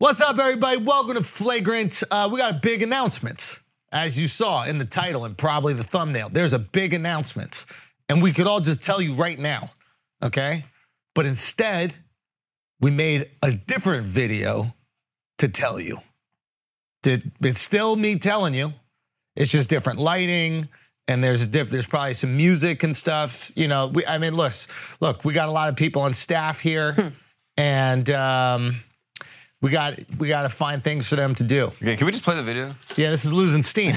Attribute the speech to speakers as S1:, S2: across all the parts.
S1: What's up, everybody? Welcome to Flagrant. Uh, we got a big announcement, as you saw in the title and probably the thumbnail. There's a big announcement, and we could all just tell you right now, okay? But instead, we made a different video to tell you. Did- It's still me telling you. It's just different lighting, and there's diff. There's probably some music and stuff. You know, we, I mean, look, look, we got a lot of people on staff here, and. Um, we got we got to find things for them to do.
S2: Okay, can we just play the video?
S1: Yeah, this is losing steam.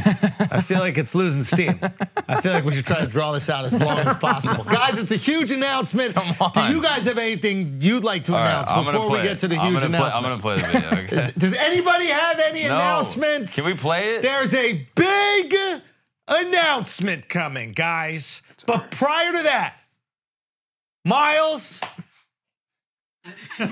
S1: I feel like it's losing steam. I feel like we should try to draw this out as long as possible. Guys, it's a huge announcement.
S2: Come on.
S1: Do you guys have anything you'd like to
S2: All right,
S1: announce
S2: I'm gonna
S1: before we
S2: play
S1: get
S2: it.
S1: to the
S2: I'm
S1: huge
S2: gonna play-
S1: announcement?
S2: I'm gonna play the video. Okay.
S1: Does anybody have any
S2: No.
S1: announcements?
S2: Can we play it?
S1: There's a big announcement coming, guys. But prior to that, Miles,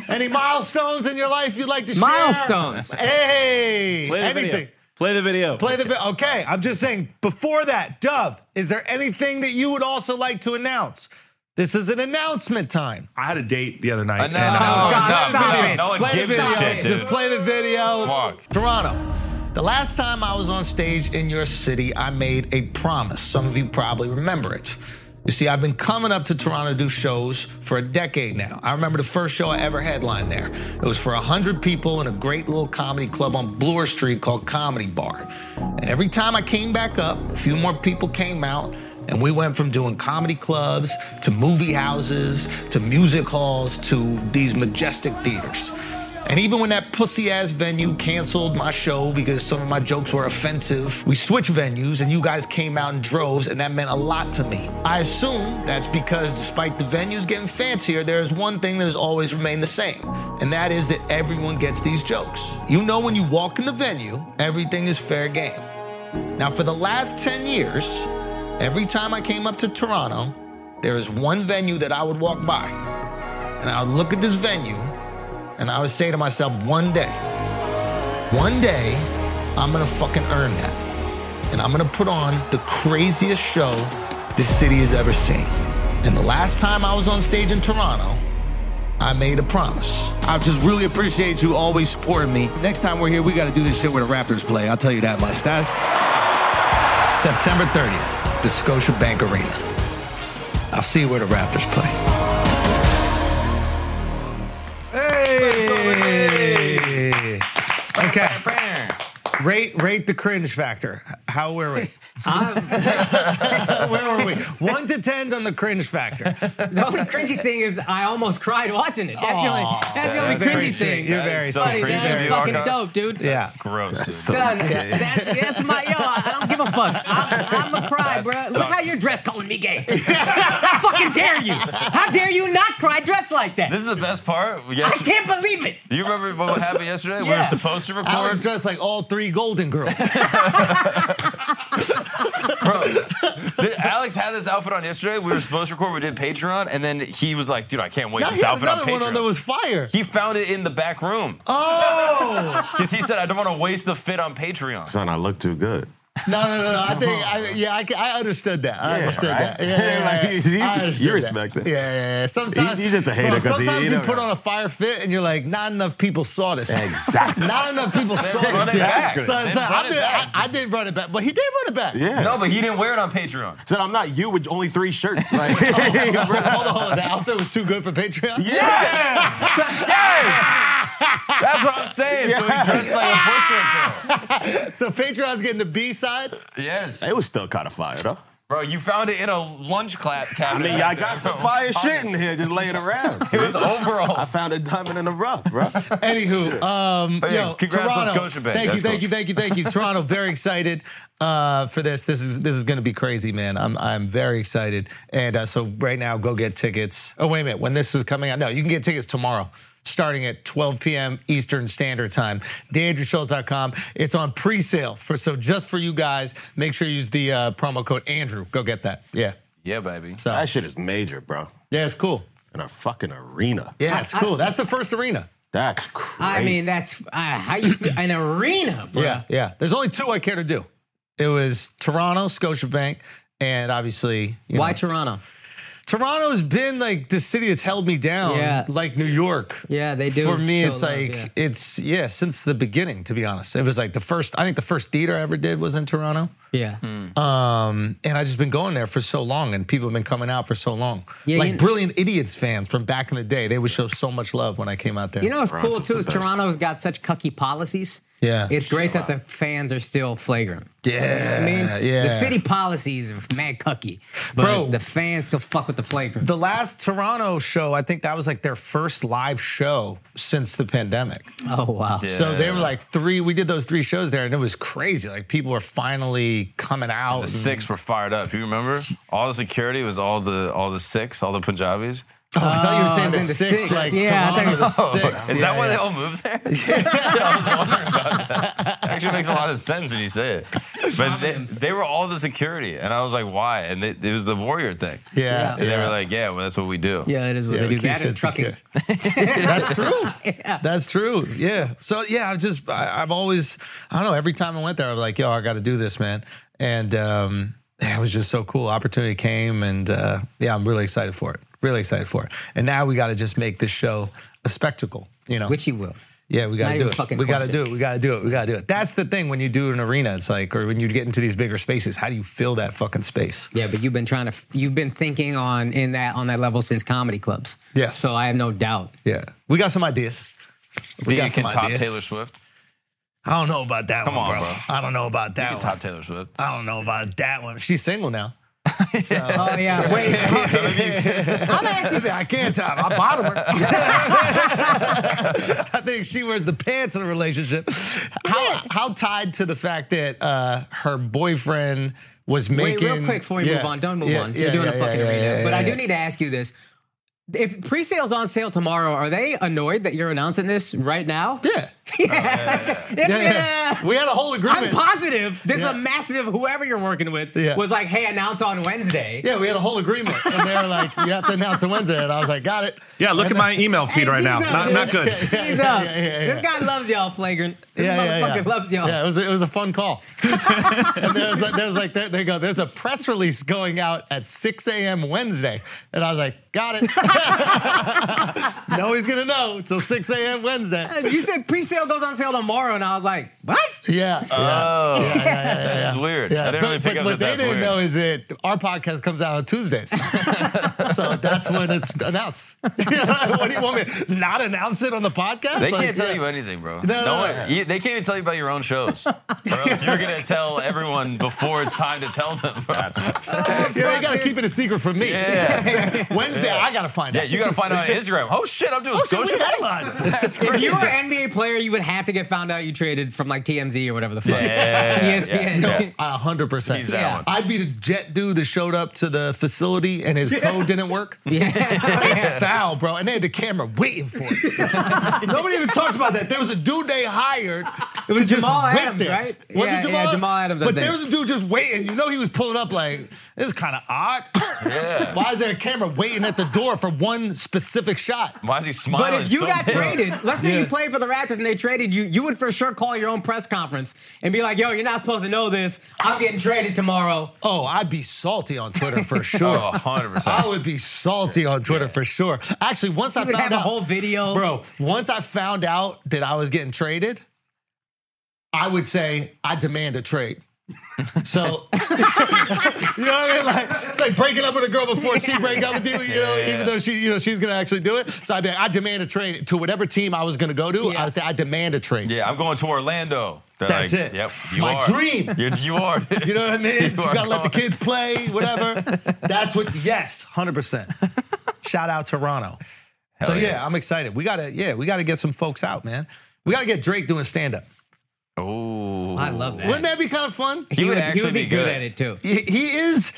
S1: any milestones in your life you'd like to share?
S3: Milestones.
S1: Hey,
S4: Play the
S1: anything.
S4: video. Play the video.
S1: Play the vi- okay. I'm just saying. Before that, Dove, is there anything that you would also like to announce? This is an announcement time.
S5: I had a date the other night.
S2: Uh, no,
S5: and,
S2: no,
S1: Oh, God, play
S2: no,
S1: the
S2: no,
S1: video.
S2: no one
S1: Play the
S2: gives a
S1: video.
S2: shit, dude.
S1: Just play the video.
S2: Fuck.
S1: Toronto. The last time I was on stage in your city, I made a promise. Some of you probably remember it. You see, I've been coming up to Toronto to do shows for a decade now. I remember the first show I ever headlined there. It was for 100 people in a great little comedy club on Bloor Street called Comedy Bar. And every time I came back up, a few more people came out, and we went from doing comedy clubs to movie houses to music halls to these majestic theaters. And even when that pussy ass venue canceled my show because some of my jokes were offensive, we switched venues and you guys came out in droves, and that meant a lot to me. I assume that's because despite the venues getting fancier, there is one thing that has always remained the same, and that is that everyone gets these jokes. You know, when you walk in the venue, everything is fair game. Now, for the last 10 years, every time I came up to Toronto, there is one venue that I would walk by, and I would look at this venue. And I would say to myself, one day, one day, I'm gonna fucking earn that. And I'm gonna put on the craziest show this city has ever seen. And the last time I was on stage in Toronto, I made a promise. I just really appreciate you always supporting me. Next time we're here, we gotta do this shit where the Raptors play. I'll tell you that much. That's September 30th, the Scotiabank Arena. I'll see you where the Raptors play. Hey! Okay. Rate rate the cringe factor. How were we? Where were we? One to ten on the cringe factor.
S3: The only cringy thing is I almost cried watching it. That's the only,
S1: Aw.
S3: that's the only
S2: That's
S3: cringy
S2: cringy.
S3: thing.
S1: You're
S2: That is
S1: very
S2: so
S1: funny.
S3: Buddy,
S2: cringy.
S3: that
S2: Dude,
S3: was fucking
S2: Archive.
S3: dope, dude.
S1: Yeah.
S2: Gross. dude.
S3: Son, that's, that's my yo. I don't give a fuck. I'm, I'm a cry, bro. Look how you're dressed, calling me gay. How fucking dare you? How dare you not cry dressed like that?
S2: This is the best part.
S3: I
S2: Yes.
S3: can't believe it.
S2: Do you remember what happened yesterday? We were
S3: Yeah.
S2: supposed to record.
S1: Alex dressed like all three Golden Girls.
S2: Bro, th- Alex had this outfit on yesterday. We were supposed to record. We did Patreon, and then he was like, "Dude, I can't waste
S1: now
S2: this
S1: he had
S2: outfit on
S1: another one
S2: Patreon."
S1: on that was fire.
S2: he found it in the back room
S1: Oh
S2: because he said, "I don't want to waste the fit on Patreon."
S6: Son, I look too good.
S1: no no no! I think I, yeah I, I understood that. I
S6: Yeah,
S1: understood
S6: right?
S1: that. Yeah, yeah, yeah.
S6: Like, you- you
S1: I understood
S6: respect
S1: that.
S6: that.
S1: Yeah, yeah, yeah. Sometimes
S6: He's- he's just a hater
S1: bro,
S6: 'cause he-
S1: Sometimes
S6: he
S1: you
S6: don't
S1: put
S6: know.
S1: on a fire fit and you're like, not enough people saw this.
S6: Exactly.
S1: Not enough people saw
S2: run
S1: this.
S2: it back.
S1: So- so
S2: Then run
S1: I,
S2: it
S1: did,
S2: back.
S1: I, I did run it back, but he did run it back.
S6: Yeah.
S2: No, but he didn't wear it on Patreon.
S6: Son, I'm not you with only three shirts. Like, oh,
S1: hold on, hold on. The outfit was too good for Patreon.
S2: Yeah. yes. That's what I'm saying. So he dressed like a bushwick. girl.
S1: So Patreon's getting the B sides.
S2: Yes.
S6: it was still kind of fire, though.
S2: Bro, you found it in a lunch clap
S6: I
S2: cabinet.
S6: mean, y'all got some fire shit in here just laying around.
S2: It was
S6: I
S2: overalls.
S6: found a diamond in the rough, bro.
S1: Anywho, um,
S2: yeah,
S1: yo,
S2: congrats on
S1: Toronto.
S2: Scotiabank.
S1: Thank you,
S2: That's
S1: thank
S2: cool.
S1: you, thank you, thank you. Toronto, very excited uh, for this. This is this is going to be crazy, man. I'm I'm very excited. And uh, so right now, go get tickets. Oh wait a minute, when this is coming out, no, you can get tickets tomorrow. Starting at 12 p.m. Eastern Standard Time, DeAndrewSchultz.com. It's on pre-sale for so just for you guys. Make sure you use the uh, promo code Andrew. Go get that. Yeah,
S2: Yeah, baby.
S1: so
S6: That shit is major, bro.
S1: yeah, it's cool.
S6: In a fucking arena.
S1: Yeah, it's cool. That's the first arena.
S6: That's crazy.
S3: I mean, that's uh, how you feel. An arena, bro.
S1: Yeah, yeah. There's only two I care to do. It was Toronto, Scotiabank, and obviously you
S3: Why
S1: know,
S3: Toronto?
S1: Toronto's been like the city that's held me down,
S3: Yeah.
S1: like New York.
S3: Yeah, they do
S1: For me,
S3: show
S1: it's
S3: love,
S1: like
S3: yeah.
S1: it's yeah, since the beginning. To be honest, it was like the first. I think the first theater I ever did was in Toronto,
S3: Yeah.
S1: um, and I just been going there for so long, and people have been coming out for so long.
S3: Yeah,
S1: like
S3: you-
S1: brilliant idiots fans from back in the day, they would show so much love when I came out there.
S3: You know what's cool
S6: Toronto's
S3: too
S6: the
S3: is
S6: best.
S3: Toronto's got such cucky policies.
S1: Yeah.
S3: It's great that the fans are still flagrant.
S1: yeah,
S3: I mean,
S1: yeah.
S3: the city policies are mad cucky, but
S1: Bro.
S3: the fans still fuck with the flagrant.
S1: The last Toronto show, I think that was like their first live show since the pandemic.
S3: oh wow.
S1: So they were like three. We did those three shows there, and it was crazy. Like people were finally coming out.
S2: The
S1: and-
S2: six were fired up. You remember? All the security was all the all the six, all the Punjabis.
S1: Oh, I thought you were saying
S3: Oh,
S1: the,
S3: then the
S1: six,
S3: six.
S1: like
S3: Yeah, I
S1: Toronto
S3: thought
S1: was a
S2: Is
S1: six.
S2: that
S1: Yeah,
S2: why they
S1: yeah.
S2: all moved there? I was wondering about that. Actually, makes a lot of sense when you say it. But they, they were all the security, and I was like, why? And they, it was the warrior thing.
S1: Yeah,
S2: And they were like, yeah, well, that's what we do.
S3: Yeah, that is what
S1: Yeah,
S3: they
S1: we
S3: do.
S1: keep
S3: That and
S1: shit
S3: trucking.
S1: secure. That's true. That's true. Yeah. So yeah, I've just I, I've always I don't know. Every time I went there, I was like, yo, I got to do this, man. And um, it was just so cool. Opportunity came, and uh, yeah, I'm really excited for it. Really excited for it. And now we got to just make this show a spectacle. You know,
S3: Which you will.
S1: Yeah, we gotta
S3: Not
S1: do
S3: even
S1: it.
S3: fucking
S1: We gotta do
S3: question.
S1: it. We gotta do it. We gotta do it. That's the thing when you do an arena, it's like, or when you get into these bigger spaces, how do you fill that fucking space?
S3: Yeah, but you've been trying to you've been thinking on in that on that level since comedy clubs.
S1: Yeah.
S3: So I have no doubt.
S1: Yeah, we got some ideas.
S2: Do
S1: We
S2: you
S1: got
S2: can
S1: some
S2: top
S1: ideas.
S2: Taylor Swift?
S1: I don't know about that
S2: Come
S1: one,
S2: on,
S1: bro.
S2: bro.
S1: I don't know about
S2: You
S1: that
S2: can
S1: one.
S2: top Taylor Swift.
S1: I don't know about that one. She's single now.
S3: Oh yeah. Wait. I'm asking
S1: I can't top. I bottom her. I think she wears the pants in a relationship. How how tied to the fact that uh, her boyfriend was
S3: Wait,
S1: making
S3: real quick before we
S1: Yeah.
S3: move on. Don't move
S1: Yeah,
S3: on.
S1: yeah,
S3: You're doing
S1: yeah,
S3: a
S1: yeah,
S3: fucking
S1: yeah,
S3: radio.
S1: yeah,
S3: but I
S1: yeah.
S3: do need to ask you this. If pre-sales on sale tomorrow, are they annoyed that you're announcing this right now?
S1: Yeah.
S3: yeah. that's- it's-
S1: Yeah,
S3: yeah.
S1: yeah. We had a whole agreement.
S3: I'm positive this is
S1: Yeah.
S3: a massive whoever you're working with
S1: Yeah.
S3: was like, hey, announce on Wednesday.
S1: Yeah, we had a whole agreement, and they were like, "You have to announce on Wednesday," and I was like, "Got it."
S4: Yeah, look at my email feed right now.
S3: He's up,
S4: Not,
S3: dude.
S4: not good.
S3: He's
S1: yeah,
S3: up.
S1: yeah, yeah.
S3: This guy loves y'all, flagrant. This
S1: yeah, yeah,
S3: motherfucker
S1: yeah.
S3: loves y'all.
S1: Yeah, it was it was a fun call. and there's like, there's like there, they go. There's a press release going out at 6 a.m. Wednesday, and I was like, "Got it." no, he's gonna know till 6 a.m. Wednesday.
S3: You said pre-sale goes on sale tomorrow, and I was like, what?
S1: Yeah. yeah.
S2: Oh, yeah, yeah, that's weird. I
S1: but,
S2: didn't really
S1: but
S2: pick up
S1: what
S2: that
S1: they
S2: that's
S1: didn't
S2: weird.
S1: know is that our podcast comes out on Tuesdays, so that's when it's announced. what do you want me not announce it on the podcast?
S2: They
S1: Like,
S2: can't tell
S1: yeah.
S2: you anything, bro.
S1: No,
S2: No,
S1: no,
S2: one,
S1: no.
S2: You, they can't even tell you about your own shows. Or else you're gonna tell everyone before it's time to tell them. Bro.
S1: Yeah, they gotta keep it a secret from me.
S2: Yeah.
S1: Wednesday, I gotta find
S2: yeah,
S1: out.
S2: you gotta find out on Instagram. Oh shit, I'm doing social
S1: headlines.
S2: That's
S3: If
S2: crazy.
S3: you were an NBA player, you would have to get found out you traded from like TMZ or whatever the fuck. E
S2: Yeah, yeah,
S3: ESPN.
S2: yeah.
S1: A hundred
S2: He's
S1: percent.
S2: that
S3: Yeah.
S2: one.
S1: I'd be the jet dude that showed up to the facility and his code didn't work. That's foul, bro. And they had the camera waiting for it. Nobody even talks about that. There was a dude they hired. It was
S3: Jamal Adams, right?
S1: Was
S3: Yeah,
S1: it
S3: yeah,
S1: Jamal?
S3: Jamal Adams, I
S1: But there
S3: think.
S1: was a dude just waiting. You know he was pulling up like this is kind of odd.
S2: Yeah.
S1: Why is there a camera waiting at the door for one specific shot?
S2: Why is he smiling?
S3: But if you
S2: so
S3: got
S2: big?
S3: traded, let's say
S1: Yeah.
S3: you played for the Raptors and they traded you, you would for sure call your own press conference and be like, yo, you're not supposed to know this. I'm getting traded tomorrow.
S1: Oh, I'd be salty on Twitter for
S2: Oh,
S1: sure.
S2: 100
S1: I
S2: percent.
S1: would be salty on Twitter for sure. Actually, once I
S3: You would
S1: found
S3: have a
S1: out,
S3: whole video.
S1: bro. Once I found out that I was getting traded, I would say I demand a trade. So you know what I mean? Like it's like breaking up with a girl before she break up with you. You know,
S2: Yeah, yeah.
S1: even though she, you know, she's gonna actually do it. So I'd be like, I demand a trade to whatever team I was gonna go to. I
S3: Yeah.
S1: would say I demand a trade.
S2: Yeah, I'm going to Orlando. They're
S1: That's
S2: like,
S1: it.
S2: Yep, you
S1: My
S2: are.
S1: dream.
S2: You're, you are. dude.
S1: You know what I mean? You,
S2: are
S1: gotta let the
S2: going.
S1: kids play, whatever. That's what. Yes, hundred percent. Shout out Toronto. so yeah. I'm excited. We gotta, yeah, we gotta get some folks out, man. We gotta get Drake doing stand up.
S2: Oh,
S3: I love that.
S1: Wouldn't that be kind of fun?
S3: he,
S2: would
S3: would, he
S2: actually
S3: would be,
S2: be
S3: good.
S2: good.
S3: at it too.
S1: He, he is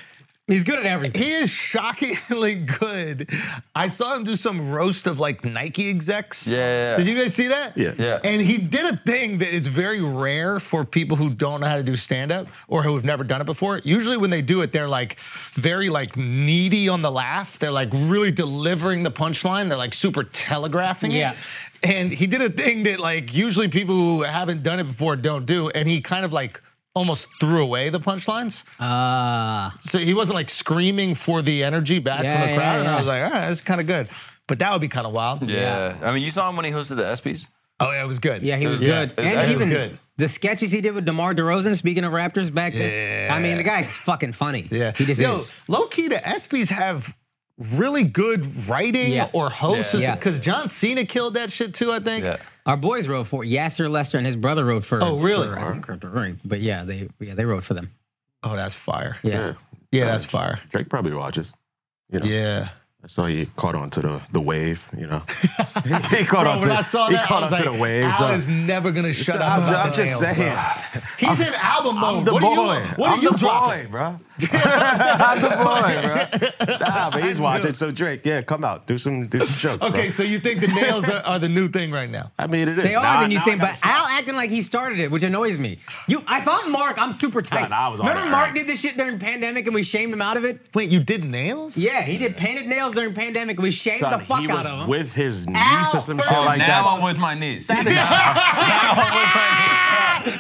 S3: He's good at everything.
S1: he is shockingly good. I saw him do some roast of like Nike execs.
S2: Yeah, yeah, yeah.
S1: Did you guys see that?
S6: Yeah.
S2: Yeah.
S1: And he did a thing that is very rare for people who don't know how to do stand up or who have never done it before. Usually when they do it, they're like very like needy on the laugh. They're like really delivering the punchline. They're like super telegraphing it.
S3: Yeah.
S1: And he did a thing that like usually people who haven't done it before don't do. And he kind of like almost threw away the punchlines. so he wasn't like screaming for the energy back
S3: Yeah,
S1: from the
S3: yeah,
S1: crowd. And I
S3: yeah.
S1: was like, all right, that's kind of good. But that would be kind of wild.
S2: Yeah. I mean, you saw him when he hosted the ESPYS.
S1: Oh, yeah, it was good.
S3: Yeah, he was
S2: Yeah,
S3: good.
S2: it was
S3: and
S2: actually
S3: even
S1: good.
S3: the sketches he did with DeMar DeRozan, speaking of Raptors back then.
S1: Yeah.
S3: I mean, the guy's fucking funny.
S1: Yeah.
S3: He just
S1: Yo,
S3: is.
S1: Low key, the ESPYs have really good writing
S3: Yeah.
S1: or hosts.
S3: Yeah.
S1: Because John Cena killed that shit too, I think.
S2: Yeah.
S3: Our boys wrote for Yasser Lester and his brother wrote for.
S1: Oh, really?
S3: for- I don't remember the ring, but yeah, they yeah they wrote for them.
S1: Oh, that's fire.
S3: Yeah.
S6: Yeah.
S1: Yeah, that's fire.
S6: Drake probably watches. You know,
S1: Yeah.
S6: I saw he caught on to the, the wave. You know, he caught on
S1: when
S6: to
S1: I saw
S6: he
S1: that, I
S6: caught
S1: was
S6: on
S1: like,
S6: to the waves.
S1: Al
S6: uh,
S1: is never gonna shut up.
S6: I'm, ju-
S1: about
S6: I'm just
S1: Wales, bro.
S6: saying,
S1: He's in album mode.
S6: I'm the
S1: what
S6: boy.
S1: are you? What are
S6: I'm
S1: you
S6: the
S1: dropping?
S6: boy, bro. I'm the boy, bro. Nah, but he's watching. So Drake, yeah, come out, do some, do some jokes.
S1: Okay,
S6: bro.
S1: so you think the nails are, are the new thing right now?
S6: I mean, it is.
S3: They are
S6: Nah,
S3: the new
S6: nah,
S3: thing,
S6: I
S3: but
S6: gotta
S3: Al acting like he started it, which annoys me. You, if I'm Mark, I'm super tight.
S6: nah, I was on
S3: Remember,
S6: that,
S3: Mark
S6: right.
S3: did this shit during pandemic and we shamed him out of it.
S1: Wait, you did nails?
S3: Yeah, he did painted nails during pandemic and we shamed
S6: son,
S3: the fuck
S6: he
S3: out
S6: was
S3: of him.
S6: with his niece
S3: Al
S6: or some
S3: Fur-
S6: shit like
S2: now
S6: that.
S2: I'm with my niece.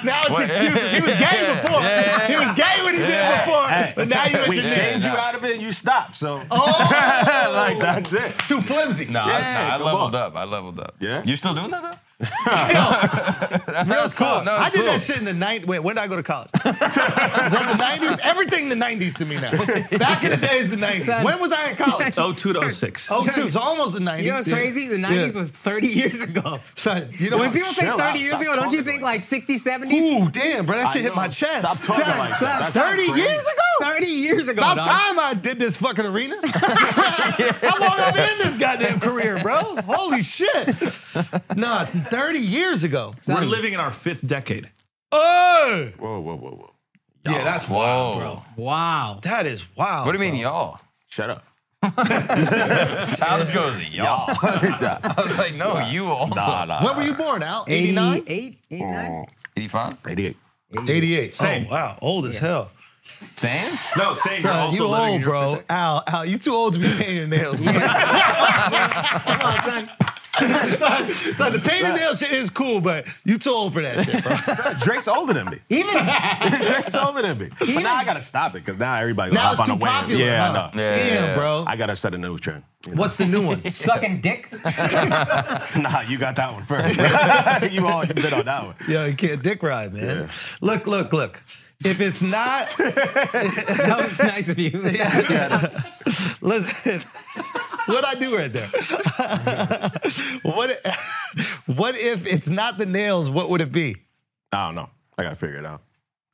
S1: Now it's excuses. He was gay before.
S2: Yeah.
S1: He was gay when he
S2: Yeah.
S1: did before,
S6: Hey,
S1: but now you
S6: we
S1: introduced
S2: shame-
S6: shamed
S2: Yeah,
S6: you
S2: nah.
S6: out of it, and you stopped. So
S1: Oh,
S6: like that's it.
S1: too flimsy.
S2: Nah,
S6: Yeah,
S2: I, nah,
S6: come
S2: I leveled
S6: on.
S2: up. I leveled up.
S6: Yeah?
S2: You still doing that though?
S1: Real
S2: That's cool.
S1: talk.
S2: No, it's
S1: I did
S2: cool.
S1: that shit in the night. Wait, when did I go to college? was that the 90s? Everything the 90s to me now. Back in the days, the 90s. When was I in college?
S6: Oh two to 06.
S1: Oh, two. It's almost the 90s.
S3: You know what's
S1: Yeah.
S3: crazy? The 90s
S1: Yeah.
S3: was 30 years ago.
S1: Son, you know
S3: When
S1: what?
S3: people say
S6: Oh, chill
S3: 30
S6: out.
S3: years
S6: Stop
S3: ago, don't you
S6: talking
S3: think
S6: like
S3: like 60s, 70s?
S1: Ooh, damn, bro, that
S6: I
S1: shit hit
S6: know.
S1: my chest.
S6: Stop talking
S1: Son,
S6: like
S1: son,
S6: that. That's
S1: 30
S6: crazy.
S1: years ago?
S3: 30 years ago.
S1: About
S3: dog.
S1: time I did this fucking arena. How long I've been in this goddamn career, bro? Holy shit. Nah, 30 years ago.
S4: We're living in our fifth decade.
S1: Oh,
S6: Whoa, whoa, whoa, whoa.
S4: Yeah, that's
S2: Whoa.
S3: Wow.
S1: that is wild.
S2: What do you mean, y'all?
S6: Shut up.
S2: Al just goes, y'all. I was like, no, you also.
S6: Nah, nah.
S1: When were you born, Al? 89?
S3: 88, 89?
S2: 85?
S6: 88.
S1: 88.
S4: Same.
S1: Oh, wow. Old as hell.
S2: Same?
S4: No, saying you're
S1: Son,
S4: also
S1: you
S4: living in
S1: old,
S4: your
S1: bro.
S4: fifth
S1: Al, Al, you too old to be painting your nails, bro.
S3: Come on, son.
S1: son, son, the painting your nails shit is cool, but you too old for that shit, bro.
S6: Drake's older than me.
S3: Even
S6: Drake's older than me. But now I gotta stop it because now everybody
S1: Now
S6: gonna
S1: it's
S6: hop
S1: too
S6: on the wave.
S1: popular.
S6: yeah,
S1: huh?
S6: I know.
S2: Yeah,
S1: Damn,
S2: yeah.
S1: bro.
S6: I gotta set a new trend. You
S1: What's the new one?
S3: sucking dick.
S6: know? nah, you got that one first. you all you been on that one.
S1: Yo, you can't dick ride, man.
S6: Yeah.
S1: Look, look, look. If it's not,
S3: That was nice of you.
S1: listen. What I do right there? what? What if it's not the nails? What would it be?
S6: I don't know. I gotta figure it out.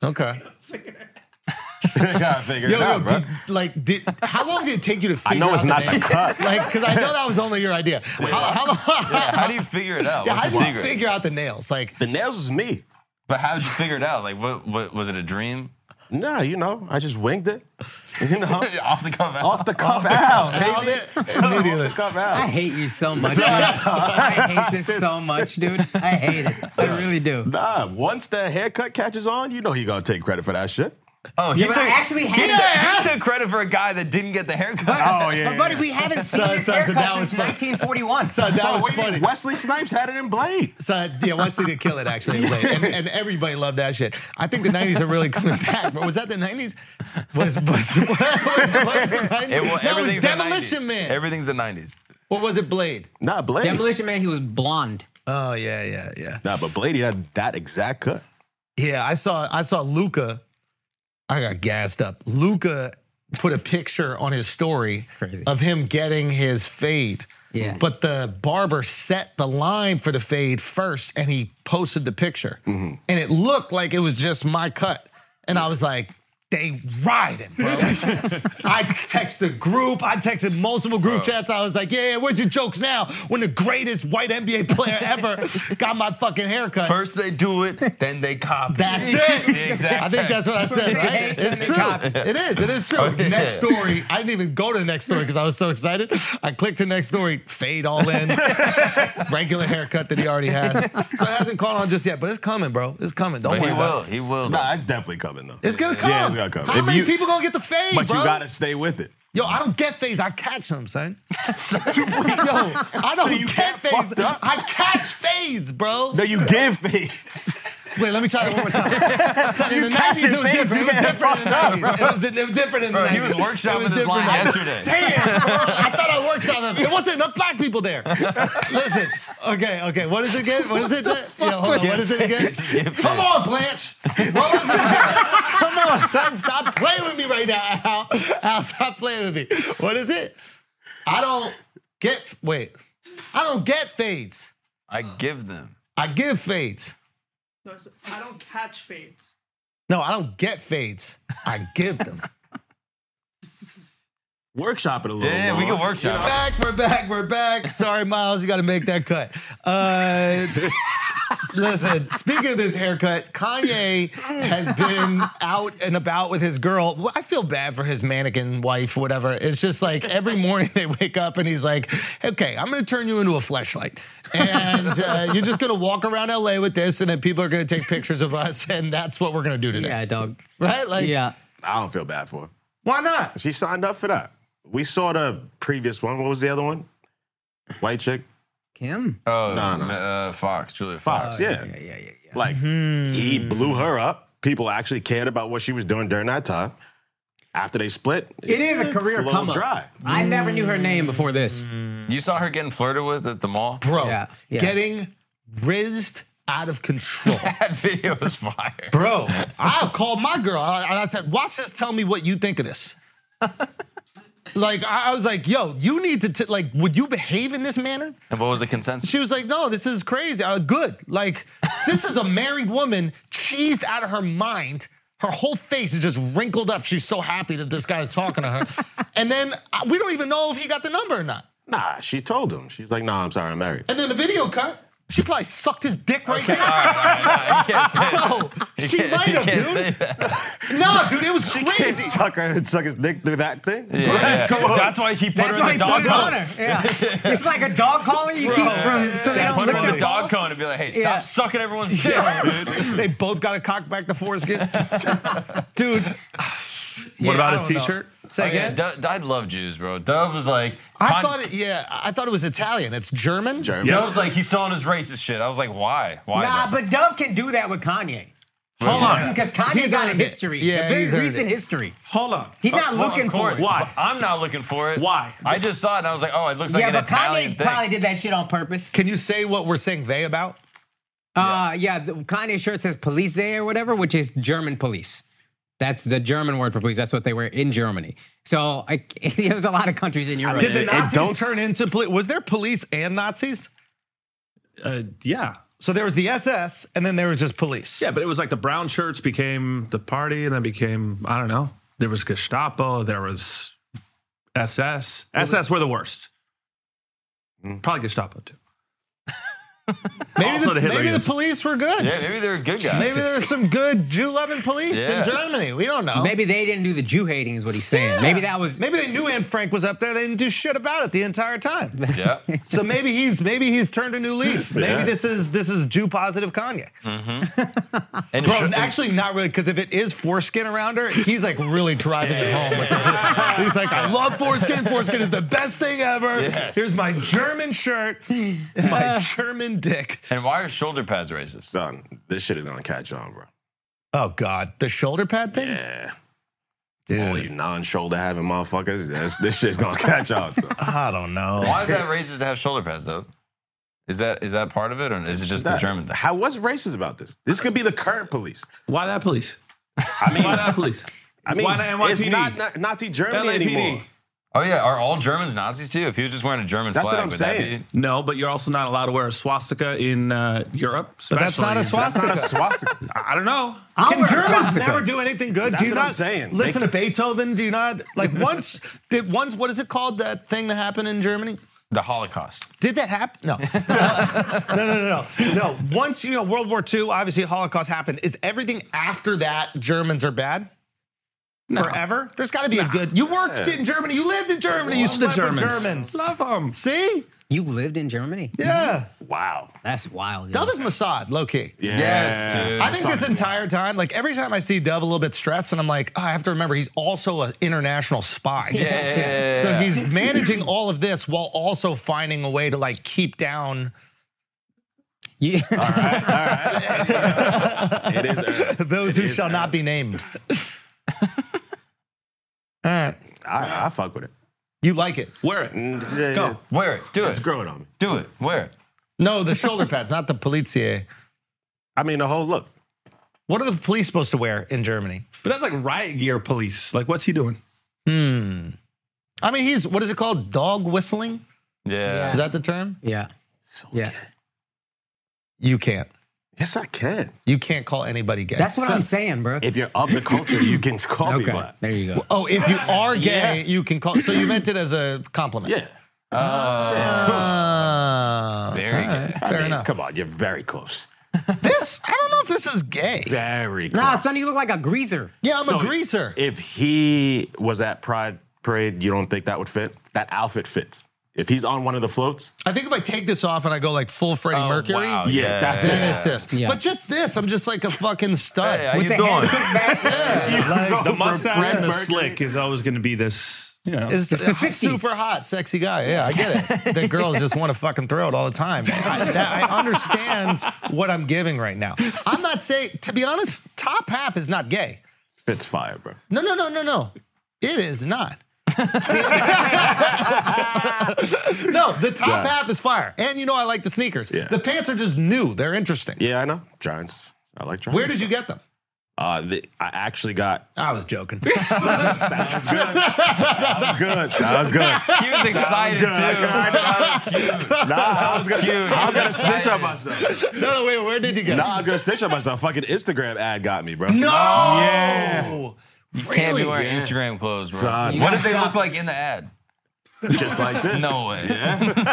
S1: Okay.
S6: I gotta figure
S1: Yo,
S6: it out,
S1: yo,
S6: bro.
S1: did, like, did how long did it take you to figure
S6: I know
S1: out
S6: it's not
S1: the
S6: the
S1: nails?
S6: cut.
S1: Like, because I know that was only your idea. How, how long?
S2: Yeah, how do you figure it out?
S1: Uh-huh. yeah,
S2: What's
S1: how
S2: the
S1: did you
S2: secret?
S1: figure out the nails? Like,
S6: The nails was me.
S2: but how did you figure it out? Like, what, what was it a dream?
S6: Nah, you know, I just winged it. You know,
S2: Off the cuff.
S6: off the cuff out.
S1: found
S6: baby.
S1: it immediately.
S6: Off the cuff
S3: I
S6: out.
S3: hate you so much. dude. I hate this so much, dude. I hate it. I really do.
S6: Nah, once that haircut catches on, you know he gonna take credit for that shit.
S2: Oh, he
S3: Yeah, but I actually
S2: he
S3: had
S2: took- he took credit for a guy that didn't get the haircut.
S6: Oh yeah.
S3: But buddy, we haven't seen
S1: Son, son,
S3: this
S1: so
S3: haircut
S1: that was
S3: since
S1: funny.
S3: 1941.
S1: Son, that
S6: So
S1: was
S6: what do you
S1: funny.
S6: mean? Wesley Snipes had it in Blade.
S1: So yeah, Wesley did kill it actually, in Blade. and, and everybody loved that shit. I think the '90s are really coming back. But was that the '90s? Was was, was, Blade the 90s? no, it
S2: It, well,
S1: was
S2: everything's the
S1: Demolition
S2: 90s.
S1: Man.
S2: Everything's the 90s.
S1: what was it, Blade?
S6: Nah, Blade.
S3: Demolition Man, he was blonde.
S1: Oh yeah, yeah, yeah,
S6: Nah, but Blade he had that exact cut.
S1: yeah. I saw I saw Luca. I got gassed up. Luca put a picture on his story
S3: Crazy.
S1: of him getting his fade.
S3: Yeah.
S1: But the barber set the line for the fade first, and he posted the picture,
S3: Mm-hmm.
S1: and it looked like it was just my cut, and I was like. They riding, bro. I texted group. I texted multiple group chats. I was like, "Yeah, yeah, where's your jokes now?" When the greatest white NBA player ever got my fucking haircut.
S2: First they do it, then they copy.
S1: That's it.
S2: Exactly.
S1: I think that's what I said, right? It's true. It is. It is true. Next story. I didn't even go to the next story because I was so excited. I clicked to next story, fade all in, regular haircut that he already has. So it hasn't caught on just yet, but it's coming, bro. It's coming. Don't
S2: But
S1: worry
S2: he
S1: about
S2: will.
S1: it.
S2: He will.
S6: Nah, it's definitely coming though.
S1: It's gonna come.
S6: Yeah, it's gonna come.
S1: How
S6: If
S1: many
S6: you-
S1: people gonna get the fade,
S6: But
S1: bro?
S6: you gotta stay with it.
S1: Yo, I don't get fades. I catch them, son. Yo, I don't
S6: you
S1: get
S6: get
S1: fades.
S6: fucked up?
S1: I catch fades, bro.
S6: No, you give fades.
S1: Wait, let me try that one more time. Son, in the 90s, it was different. It was different in the 90s. It was, it was different in the
S2: Bro,
S1: 90s.
S2: he was workshopping
S1: It was
S2: this line
S1: different.
S2: yesterday.
S1: Damn, I thought I worked on it. There wasn't enough black people there. Listen, okay, okay. What is it again? What is it? that- Yo, hold on. What is it again? Come on, Blanche. What was it again? Come on, son. Stop playing with me right now, Al. Al, stop playing with me. What is it? I don't get, wait. I don't get fades.
S2: I give them.
S1: I give fades.
S5: No, it's- I don't catch fades.
S1: No, I don't get fades. I give them.
S4: Workshop it a little.
S2: Yeah, yeah, we
S4: bro.
S2: can workshop. it.
S1: back, we're back, we're back. Sorry, Miles, you got to make that cut. Uh, listen, speaking of this haircut, Kanye has been out and about with his girl. Well, I feel bad for his mannequin wife, whatever. It's just like every morning they wake up and he's like, okay, I'm going to turn you into a fleshlight. And uh, you're just going to walk around LA with this, and then people are going to take pictures of us, and that's what we're going to do today.
S3: Yeah, dog.
S1: Right? Like,
S3: Yeah.
S6: I don't feel bad for her.
S1: why not?
S6: She signed up for that. We saw the previous one. What was the other one? White chick.
S3: Kim.
S2: Oh,
S6: No, no.
S2: Uh, Fox, Julia
S6: Fox.
S2: Fox.
S6: yeah.
S3: Oh, Yeah, yeah, yeah. yeah. Hmm.
S6: Like he blew her up. People actually cared about what she was doing during that time. After they split,
S3: It is a
S6: it's
S3: career
S6: a little
S3: come up.
S6: dry.
S3: I never knew her name before this.
S2: You saw her getting flirted with at the mall?
S1: Bro,
S3: Yeah, yeah.
S1: getting rizzed out of control.
S2: That video was fire.
S1: bro. I called my girl and I said, "Watch this. Tell me what you think of this." like I I was like, "Yo, you need to t- like. Would you behave in this manner?"
S2: And what was the consensus?
S1: She was like, "No, this is crazy. Uh, good. Like this is a married woman cheesed out of her mind." Her whole face is just wrinkled up. She's so happy that this guy's talking to her. and then uh, we don't even know if he got the number or not.
S6: Nah, she told him. She's like, nah, I'm sorry, I'm married.
S1: And then the video cut. She probably sucked his dick right there.
S2: All right, all right, you can't say that.
S1: Bro,
S2: You
S1: Oh, she
S2: can't-
S1: might
S2: you
S1: have,
S2: can't say
S1: dude.
S2: that.
S1: No, dude, it was
S6: Can't
S1: crazy.
S6: suck, her, suck his dick through that thing.
S2: Yeah, yeah. That's why he put
S3: That's
S2: her
S3: why
S2: in
S3: he
S2: the
S3: put
S2: dog
S3: it on
S2: cone.
S3: her. Yeah. it's like a dog collar you keep from so they don't
S2: Put her
S3: lick
S2: in
S3: their
S2: the dog
S3: balls.
S2: cone and be like, hey, stop
S3: Yeah.
S2: sucking everyone's dick, dude.
S1: They both got a cock back to foreskin. Dude.
S4: What about his
S1: I don't know.
S4: t-shirt?
S1: Say
S2: Oh, yeah,
S1: again.
S2: Dove, I love Jews, bro. Dove was like,
S1: I
S2: con-
S1: thought it, yeah, I thought it was Italian. It's German.
S6: Jeremy.
S2: Dove's like, he's selling his racist shit. I was like, why? Why?
S3: Nah,
S2: bro?
S3: but Dove can do that with Kanye.
S2: Hold on.
S3: Because Kanye's
S1: He's
S3: got a
S1: earned it.
S3: history.
S1: Yeah,
S3: the
S1: he's
S3: big
S1: earned
S3: recent
S1: it.
S3: history.
S4: Hold on.
S3: He's not
S2: Well,
S3: looking
S2: Oh, of
S3: for
S2: course.
S3: it.
S4: Why?
S2: I'm not looking for it.
S4: Why?
S2: I just saw it and I was like, oh, it looks like
S3: Yeah,
S2: an
S3: but
S2: Italian
S3: Kanye
S2: thing.
S3: probably did that shit on purpose.
S1: Can you say what we're saying they about?
S3: Uh, yeah, the Kanye shirt says police or whatever, which is German police. That's the German word for police. That's what they were in Germany. So I, there's a lot of countries in Europe.
S1: Did the
S6: it
S1: Nazis
S6: don't-
S1: turn into police? Was there police and Nazis?
S4: Uh, yeah.
S1: So there was the SS and then there was just police.
S4: Yeah, but it was like the brown shirts became the party and then became, I don't know. There was Gestapo, there was SS. SS were the worst. Probably Gestapo too.
S1: Maybe,
S4: Also
S1: the,
S4: the Hitler
S1: maybe the
S4: Youth.
S1: police were good.
S2: Yeah, maybe they're good guys.
S1: Maybe there were some good Jew loving police in
S2: Yeah.
S1: Germany. We don't know.
S3: Maybe they didn't do the Jew hating, is what he's saying.
S1: Yeah.
S3: Maybe that was.
S1: Maybe they knew Anne Frank was up there. They didn't do shit about it the entire time.
S2: Yeah.
S1: So maybe he's maybe he's turned a new leaf. Maybe
S6: Yeah. Hmm.
S1: this is this is Jew positive Kanye.
S2: And
S1: Bro,
S2: sh-
S1: actually not really, because if it is foreskin around her, he's like really driving it home. With the Jew. He's like, I love foreskin. Foreskin is the best thing ever.
S2: Yes.
S1: Here's my German shirt and my German dick.
S2: and why are shoulder pads racist?
S6: Son, this shit is gonna catch on, bro.
S1: Oh God, the shoulder pad thing.
S6: Yeah. All you non-shoulder having motherfuckers, this, this shit's gonna catch on. Son.
S1: I don't know.
S2: Why is that racist to have shoulder pads, though? Is that is that part of it, or is it just the
S6: That-
S2: German thing?
S6: How what's racist about this? This could be the current police.
S4: Why that police?
S6: I mean,
S4: Why that police?
S6: I mean,
S4: why the NYPD?
S6: it's not, not Nazi Germany anymore.
S4: LAPD.
S2: Oh yeah, are all Germans Nazis too? If he was just wearing a German
S6: That's what
S2: flag,
S6: I'm
S2: would
S6: saying.
S2: that
S4: No, but you're also not allowed to wear a swastika in uh, Europe.
S1: But that's not
S4: especially
S1: a
S4: in-
S6: That's not a
S1: swastika.
S6: swastika.
S4: I I don't know.
S3: I'll
S1: Can
S3: wear a
S1: Germans
S3: swastika.
S1: never do anything good?
S6: That's
S1: do you
S6: what I'm
S1: not
S6: saying.
S1: listen
S6: They-
S1: to Beethoven? Do you not like once did once what is it called that thing that happened in Germany?
S2: be the Holocaust?
S1: Did that happen? No. no, no, no, no. No. Once you know World War II, obviously Holocaust happened. Is everything after that Germans are bad? Forever? There's got to be a good. You worked in Germany. You lived in Germany. You
S4: Love the
S1: slept with
S4: Germans.
S1: Germans.
S4: Love Mm-hmm. them.
S1: See?
S3: You lived in Germany?
S1: Yeah.
S6: Wow.
S3: That's wild.
S1: Dove is Mossad, low key.
S6: Yeah.
S2: Yes, dude.
S1: I think this entire time, like every time I see Dove a little bit stressed, and I'm like, oh, I have to remember he's also an international spy.
S2: Yeah.
S1: So he's managing all of this while also finding a way to Uh, like keep down.
S3: You-
S6: uh,
S1: those who
S6: is
S1: shall not be named. All right.
S6: I, I fuck with it.
S1: You like it.
S4: Wear it.
S6: Mm, yeah,
S4: Go.
S6: yeah.
S2: Wear it. Do
S6: It's
S2: it.
S6: growing on me.
S2: Do it. Wear it.
S1: No, the shoulder pads, not the polizia.
S6: I mean, the whole look.
S1: What are the police supposed to wear in Germany?
S4: But that's like riot gear police. Like, what's he doing?
S1: Hmm. I mean, he's what is it called? Dog whistling?
S2: Yeah.
S1: Is that the term?
S3: Yeah. Yeah.
S1: You can't.
S6: Yes, I can.
S1: You can't call anybody gay.
S3: That's what I'm saying, bro.
S6: If you're of the culture, you can call me
S3: Okay.
S6: black.
S3: There you go.
S1: Oh, if you are gay, you can call. So you meant it as a compliment.
S6: Yeah.
S1: Oh,
S2: Very
S1: all right,
S2: gay.
S1: Fair
S6: I mean,
S1: enough.
S6: Come on, you're very close.
S1: This I don't know if this is gay.
S6: Very close.
S3: Nah, son, you look like a greaser.
S1: Yeah, I'm
S6: So
S1: a greaser.
S6: If he was at Pride Parade, you don't think that would fit? That outfit fits. If he's on one of the floats,
S1: I think if I take this off and I go like full
S6: Oh,
S1: Freddie Mercury,
S2: Oh, Wow,
S6: Yeah,
S2: yeah.
S6: that's
S1: then
S6: Yeah.
S1: it's this.
S3: Yeah.
S1: But just this, I'm just like a fucking stud.
S2: Hey, how you
S3: the
S2: doing?
S3: head back.
S4: The mustache and the slick is always going to be this. You know,
S1: It's
S3: It's the 50s.
S1: super hot, sexy guy. Yeah, I get it. the girls just want to fucking throw it all the time. I, that- I understand what I'm giving right now. I'm not saying, to be honest, top half is not gay.
S6: fits fire, bro.
S1: No, no, no, no, no. It is not. no, the top
S6: Yeah.
S1: half is fire. And you know I like the sneakers.
S6: Yeah.
S1: The pants are just new. They're interesting.
S6: Yeah, I know. Giants. I like Giants.
S1: Where did you get them?
S6: Uh, the, I actually got.
S1: I was joking.
S6: That was good. That was good.
S2: He was excited too. That was cute.
S6: Nah, I was gonna,
S2: Cute.
S6: I was gonna snitch on myself.
S1: no, wait, where did you get
S6: Nah, I was gonna snitch on myself. Fucking Instagram ad got me, bro.
S1: them? No!
S2: You can't
S1: Really?
S2: be wearing Instagram clothes, bro.
S6: Son. You
S2: What
S3: gotta
S2: if they
S3: stop.
S2: look like in the ad?
S6: just like this.
S2: No way.
S1: Come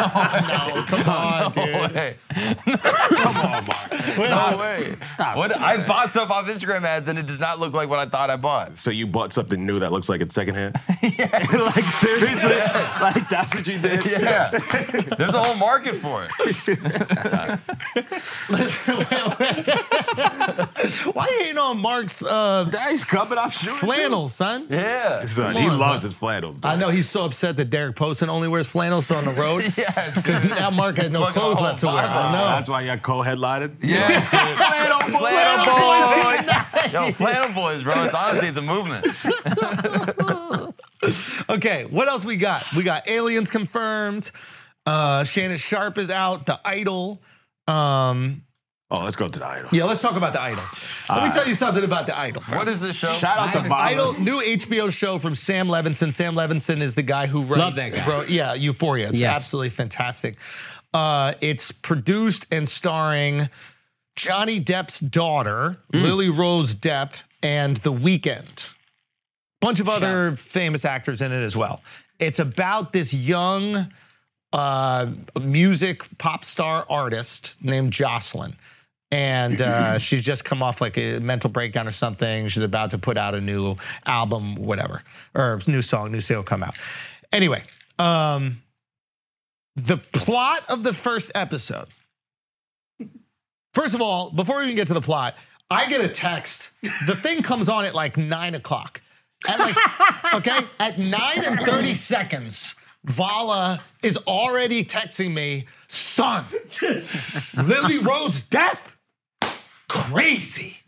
S1: on, dude.
S2: No way.
S6: Oh, my.
S2: No way. Stop. What I bought stuff off Instagram ads and it does not look like what I thought I bought.
S6: So you bought something new that looks like it's secondhand? like seriously? Like that's what you did?
S2: Yeah. There's a whole market for it.
S1: Why you hating on Mark's uh,
S6: That he's coming. I'm shooting.
S1: flannel, son?
S2: Yeah.
S6: Son,
S1: Come
S6: he
S1: on,
S6: loves his flannels. Bro.
S1: I know he's so upset that Derek Poston only wears flannels on the road.
S2: Yes.
S1: Because
S2: dude.
S1: now Mark has no
S2: Fucking
S1: clothes
S2: whole
S1: left to wear.
S2: vibe.
S1: I know.
S6: That's why you got co-headlined.
S2: Yes. dude. flannel boys. Yo, flannel boys, bro. It's honestly, it's a movement.
S1: Okay, what else we got? We got aliens confirmed. Uh, Shannon Sharp is out. The Idol. Um,
S6: Oh, let's go to the idol.
S1: yeah, let's talk about the Idol. Let
S2: Uh,
S1: me tell you something about the Idol.
S2: What is this show?
S6: Shout out to Bob.
S1: Idol, new HBO show from Sam Levinson. Sam Levinson is the guy who wrote,
S3: Love that guy.
S1: wrote- yeah, Euphoria. It's
S3: Yes.
S1: absolutely fantastic. Uh, it's produced and starring Johnny Depp's daughter,
S3: Mm.
S1: Lily Rose Depp, and The Weeknd. Bunch of other famous actors in it as well. It's about this young uh, music pop star artist named Jocelyn. And uh, she's just come off like a mental breakdown or something. She's about to put out a new album, whatever, or new song, new single come out. Anyway, um, the plot of the first episode. First of all, before we even get to the plot, I get a text. The thing comes on at like nine o'clock. At like, okay, at nine and thirty seconds, Vala is already texting me, son, Lily Rose Depp, crazy.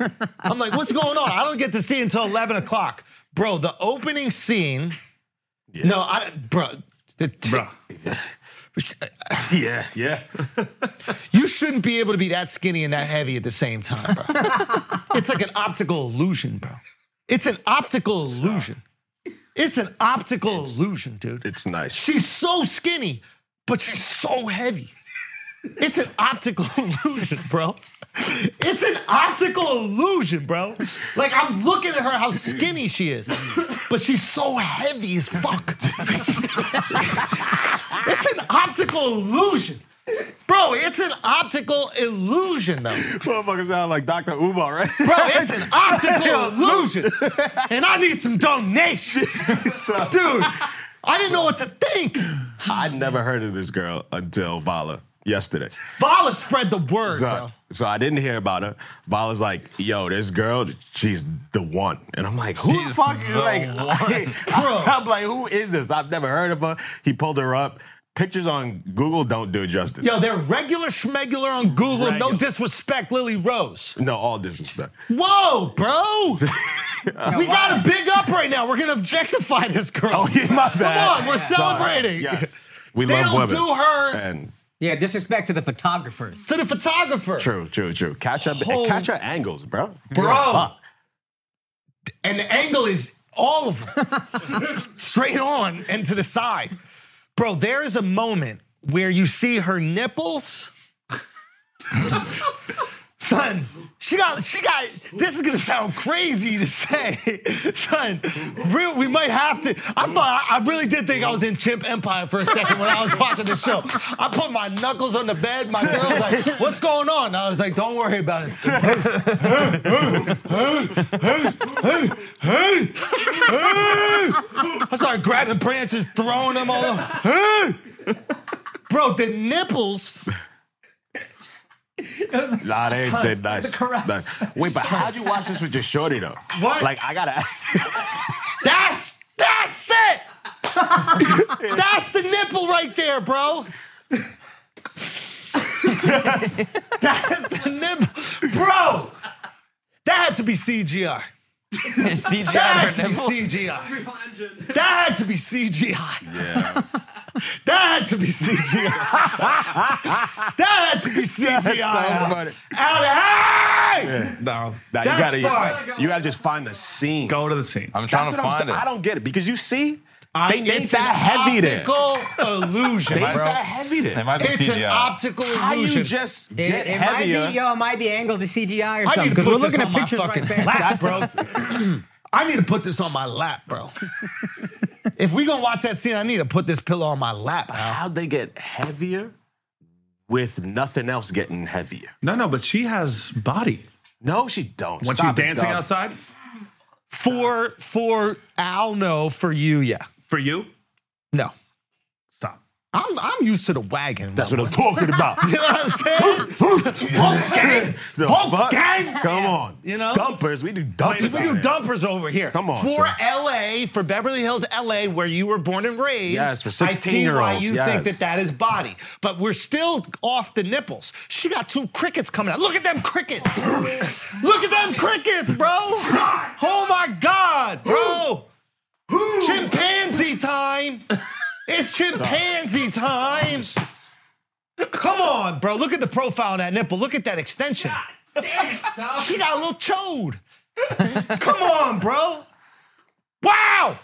S1: I'm like, what's going on? I don't get to see until eleven o'clock, bro. The opening scene. No, I, bro. The t-
S4: Bruh.
S6: Yeah, yeah.
S1: You shouldn't be able to be that skinny and that heavy at the same time, bro. it's like an optical illusion, bro. It's an optical illusion. It's an optical illusion, dude.
S6: It's nice.
S1: she's so skinny, but she's so heavy. It's an optical illusion, bro. It's an optical illusion, bro. Like I'm looking at her how skinny she is, but she's so heavy as fuck. it's an optical illusion. Bro, it's an optical illusion though.
S6: Motherfucker sound like Dr. Umar, right?
S1: Bro, it's an optical illusion. And I need some donations. Dude, I didn't know what to think.
S6: I never heard of this girl until Vala yesterday.
S1: Bala spread the word,
S6: So,
S1: bro.
S6: so I didn't hear about her. Vala's like, yo, this girl, she's the one. And I'm like, who the
S2: She's
S6: fuck is
S2: the
S6: like,
S2: one.
S6: I,
S1: Bro.
S6: am like, who is this? I've never heard of her. He pulled her up, pictures on Google don't do it justice.
S1: Yo, they're regular schmegular on Google. No disrespect, Lily Rose.
S6: No, all disrespect.
S1: Whoa, bro. we got a big up right now. We're gonna objectify this girl.
S6: Oh, yeah, my bad.
S1: Come on, we're celebrating.
S6: Yes. We
S1: They
S6: love
S1: don't
S6: women.
S1: do her-
S6: And
S3: Yeah, disrespect to the photographers.
S1: To the photographer,
S6: true, true, true. Catch up,
S1: Holy-
S6: catch her angles, bro.
S1: bro. And the angle is all of them, straight on and to the side, bro. There is a moment where you see her nipples. Son, she got, she got. This is gonna sound crazy to say, son. Real, we might have to. I thought I really did think I was in Chimp Empire for a second when I was watching the show. I put my knuckles on the bed. My girl's like, "What's going on?" I was like, "Don't worry about it." I started grabbing branches, throwing them all over. Hey! Bro, the nipples.
S6: Nah, they, they nice. nice. Wait, but how'd you watch this with your shorty though?
S1: What?
S6: Like, I gotta.
S1: That's that's it. that's the nipple right there, bro. that's the nipple, bro. That had to be CGI. That
S2: CGI
S1: had to be
S2: nipple?
S1: CGI. That had to be CGI.
S6: yeah.
S1: That had to be CGI. that had to be CGI.
S6: so funny.
S1: Out of hey!
S4: No.
S6: Nah,
S1: That's
S6: you gotta,
S1: fine.
S6: you gotta just find the scene.
S4: Go to the scene.
S2: I'm trying
S6: That's
S2: to
S6: what I'm
S2: find
S6: saying.
S2: it.
S6: I don't get it because you see,
S1: I-
S6: they ain't
S1: it's an
S6: that heavy there.
S1: Optical illusion.
S6: They ain't
S2: bro.
S6: that heavy
S2: It
S6: there.
S2: might be
S1: It's an
S2: CGI.
S1: optical
S6: How you
S1: illusion.
S6: just
S3: It,
S6: get
S3: it might be,
S6: heavier?
S3: yo, it might be angles of CGI
S1: I
S3: or something.
S1: need to
S3: Because
S1: put
S3: we're
S1: this on
S3: looking at
S1: my
S3: pictures
S1: fucking
S3: right there.
S1: lap, bro. I need to put this on my lap, bro. if we gonna watch that scene, I need to put this pillow on my lap. Al.
S6: How'd they get heavier with nothing else getting heavier?
S4: No, no, but she has body.
S6: No, she don't.
S4: When
S6: Stop
S4: she's
S6: it,
S4: dancing
S6: dog.
S4: outside
S1: For for Al, no. For you, yeah.
S4: for you,
S1: No.
S4: stop.
S1: I'm I'm used to the wagon.
S6: That's
S1: my
S6: what I'm talking about.
S1: boy. you know what I'm saying?
S6: The
S1: Volkswagen.
S6: fuck?
S1: Volkswagen.
S6: Come on.
S1: You know?
S6: Dumpers. We do
S1: We
S6: dumpers.
S1: do
S6: out here.
S1: dumpers over here.
S6: Come on,
S1: For
S6: son.
S1: LA, for Beverly Hills, LA, where you were born and raised.
S6: Yes, for
S1: I see why
S6: 16-year-olds,
S1: you think
S6: yes.
S1: that that is body. But we're still off the nipples. She got two crickets coming out. Look at them crickets. Look at them crickets, bro. Oh my God, bro. Chimpanzee time. It's chimpanzee time. Come on, bro. Look at the profile on that nipple. Look at that extension. She got a little chode. Come on, bro. Wow.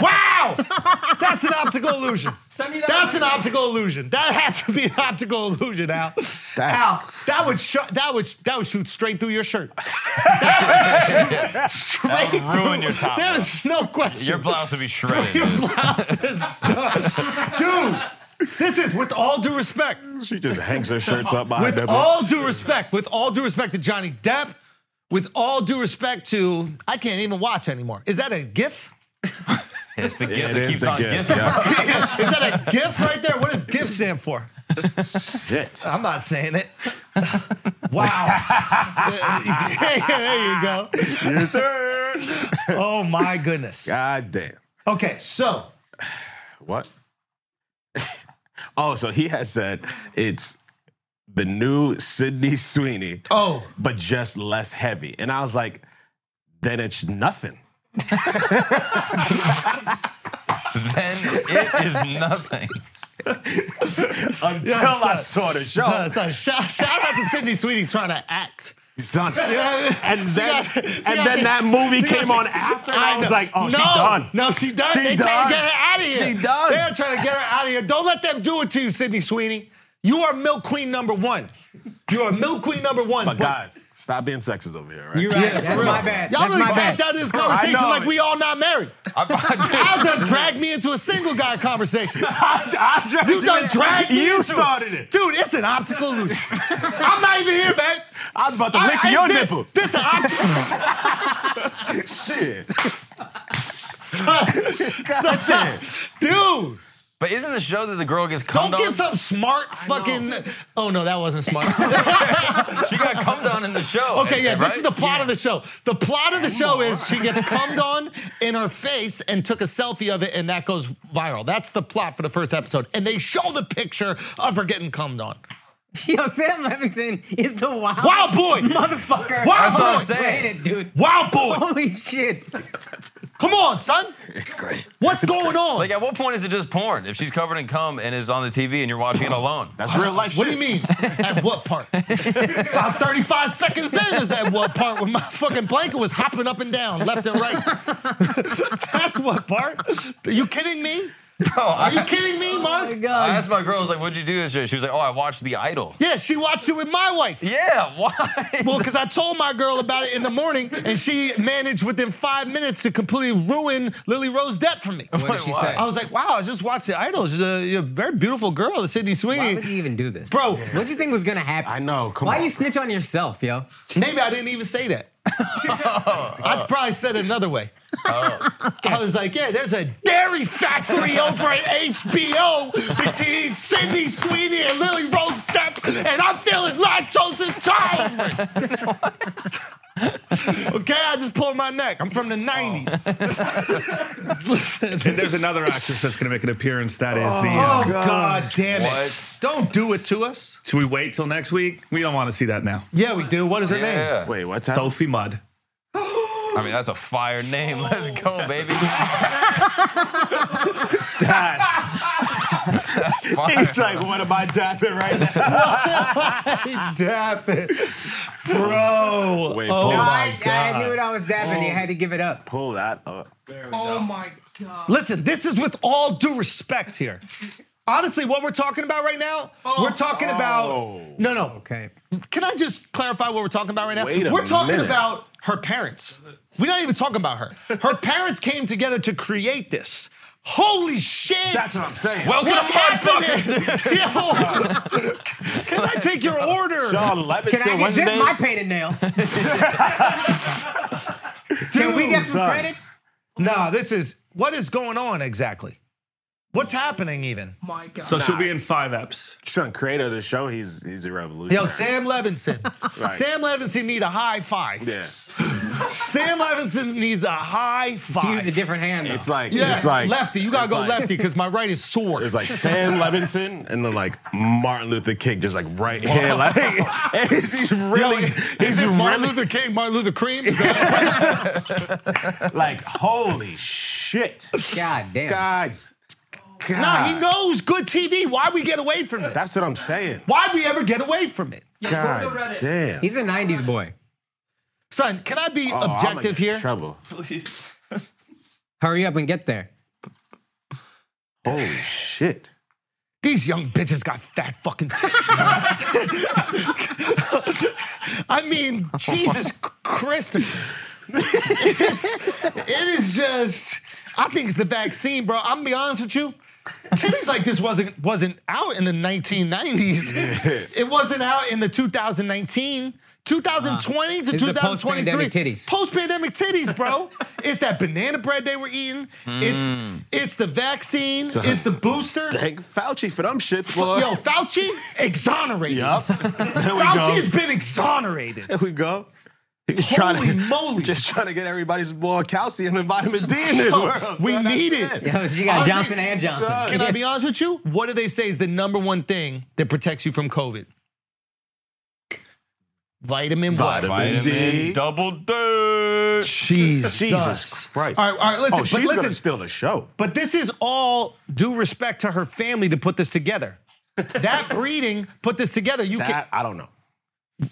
S1: wow. That's an optical illusion. That's an optical illusion. That has to be an optical illusion, Al.
S6: That's-
S1: Al, that would sh- that would that would shoot straight through your shirt. That would shoot straight through.
S2: Ruin your top. bro.
S1: There's no question.
S2: Your blouse would be shredded.
S1: Your
S2: dude.
S1: blouse is done. Dude, this is with all due respect.
S6: She just hangs her shirts up by her
S1: With
S6: nipple.
S1: all due respect, with all due respect to Johnny Depp, with all due respect to I can't even watch anymore. Is that a gif?
S2: It's the gift
S6: it
S2: that
S6: is
S2: keeps
S6: the
S2: on
S6: gift.
S2: giving.
S6: Yeah.
S1: is that a gif right there? What does gif stand for?
S6: Shit.
S1: I'm not saying it. Wow. Yeah, there you go.
S6: Yes, sir.
S1: Oh my goodness.
S6: God damn.
S1: Okay, so
S6: What? oh, so he has said it's the new Sydney Sweeney,
S1: oh
S6: but just less heavy. And I was like, then it's nothing.
S2: Then it is nothing.
S6: Until I saw the
S1: uh,
S6: show.
S1: so shout, shout out to Sydney Sweeney trying to act.
S6: Son. And then,
S1: got- she
S6: and
S1: got
S6: then
S1: this-
S6: that
S1: she
S6: movie
S1: got
S6: came
S1: this-
S6: on after. And I, was
S1: know.
S6: like, oh,
S1: no,
S6: she done.
S1: No, she done.
S6: She
S1: They're trying to
S6: done.
S1: get her out of here.
S6: She done.
S1: They're trying to get her out of here. Don't let them do it to you, Sydney Sweeney. You are milk queen number one. You are milk queen number one.
S6: But guys, stop being sexist over here, right?
S3: You're right. That's my bad.
S1: Y'all
S3: That's
S1: really
S3: my
S1: dragged
S3: bad.
S1: out this conversation
S6: know
S1: like
S6: it.
S1: we all not married. Y'all done dragged me into a single guy conversation.
S6: I, I dragged
S1: You done dragged me
S6: You
S1: into
S6: started it.
S1: Dude, it's an optical illusion. I'm not even here, man.
S6: I was about to lick
S1: I-
S6: your
S1: thi-
S6: nipples.
S1: This an optical
S6: Shit.
S1: Dude,
S2: But isn't the show that the girl gets
S1: Don't
S2: cummed
S1: get
S2: on?
S1: some smart fucking. Oh no, that wasn't smart.
S2: She got cummed on in the show.
S1: Okay, yeah, this is
S2: right?
S1: the plot of the show. The plot of the show is she gets cummed on in her face and took a selfie of it, and that goes viral. That's the plot for the first episode. And they show the picture of her getting cummed on.
S3: Yo, Sam Levinson is the wild,
S1: Wild boy!
S3: motherfucker.
S1: Wild
S2: what
S1: boy!
S2: I'm saying.
S3: Rated, dude.
S1: Wild boy!
S3: Holy shit.
S1: Come on, son!
S6: It's great.
S1: What's going on?
S2: Like, at what point is it just porn? If she's covered in cum and is on the TV and you're watching it alone,
S6: That's uh, real life
S1: what do
S6: shit.
S1: you mean? At what part? About 35 seconds in is at what part when my fucking blanket was hopping up and down, left and right. That's what part? Are you kidding me?
S2: bro.
S1: Are you
S2: I,
S1: kidding me,
S3: Oh
S1: Mark?
S2: I asked my girl, I was like, "What'd you do?" yesterday?" She was like, "Oh, I watched The Idol."
S1: Yeah, she watched it with my wife.
S2: Yeah, why?
S1: Well, because I told my girl about it in the morning, and she managed within five minutes to completely ruin Lily Rose Depp for me.
S3: What did she
S2: Why?
S3: say?
S1: I was like, wow, I just watched the Idols. She's a, you're a very beautiful girl, Sydney
S3: Why would
S1: Sweeney.
S3: you even do this?
S1: Bro.
S3: What do you think was gonna happen?
S6: I know, come
S3: Why
S6: on.
S3: you snitch on yourself, yo?
S1: Maybe I didn't even say that. I probably said it another way. I was like, yeah, there's a dairy factory over at HBO between Sydney Sweeney and Lily Rose Depp, and I'm feeling lactose intolerant. okay, I just pulled my neck. I'm from the 90s. Listen.
S4: And there's another actress that's going to make an appearance. That is the.
S1: Oh,
S4: Uh,
S1: God. damn it.
S2: What?
S1: Don't do it to us.
S4: should we wait till next week? We don't want to see that now.
S1: Yeah, we do. What is her name?
S2: Yeah.
S6: Wait, what's happening?
S4: Sophie Mudd.
S2: I mean, that's a fire name.
S1: Oh,
S2: Let's go, baby.
S6: Dad.
S2: Fire.
S6: He's like, what am I dapping right now?
S1: Dap it. Bro.
S6: Wait,
S1: oh
S6: pull,
S1: my
S3: I,
S1: God.
S3: I knew what I was dabbing. You had to give it up.
S6: pull that up.
S5: Oh my god.
S1: Listen, this is with all due respect here. Honestly, what we're talking about right now,
S6: Oh.
S1: we're talking about. No, no.
S3: Okay.
S1: Can I just clarify what we're talking about right now?
S6: Wait a
S1: we're talking
S6: minute.
S1: about her parents. We're not even talking about her. Her parents came together to create this. Holy shit!
S6: That's what I'm saying.
S1: Welcome,
S2: Welcome,
S1: motherfucker. Yo, can I take your order?
S6: John Levinson,
S3: Can I get
S6: what's his
S3: this?
S6: name?
S3: My painted nails. Can we get some
S6: son.
S3: credit?
S1: Nah, this is what is going on exactly. What's happening even?
S5: My god.
S4: So she'll be in five eps.
S6: Son, creator of the show, he's he's a revolutionary.
S1: Yo, Sam Levinson.
S6: Right.
S1: Sam Levinson need a high five.
S6: Yeah.
S1: Sam Levinson needs a high
S3: Use a
S1: five.
S3: different hand. though.
S6: It's like
S1: Yes,
S6: it's like
S1: lefty. You gotta
S6: it's
S1: go
S6: like-
S1: lefty because my right is sore.
S6: It's like Sam Levinson and then like Martin Luther King, just like right here. Like and he's, he's really he's
S1: is it Martin
S6: really
S1: Luther King, Martin Luther Cream?
S6: like holy shit.
S3: God damn.
S6: God, God.
S1: nah, he knows good TV. Why we get away from it?
S6: That's what I'm saying.
S1: Why we ever get away from it?
S5: go to
S6: God
S5: Reddit.
S6: damn.
S3: He's a '90s boy.
S1: Son, can I be
S6: Oh, I'm gonna
S1: objective
S6: get in
S1: here?
S6: Trouble.
S3: Hurry up and get there.
S6: Holy shit.
S1: These young bitches got fat fucking tits. I mean, Jesus Christopher. It's- it is just, I think it's the vaccine, bro. I'm gonna be honest with you. Titties like this wasn't wasn't out in the 1990s. It wasn't out in the 2019. 2020 to
S3: It's the
S1: 2023.
S3: Uh, post-pandemic titties.
S1: Post-pandemic titties, bro. it's that banana bread they were eating.
S3: Mm.
S1: It's it's the vaccine. it's the booster.
S6: Thank Fauci for them shits, boy.
S1: Yo, Fauci exonerated.
S6: Yup. There we
S1: Fauci
S6: go.
S1: has been exonerated.
S6: There we go. He's
S1: Holy
S6: trying to,
S1: moly.
S6: Just trying to get everybody's more calcium and vitamin D in this world.
S1: we
S6: son. That's
S1: need it.
S3: Yo, you got
S1: Honestly,
S3: Johnson and Johnson.
S1: Can I be honest with you? What do they say is the number one thing that protects you from COVID? Vitamin what?
S6: Vitamin.
S2: Vitamin
S6: Indeed.
S2: Double D.
S1: Jesus.
S6: Jesus Christ.
S1: All right, all right, listen,
S6: Oh,
S1: but
S6: she's
S1: listen.
S6: gonna steal the show.
S1: But this is all due respect to her family to put this together. That breeding put this together. You can
S6: That I don't know.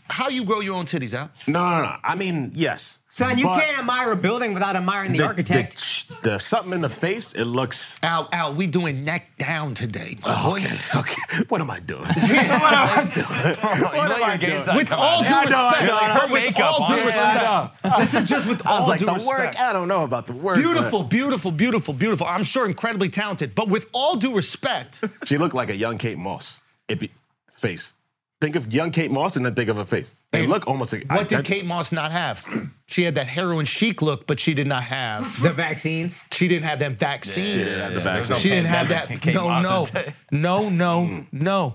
S1: how you grow your own titties out?
S6: No, no, no. I mean, yes.
S3: Son, you
S6: But
S3: can't admire a building without admiring the,
S6: the-
S3: architect.
S6: The, the something in the face. It looks.
S1: Ow, ow, we doing neck down today, my boy.
S6: Oh, Okay. What am I doing? what am I doing?
S2: Bro, you
S6: am
S2: let your
S6: I
S2: gay
S6: doing?
S2: side
S1: With
S2: come
S1: all
S2: out.
S1: due
S6: I know, I
S1: respect,
S6: know, I know.
S1: her with
S2: Makeup
S1: all due
S2: on.
S1: respect.
S6: I know.
S1: This is just with
S6: I
S1: all
S6: was like,
S1: due
S6: the
S1: respect.
S6: work. I don't know about the work. but
S1: Beautiful, beautiful, beautiful, beautiful. I'm sure incredibly talented, but with all due respect,
S6: She looked like a young Kate Moss. If you, face. Think of young Kate Moss and then think of her face. They look almost. Like,
S1: What did Kate Moss not have? She had that heroin chic look, but she did not have.
S3: The vaccines.
S1: She didn't have them vaccines.
S6: Yeah, the back.
S1: She didn't have that. No, no, no, no,
S2: Mm.
S1: no.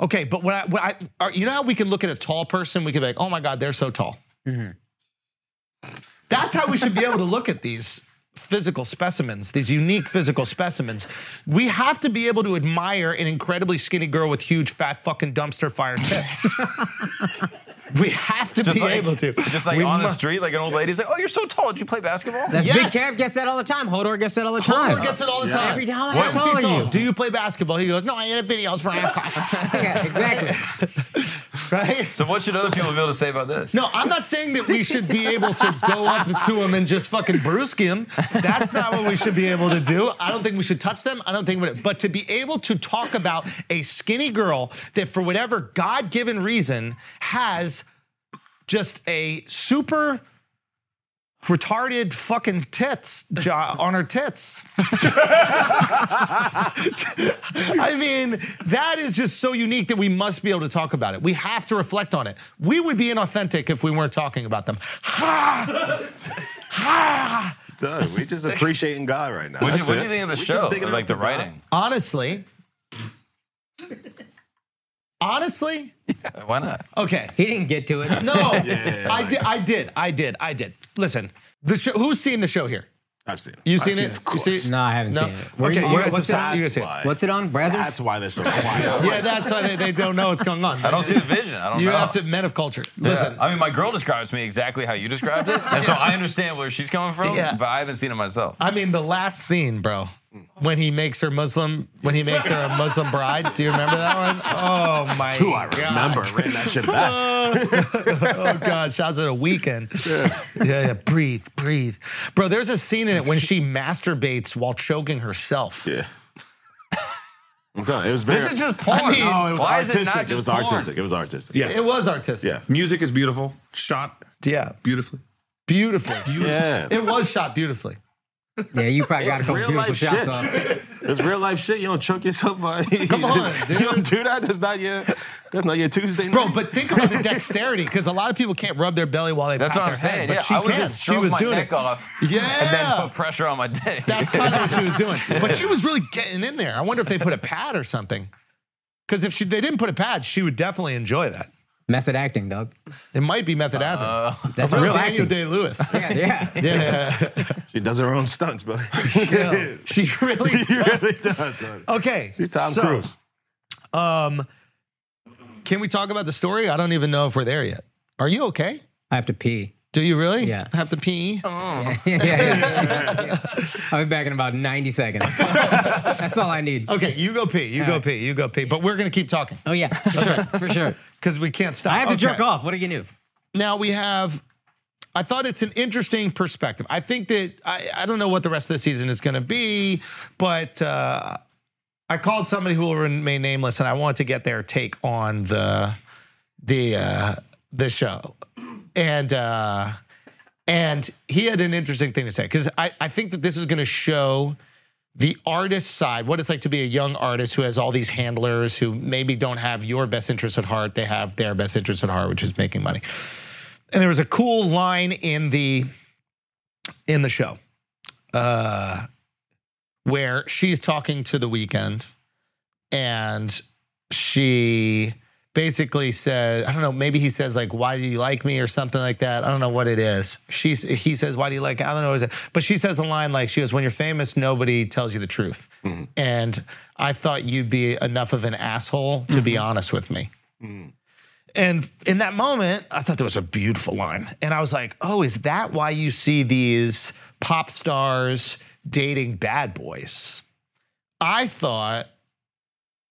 S1: Okay, but what I, what I are, you know how we can look at a tall person, we can be like, oh my God, they're so tall. That's how we should be able to look at these physical specimens, these unique physical specimens. We have to be able to admire an incredibly skinny girl with huge fat fucking dumpster fire tits. we have to
S2: Just
S1: be
S2: like,
S1: able to.
S2: just like
S1: We
S2: on the
S1: mu-
S2: street, like an old lady's like, "Oh, you're so tall. Did you play basketball?"
S3: That's
S1: Yes.
S3: Big Kev gets that all the time. Hodor gets that all the time.
S1: Homer gets it all the time.
S3: Every time.
S1: Seven
S3: How tall
S1: feet
S3: are
S1: tall.
S3: you?
S1: Do you play basketball? He goes, no, I edit videos for Amcos.
S3: Yeah, exactly.
S1: right?
S2: so what should other people be able to say about this?
S1: No, I'm not saying that we should be able to go up to him and just fucking brusque him. That's not what we should be able to do. I don't think we should touch them. I don't think, we, but to be able to talk about a skinny girl that, for whatever God-given reason, has just a super retarded fucking tits jo- on her tits. I mean, that is just so unique that we must be able to talk about it. We have to reflect on it. We would be inauthentic if we weren't talking about them.
S6: Dude, we just appreciating God right now.
S2: What do you,
S6: That's
S2: what'd
S6: it.
S2: you think of the
S6: We just
S2: show?
S6: bigging
S2: Like
S6: up
S2: the
S6: God.
S2: writing?
S1: Honestly, honestly,
S2: Why not?
S1: okay.
S3: He didn't get to it.
S1: No, I did. I did. I did. I did. Listen, the show, who's seen the show here?
S6: I've seen. it.
S1: You
S6: I've
S1: seen
S6: Of
S1: it? You
S6: course.
S1: see it?
S3: No, I haven't
S1: No.
S3: seen it. Where
S1: Okay,
S3: you-
S1: you
S3: where-
S1: guys
S3: what's, it
S1: decide.
S3: on,
S1: you guys
S6: why.
S3: what's it on? Brazzers?
S6: That's why they're so quiet.
S1: Yeah, that's why they, they don't know what's going on.
S2: I don't see the vision. I don't
S1: You
S2: know.
S1: have to men of culture.
S2: Yeah.
S1: Listen,
S2: I mean, my girl describes me exactly how you described it, and so I understand where she's coming from.
S1: Yeah.
S2: But I haven't seen it myself.
S1: I mean, the last scene, bro, when he makes her Muslim, when he makes her a Muslim bride. Do you remember that one? Oh my!
S6: Who I
S1: God.
S6: remember ran that shit back.
S1: Oh god, shouts at a weekend. Yeah. yeah, Breathe, breathe, bro. There's a scene in it when she masturbates while choking herself.
S6: Yeah. I'm done. It was very.
S2: This is just porn.
S1: I mean-
S6: No, it was
S2: Why is
S6: artistic.
S2: it not just
S6: it was
S2: porn?
S6: artistic. It was artistic.
S1: It was artistic.
S6: Yeah.
S4: Music is beautiful. Shot
S1: Yeah.
S4: beautifully.
S1: Beautiful.
S6: Yeah.
S1: It was shot beautifully.
S3: Yeah, you probably got a couple
S6: real
S3: beautiful
S6: life
S3: shots
S6: shit.
S3: off.
S6: It's real life shit. You don't choke yourself on. Come
S1: on,
S6: you don't do that. That's not your. That's not your Tuesday night.
S1: Bro, but think about the dexterity, because a lot of people can't rub their belly while they
S2: That's
S1: pat
S2: what I'm
S1: their head,
S2: saying.
S1: but
S2: yeah,
S1: she
S2: I would
S1: can.
S2: just
S1: She
S2: stroke
S1: was
S2: my
S1: doing
S2: neck
S1: it.
S2: off.
S1: Yeah.
S2: And then put pressure on my dick.
S1: That's kind of what she was doing. But she was really getting in there. I wonder if they put a pad or something. Because if she, they didn't put a pad, she would definitely enjoy that.
S3: Method acting, dog.
S1: It might be method acting.
S3: That's
S1: Or
S3: real
S1: Daniel
S3: acting.
S1: Day Lewis.
S3: Yeah, yeah.
S1: Yeah,
S6: she does her own stunts, bro.
S1: yeah. she really.
S6: she really does. Bro.
S1: Okay,
S6: She's Tom
S1: so,
S6: Cruise.
S1: Um, can we talk about the story? I don't even know if we're there yet. Are you okay?
S3: I have to pee.
S1: Do you really?
S3: Yeah. Uh-huh.
S1: Have to pee.
S3: Yeah, yeah, yeah, yeah. I'll be back in about 90 seconds. That's all I need.
S1: Okay, you go pee. You go
S3: right.
S1: pee. You go pee. But we're gonna keep talking
S3: Oh, yeah, for sure. For sure.
S1: because we can't stop.
S3: I have to
S1: Okay.
S3: jerk off. What do you do?
S1: now we have i thought it's an interesting perspective i think that i, I don't know what the rest of the season is going to be but uh, i called somebody who will remain nameless and i want to get their take on the the uh, the show and uh, and he had an interesting thing to say because I, I think that this is going to show the artist side, what it's like to be a young artist who has all these handlers who maybe don't have your best interests at heart. They have their best interests at heart, which is making money. And there was a cool line in the in the show uh, where she's talking to the weekend, and she basically said, I don't know, maybe he says like, "Why do you like me?" or something like that. I don't know what it is. She he says, "Why do you like?" I don't know, what is it? But she says a line like, "She goes, when you're famous, nobody tells you the truth." And I thought you'd be enough of an asshole to be honest with me. And in that moment, I thought that was a beautiful line. And I was like, oh, is that why you see these pop stars dating bad boys? I thought,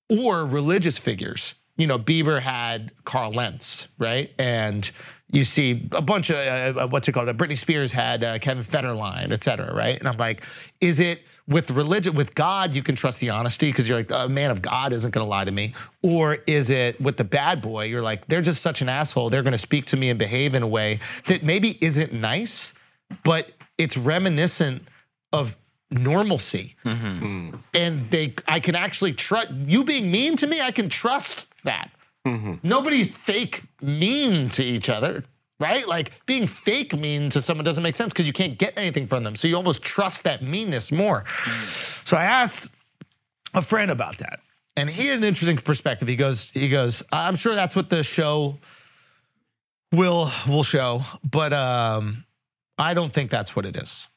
S1: or religious figures. You know, Bieber had Carl Lentz, right? And you see a bunch of, uh, uh, what's it called? Uh, Britney Spears had uh, Kevin Federline, et cetera, right? And I'm like, is it with religion, with God, you can trust the honesty because you're like, a man of God isn't going to lie to me. Or is it with the bad boy, you're like, they're just such an asshole. They're going to speak to me and behave in a way that maybe isn't nice, but it's reminiscent of normalcy and they I can actually trust you being mean to me, I can trust that. Nobody's fake mean to each other, right? Like being fake mean to someone doesn't make sense because you can't get anything from them. So you almost trust that meanness more. So I asked a friend about that, and he had an interesting perspective. He goes, he goes, I'm sure that's what the show will will show, but um, I don't think that's what it is.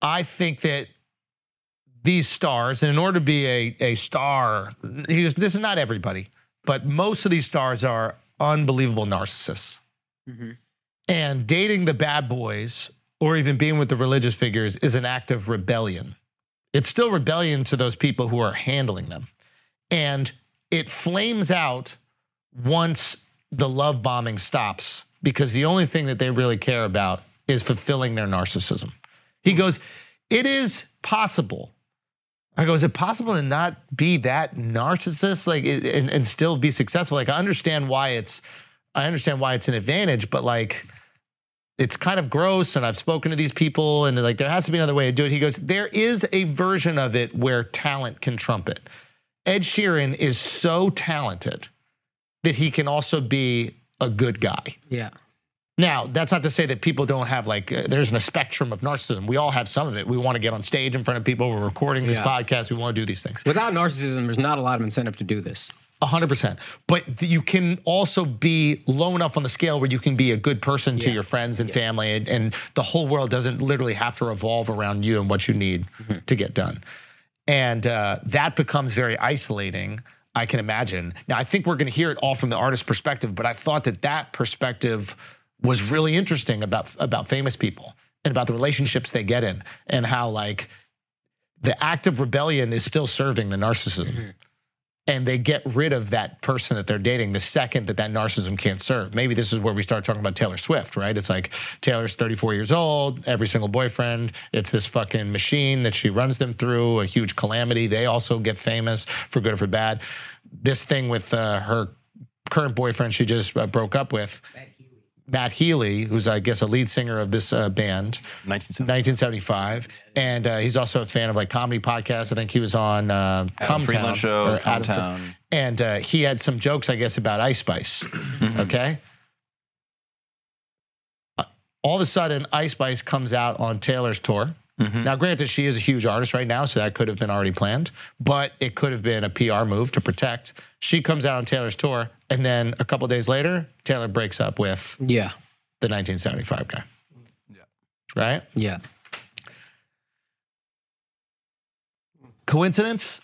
S1: I think that these stars, and in order to be a, a star, he just, this is not everybody, but most of these stars are unbelievable narcissists. And dating the bad boys or even being with the religious figures is an act of rebellion. It's still rebellion to those people who are handling them. And it flames out once the love bombing stops because the only thing that they really care about is fulfilling their narcissism. He goes, It is possible. I go, Is it possible to not be that narcissist like it- and, and still be successful? Like I understand why it's I understand why it's an advantage, but like it's kind of gross and I've spoken to these people and like there has to be another way to do it. He goes, There is a version of it where talent can trump it. Ed Sheeran is so talented that he can also be a good guy.
S3: Yeah.
S1: Now, that's not to say that people don't have like uh, there's a spectrum of narcissism. We all have some of it. We want to get on stage in front of people. We're recording this
S3: Yeah.
S1: podcast. We want to do these things.
S3: Without narcissism, there's not a lot of incentive to do this.
S1: 100%. But th- you can also be low enough on the scale where you can be a good person to your friends and family, and, and the whole world doesn't literally have to revolve around you and what you need to get done. And uh, that becomes very isolating, I can imagine. Now, I think we're going to hear it all from the artist's perspective, but I thought that that perspective was really interesting about, about famous people and about the relationships they get in and how, like, the act of rebellion is still serving the narcissism and they get rid of that person that they're dating the second that that narcissism can't serve. Maybe this is where we start talking about Taylor Swift, right? It's like Taylor's 34 years old, every single boyfriend, it's this fucking machine that she runs them through, a huge calamity. They also get famous for good or for bad. This thing with uh, her current boyfriend she just uh, broke up with, Matt Healy, who's I guess a lead singer of this uh, band, 1975, and uh, he's also a fan of like comedy podcasts. I think he was on uh, Come
S2: Friedland Show, Come Town.
S1: and uh, he had some jokes, I guess, about Ice Spice. okay, Uh, all of a sudden, Ice Spice comes out on Taylor's tour. Now, granted, she is a huge artist right now, so that could have been already planned, but it could have been a PR move to protect. She comes out on Taylor's tour, and then a couple days later, Taylor breaks up with
S3: Yeah.
S1: the 1975 guy. Yeah. Right?
S3: Yeah.
S1: Coincidence?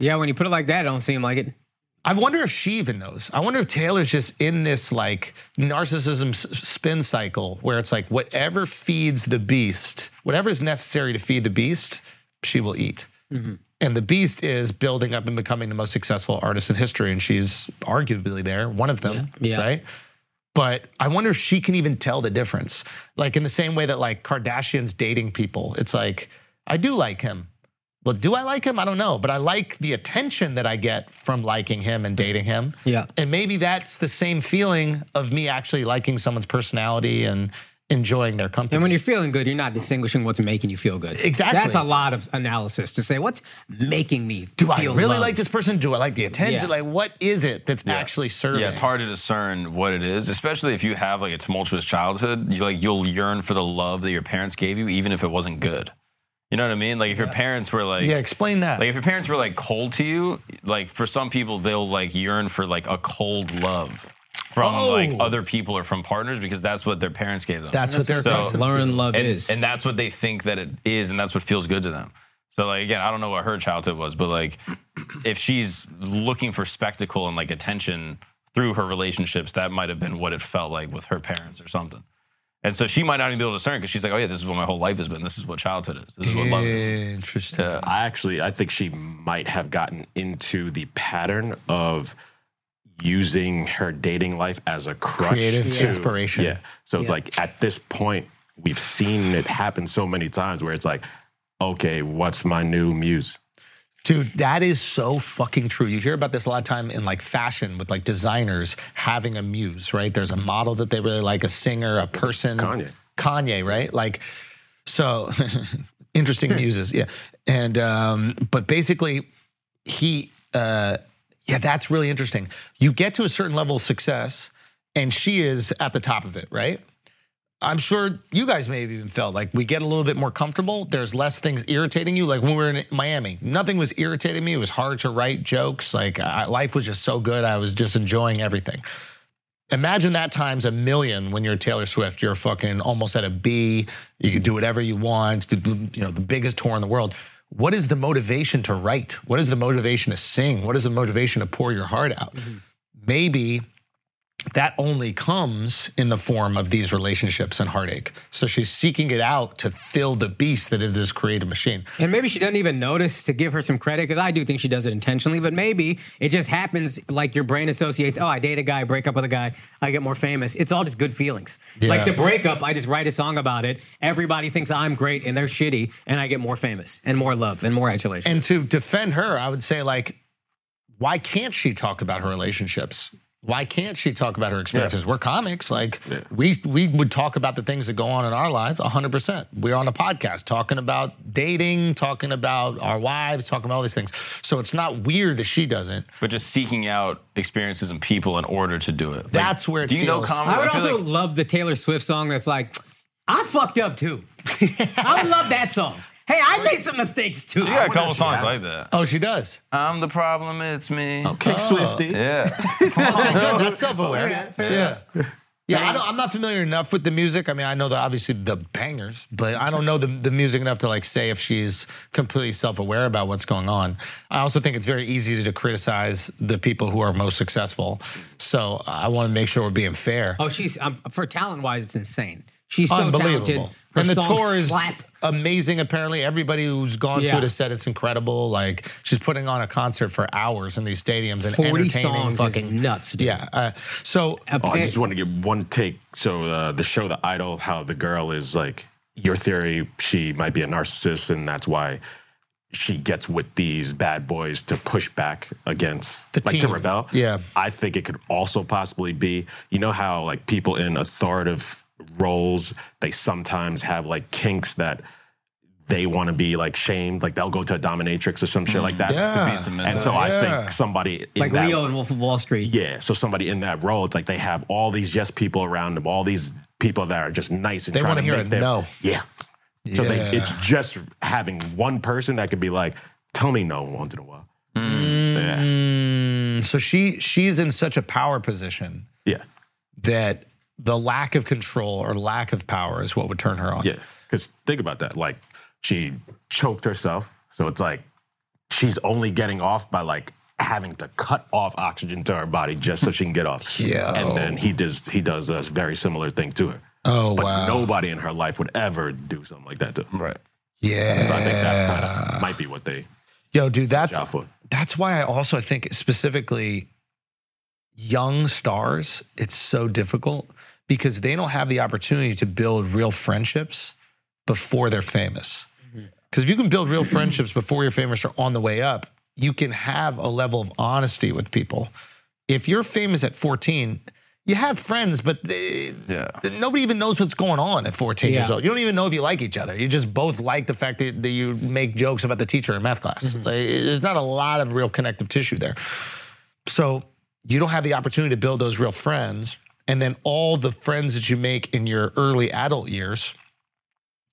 S3: Yeah. When you put it like that, it don't seem like it.
S1: I wonder if she even knows. I wonder if Taylor's just in this like narcissism s- spin cycle where it's like whatever feeds the beast, whatever is necessary to feed the beast, she will eat.
S3: Mm-hmm.
S1: And the beast is building up and becoming the most successful artist in history. And she's arguably there, one of them,
S3: Yeah. Yeah.
S1: right? But I wonder if she can even tell the difference. Like in the same way that like Kardashian's dating people, it's like, I do like him. Well, do I like him? I don't know, but I like the attention that I get from liking him and dating him.
S3: Yeah.
S1: And maybe that's the same feeling of me actually liking someone's personality and enjoying their company.
S3: And when you're feeling good, you're not distinguishing what's making you feel good.
S1: Exactly.
S3: That's a lot of analysis to say what's making me
S1: do I
S3: feel
S1: really
S3: loved?
S1: like this person? Do I like the attention?
S3: Yeah.
S1: Like, what is it that's actually serving?
S2: Yeah, it's hard to discern what it is, especially if you have like a tumultuous childhood. You like you'll yearn for the love that your parents gave you, even if it wasn't good. You know what I mean? Like if your parents were like
S1: Yeah, explain that.
S2: Like if your parents were like cold to you, like for some people they'll like yearn for like a cold love from like other people or from partners because that's what their parents gave them.
S1: that's what they're
S2: So-
S1: accustomed to.
S3: learn love
S2: and,
S3: is.
S2: and that's what they think that it is, and that's what feels good to them. So like again, I don't know what her childhood was, but like if she's looking for spectacle and like attention through her relationships, that might have been what it felt like with her parents or something. And so she might not even be able to discern because she's like, oh yeah, this is what my whole life has been. This is what childhood is. This is what love is.
S1: Interesting.
S2: Yeah.
S6: I actually, I think she might have gotten into the pattern of using her dating life as a crutch
S1: Creative
S6: to-
S1: inspiration.
S6: Yeah. So it's like at this point, we've seen it happen so many times where it's like, okay, what's my new muse?
S1: Dude, that is so fucking true. You hear about this a lot of time in like fashion with like designers having a muse, right? There's a model that they really like, a singer, a person.
S6: Kanye.
S1: Kanye, right? Like, so interesting muses, yeah. And um, but basically, he uh, yeah, that's really interesting. You get to a certain level of success, and she is at the top of it, right? I'm sure you guys may have even felt like we get a little bit more comfortable. There's less things irritating you. Like when we were in Miami, nothing was irritating me. It was hard to write jokes. Like I, life was just so good. I was just enjoying everything. Imagine that times a million when you're Taylor Swift. You're fucking almost at a B. You can do whatever you want. do- do, You know, the biggest tour in the world. What is the motivation to write? What is the motivation to sing? What is the motivation to pour your heart out? Maybe that only comes in the form of these relationships and heartache. So she's seeking it out to fill the beast that is this creative machine.
S3: And maybe she doesn't even notice to give her some credit because I do think she does it intentionally, but maybe it just happens like your brain associates, oh, I date a guy, break up with a guy, I get more famous. It's all just good feelings. Like the breakup, I just write a song about it. Everybody thinks I'm great and they're shitty, and I get more famous and more love and more adulation.
S1: And to defend her, I would say, like, why can't she talk about her relationships? Why can't she talk about her experiences? We're comics. Like we we would talk about the things that go on in our life 100%. We're on a podcast talking about dating, talking about our wives, talking about all these things. So it's not weird that she doesn't.
S2: but just seeking out experiences and people in order to do it. Like,
S1: That's where it
S2: Do you know
S1: feels-
S2: comedy?
S3: I would
S2: I feel
S3: also
S2: like-
S3: love the Taylor Swift song that's like, I fucked up too. I would love that song. Hey, I made some mistakes too.
S2: you got a couple songs like that.
S1: Oh, she does.
S2: I'm the problem, it's me.
S1: Kick Swifty.
S2: Yeah.
S1: Oh That's
S3: Oh,
S1: self-aware. yeah. Yeah, I don't, I'm not familiar enough with the music. I mean, I know the obviously the bangers, but I don't know the, the music enough to like say if she's completely self-aware about what's going on. I also think it's very easy to, to criticize the people who are most successful. So I want to make sure we're being fair.
S3: Oh, she's um, for talent wise, it's insane. She's so talented. Her
S1: and the
S3: songs
S1: tour is
S3: slap.
S1: amazing. Apparently, everybody who's gone
S3: Yeah.
S1: to it has said it's incredible. Like she's putting on a concert for hours in these stadiums and
S3: Forty
S1: entertaining
S3: songs,
S1: fucking
S3: is nuts. Dude.
S1: yeah. Uh, so
S3: A
S6: Oh, I
S3: pic-
S6: just want to give one take. So uh, the show, The Idol, how the girl is like your theory. She might be a narcissist, and that's why she gets with these bad boys to push back against,
S1: The
S6: like to
S1: team.
S6: rebel.
S1: Yeah.
S6: I think it could also possibly be, you know, how like people in authoritative roles they sometimes have like kinks that they want to be like shamed, like they'll go to a dominatrix or some shit like that.
S1: Mm, Yeah. To be
S2: submissive.
S6: and so I
S1: Yeah.
S6: think somebody in
S3: like
S6: that
S3: Leo and Wolf of Wall Street.
S6: yeah. So somebody in that role, it's like they have all these yes people around them, all these people that are just nice and
S1: They
S6: trying
S1: wanna
S6: to
S1: hear
S6: make
S1: a
S6: their-
S1: no.
S6: Yeah. So they,
S1: Yeah.
S6: it's just having one person that could be like, tell me no once in a while.
S1: so she she's in such a power position
S6: Yeah. Yeah.
S1: that the lack of control or lack of power is what would turn her on.
S6: Yeah. Because think about that. Like she choked herself. So it's like she's only getting off by like having to cut off oxygen to her body just so she can get off.
S1: Yo.
S6: And then he does he does a very similar thing to her.
S1: Oh
S6: But
S1: wow.
S6: nobody in her life would ever do something like that to her. Right.
S1: yeah.
S6: So I think that's kind of might be what they
S1: Yo, dude, that's
S6: job for.
S1: that's why I also think specifically young stars, it's so difficult because they don't have the opportunity to build real friendships before they're famous. Because if you can build real friendships before you're famous or on the way up, you can have a level of honesty with people. If you're famous at 14, you have friends, but they, nobody even knows what's going on at 14 years
S3: Yeah.
S1: old. You don't even know if you like each other. You just both like the fact that, that you make jokes about the teacher in math class. Like, there's not a lot of real connective tissue there. So you don't have the opportunity to build those real friends. And then all the friends that you make in your early adult years,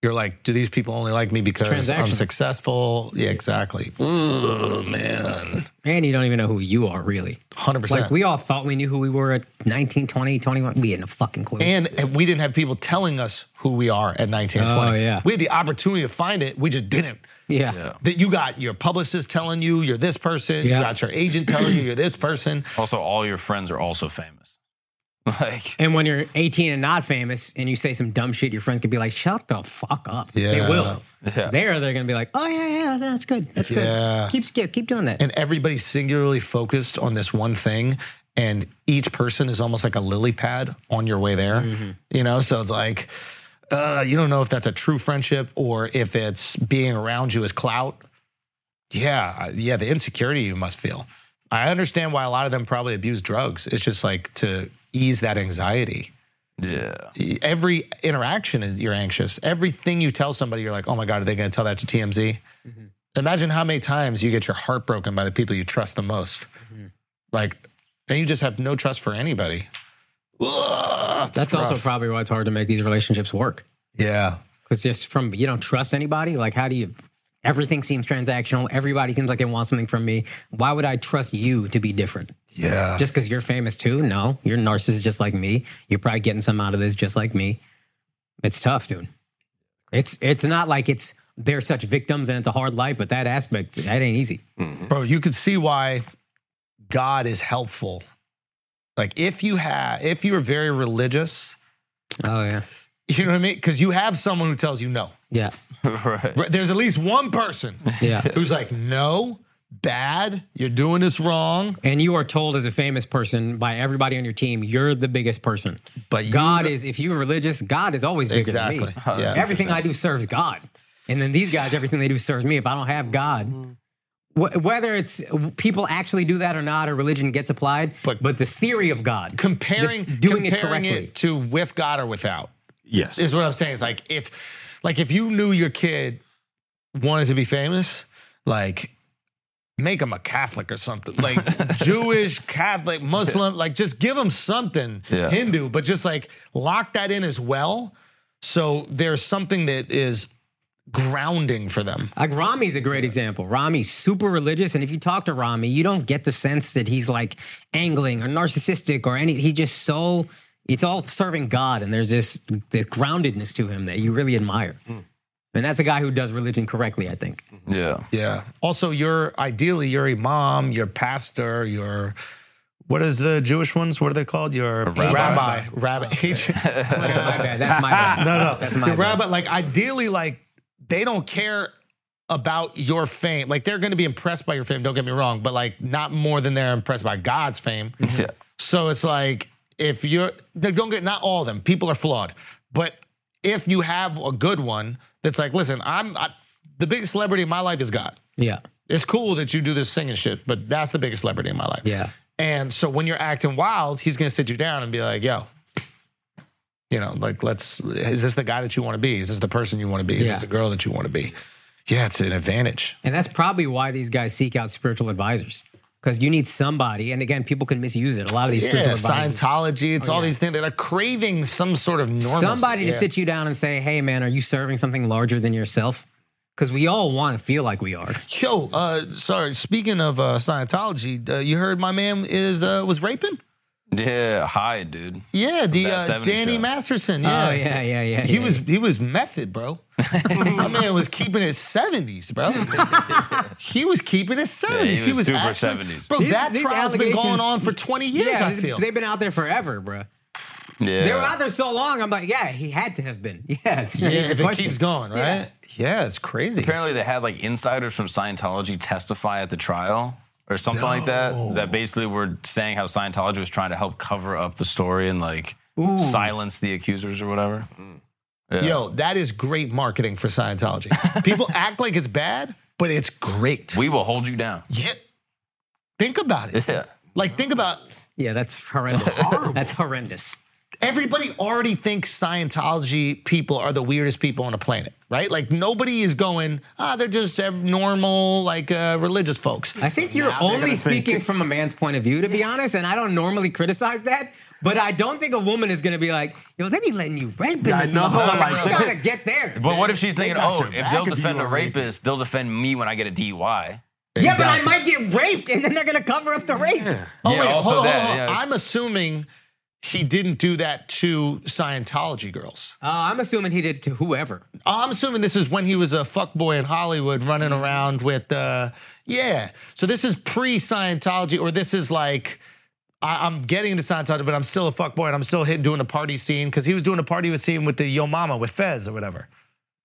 S1: you're like, do these people only like me because I'm
S3: transactional.
S1: successful? Yeah, exactly. Ooh, man.
S3: And you don't even know who you are really.
S1: 100%.
S3: Like we all thought we knew who we were at 19, 20, 21. We had no fucking clue.
S1: and and we didn't have people telling us who we are at 19 and 20.
S3: Oh, yeah.
S1: We had the opportunity to find it, we just didn't.
S3: yeah.
S1: That you got your publicist telling you you're this person,
S3: Yeah.
S1: you got your agent telling you you're this person.
S2: Also, all your friends are also famous. Like,
S3: And when you're 18 and not famous and you say some dumb shit, your friends can be like, shut the fuck up. They
S1: Yeah.
S3: will. There, they're going to be like, oh, yeah, yeah, that's good. That's
S1: Yeah.
S3: good. Keep, keep, keep doing that.
S1: and everybody's singularly focused on this one thing and each person is almost like a lily pad on your way there you know so it's like uh, you don't know if that's a true friendship or if it's being around you is clout yeah I- yeah the insecurity you must feel i understand why a lot of them probably abuse drugs it's just like to ease that anxiety E,
S2: yeah.
S1: every interaction is- you're anxious everything you tell somebody you're like oh my god are they going to tell that to
S3: Mm-hmm.
S1: tmz imagine how many times you get your heart broken by the people you trust the most Like, then you just have no trust for anybody. Ugh, it's
S3: That's also
S1: rough.
S3: probably why it's hard to make these relationships work.
S1: yeah.
S3: Because just from you don't trust anybody. Like, how do you? Everything seems transactional. Everybody seems like they want something from me. Why would I trust you to be different?
S1: Yeah.
S3: Just because you're famous too? No, you're a narcissist just like me. You're probably getting some out of this just like me. It's tough, dude. It's it's not like it's they're such victims and it's a hard life, but that aspect that ain't easy.
S1: Bro, you could see why God is helpful. Like if you have if you're very religious,
S3: Oh yeah,
S1: you know what I mean? Because you have someone who tells you no.
S3: yeah,
S2: right.
S1: Right? There's at least one person
S3: yeah.
S1: who's like, no, bad, you're doing this wrong.
S3: and you are told as a famous person by everybody on your team, you're the biggest person.
S1: But you-
S3: God is, if you're religious, God is always bigger than me.
S1: Exactly. Oh, that's
S3: Everything I do serves God, and then these guys, everything they do serves me. If I don't have God,
S1: Mm-hmm.
S3: wh- whether it's people actually do that or not, or religion gets applied,
S1: But-
S3: but, the theory of God,
S1: Comparing
S3: the- doing it
S1: comparing
S3: correctly,
S1: it to with God or without.
S6: Yes.
S1: is what I'm saying. It's like if like if you knew your kid wanted to be famous, like make him a Catholic or something. Like Jewish, Catholic, Muslim, like just give him something
S2: Yeah.
S1: Hindu, but just like lock that in as well. So there's something that is grounding for them.
S3: Like Rami's a great example. Rami's super religious, and if you talk to Rami, you don't get the sense that he's like angling or narcissistic or any. He's just so it's all serving God, and there's this the groundedness to him that you really admire.
S1: Hmm.
S3: And that's a guy who does religion correctly, I think.
S2: Yeah.
S1: Yeah. Also, you're ideally your imam, your pastor, your what is the Jewish ones? What are they called? Your rabbi,
S2: rabbi.
S1: rabbi,
S3: my bad. That's my bad.
S1: no, no.
S3: That's my
S1: the
S3: bad.
S1: rabbi, like ideally, like they don't care about your fame. Like they're going to be impressed by your fame. Don't get me wrong, but like not more than they're impressed by God's fame.
S2: Yeah.
S1: So it's like if you're they don't get not all of them. People are flawed, but if you have a good one, that's like, listen, I'm I, the biggest celebrity in my life is God.
S3: Yeah.
S1: It's cool that you do this singing shit, but that's the biggest celebrity in my life.
S3: Yeah.
S1: And so when you're acting wild, he's gonna sit you down and be like, yo, you know, like let's is this the guy that you wanna be? Is this the person you wanna be? Is
S3: Yeah.
S1: this the girl that you wanna be? Yeah, it's an advantage.
S3: And that's probably why these guys seek out spiritual advisors. Because you need somebody, and again, people can misuse it. A lot of these spiritual
S1: Yeah,
S3: advisors.
S1: Scientology, it's all these things that are craving some sort of normalcy.
S3: somebody to
S1: Yeah.
S3: sit you down and say, "Hey, man, are you serving something larger than yourself?" Because we all want to feel like we are.
S1: Yo, uh, sorry, speaking of uh, Scientology, uh, you heard my man is uh, was raping?
S2: Yeah. Hi, dude.
S1: Yeah, the
S2: That
S1: uh,
S2: 70
S1: Danny
S2: show.
S1: Masterson.
S3: Oh, yeah, yeah, yeah,
S1: He
S3: yeah,
S1: was he was method, bro. My man was keeping his seventies, bro. he was keeping his seventies.
S2: was
S1: he was
S2: super
S1: actually-
S2: 70s.
S1: bro.
S3: These-
S1: that
S3: these
S1: trial's been going
S3: allegations-
S1: on for twenty years. I
S3: they-
S1: feel.
S3: they've been out there forever, bro.
S2: Yeah.
S3: They were out there so long. I'm like, yeah, he had to have been. Yeah, it's not
S1: yeah,
S3: even a
S1: if it
S3: question.
S1: keeps going, right? Yeah, it's crazy.
S2: Apparently, they had like insiders from Scientology testify at the trial or something like that. That basically were saying how Scientology was trying to help cover up the story and like silence the accusers or whatever.
S1: Yo, that is great marketing for Scientology. People act like it's bad, but it's great.
S2: We will hold you down.
S1: yeah. Think about it.
S2: Yeah.
S1: Like think about
S3: Yeah, that's horrendous. that's horrendous.
S1: everybody already thinks Scientology people are the weirdest people on the planet, right? Like nobody is going, ah, they're just ev- normal, like uh, religious folks.
S3: I think you're only speaking from a man's point of view, to be honest. And I don't normally criticize that, but I don't think a woman is going to be like, "Yo, they be letting you rape in
S6: Yeah, I
S3: this
S6: know,
S3: motherfucker.
S6: like-
S3: you gotta get there."
S2: But what if she's thinking,
S6: got
S2: oh,
S6: your
S2: if
S6: back
S2: they'll
S6: if you
S2: defend
S6: were
S2: a
S6: a
S2: rapist, they'll defend me when I get a DUI.
S3: Yeah, but I
S1: Exactly.
S3: might get raped, and then they're going to cover up the rape.
S1: Oh,
S2: Yeah, also that, yeah.
S1: I'm assuming he didn't do that to Scientology girls.
S3: Uh, I'm assuming he did to whoever.
S1: I'm assuming this is when he was a fuckboy in Hollywood running around with, uh, yeah. So this is pre Scientology, or this is like, I, I'm getting into Scientology, but I'm still a fuckboy and I'm still hit doing a party scene because he was doing a party with scene with the Yo Mama with Fez or whatever.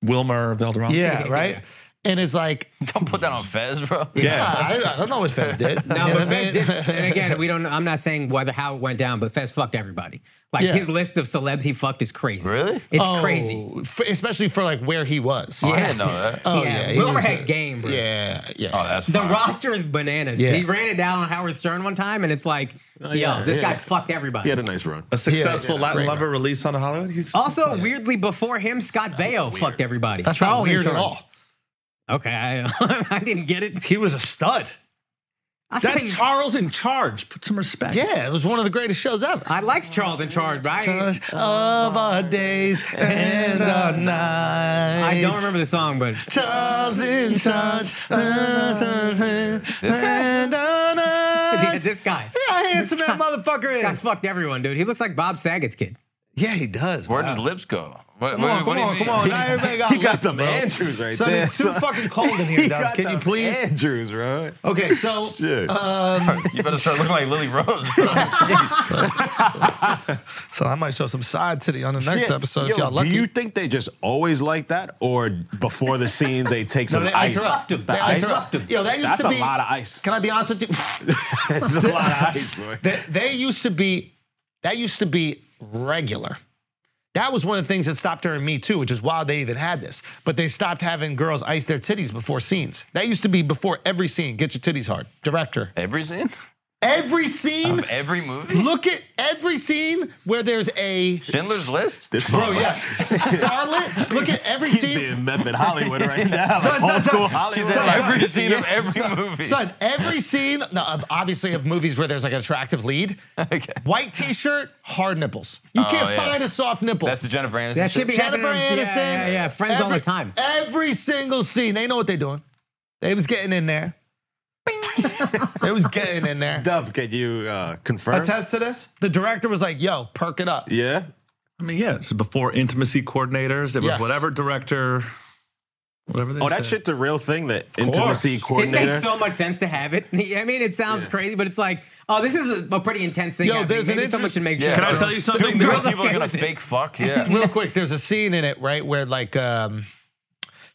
S4: Wilmer Valderrama.
S1: Yeah, right? And it's like,
S2: Don't put that on Fez, bro.
S1: yeah, I, I don't know what Fez did.
S3: No, but Fez did. And again, we don't. I'm not saying whether how it went down, but Fez fucked everybody. Like
S1: Yeah. Oh.
S3: his list of celebs he fucked is crazy.
S2: Really?
S3: It's crazy.
S1: especially for like where he was.
S2: I didn't know that.
S1: Oh,
S3: yeah,
S1: yeah, he
S3: Wilmer
S1: was
S3: had
S1: a-
S3: game, bro.
S1: Yeah, yeah.
S2: oh, that's
S3: The
S2: fine.
S3: roster is bananas.
S1: Yeah.
S3: He ran it down on Howard Stern one time, and it's like, yo,
S6: yeah,
S3: this guy
S6: yeah.
S3: fucked everybody.
S6: He had a nice run.
S4: A successful
S1: yeah,
S4: Latin
S1: great.
S4: lover released on Hollywood. He's
S3: also, weirdly, before him, Scott Baio fucked everybody.
S1: That's not
S3: in
S1: weird at
S3: charge.
S1: all.
S3: Okay, I, I didn't get it.
S1: He was a stud.
S3: I
S4: That's
S3: think-
S4: Charles in charge. Put some respect.
S1: Yeah, it was one of the greatest shows ever.
S3: I liked Charles in Charge, but I,
S1: Of our days and our nights.
S3: I don't remember the song, but
S1: Charles in charge. And our nights.
S3: this guy.
S1: How handsome that motherfucker
S3: I
S1: is.
S3: fucked everyone, dude. He looks like Bob Saget's kid.
S1: Yeah, he does.
S2: Where
S1: wow.
S2: does lips go? What,
S1: Come on, come on, come on. Not everybody got
S6: He got
S1: lips,
S6: the
S1: bro.
S6: Andrews right
S1: Son,
S6: there.
S1: it's too fucking cold in here, Dubs. Can you please?
S6: Andrews, bro.
S1: Okay, so
S6: Shit.
S2: You better start looking like Lily Rose.
S7: So I might show some side titty on the next
S6: Shit.
S7: episode if
S6: Yo,
S7: y'all lucky.
S6: Do you think they just always like that, or before the scenes they take some
S1: they
S6: ice?
S1: ice her up.
S6: The
S1: They ice
S6: ice?
S1: her up. Yo, that used
S6: That's
S1: to
S6: a
S1: be-
S6: lot of ice.
S1: Can I be honest with you?
S6: That's a lot of ice, bro.
S1: They, they used to be, that used to be regular. That was one of the things that stopped her and me too, which is why they even had this. But they stopped having girls ice their titties before scenes. That used to be before every scene. Get your titties hard, director.
S2: every scene?
S1: Every scene.
S2: Of every movie?
S1: Look at every scene where there's a
S2: Schindler's List?
S6: This bro,
S1: yeah, starlet. Look at every
S6: He's
S1: scene.
S6: in Method Hollywood right now. like
S1: son,
S6: old school
S1: son.
S6: Hollywood.
S1: Son, son.
S2: Every scene of every movie.
S1: Son, every scene, no, of- obviously of movies where there's like an attractive lead, white t-shirt, hard nipples. You
S2: Oh,
S1: can't
S2: yeah.
S1: find a soft nipple.
S2: That's the Jennifer Aniston.
S3: That should
S2: shit.
S3: be
S1: Jennifer
S3: happening on-
S1: Aniston.
S3: Yeah, yeah, yeah. Friends all the time.
S1: Every single scene, they know what they're doing. They was getting in there. they was getting in there.
S6: Dove, can you uh, confirm?
S1: Attest to this. The director was like, "Yo, perk it up."
S6: Yeah.
S4: I mean, yeah, it's before intimacy coordinators. It was
S1: Yes.
S4: whatever director, whatever they
S6: Oh, that
S4: said.
S6: shit's a real thing. That intimacy
S3: It
S6: coordinator.
S3: makes so much sense to have it. I mean, it sounds crazy, but it's like, oh, this is a, a pretty intense thing.
S1: Yo,
S3: happening.
S1: there's an
S3: Maybe someone
S1: interest-
S3: should make
S2: Yeah.
S3: sure.
S4: Can I
S2: Bro.
S4: tell you something?
S2: Two
S4: There
S2: real
S4: was a-
S2: people are gonna fake fuck. Yeah.
S1: Real quick, there's a scene in it right where like um,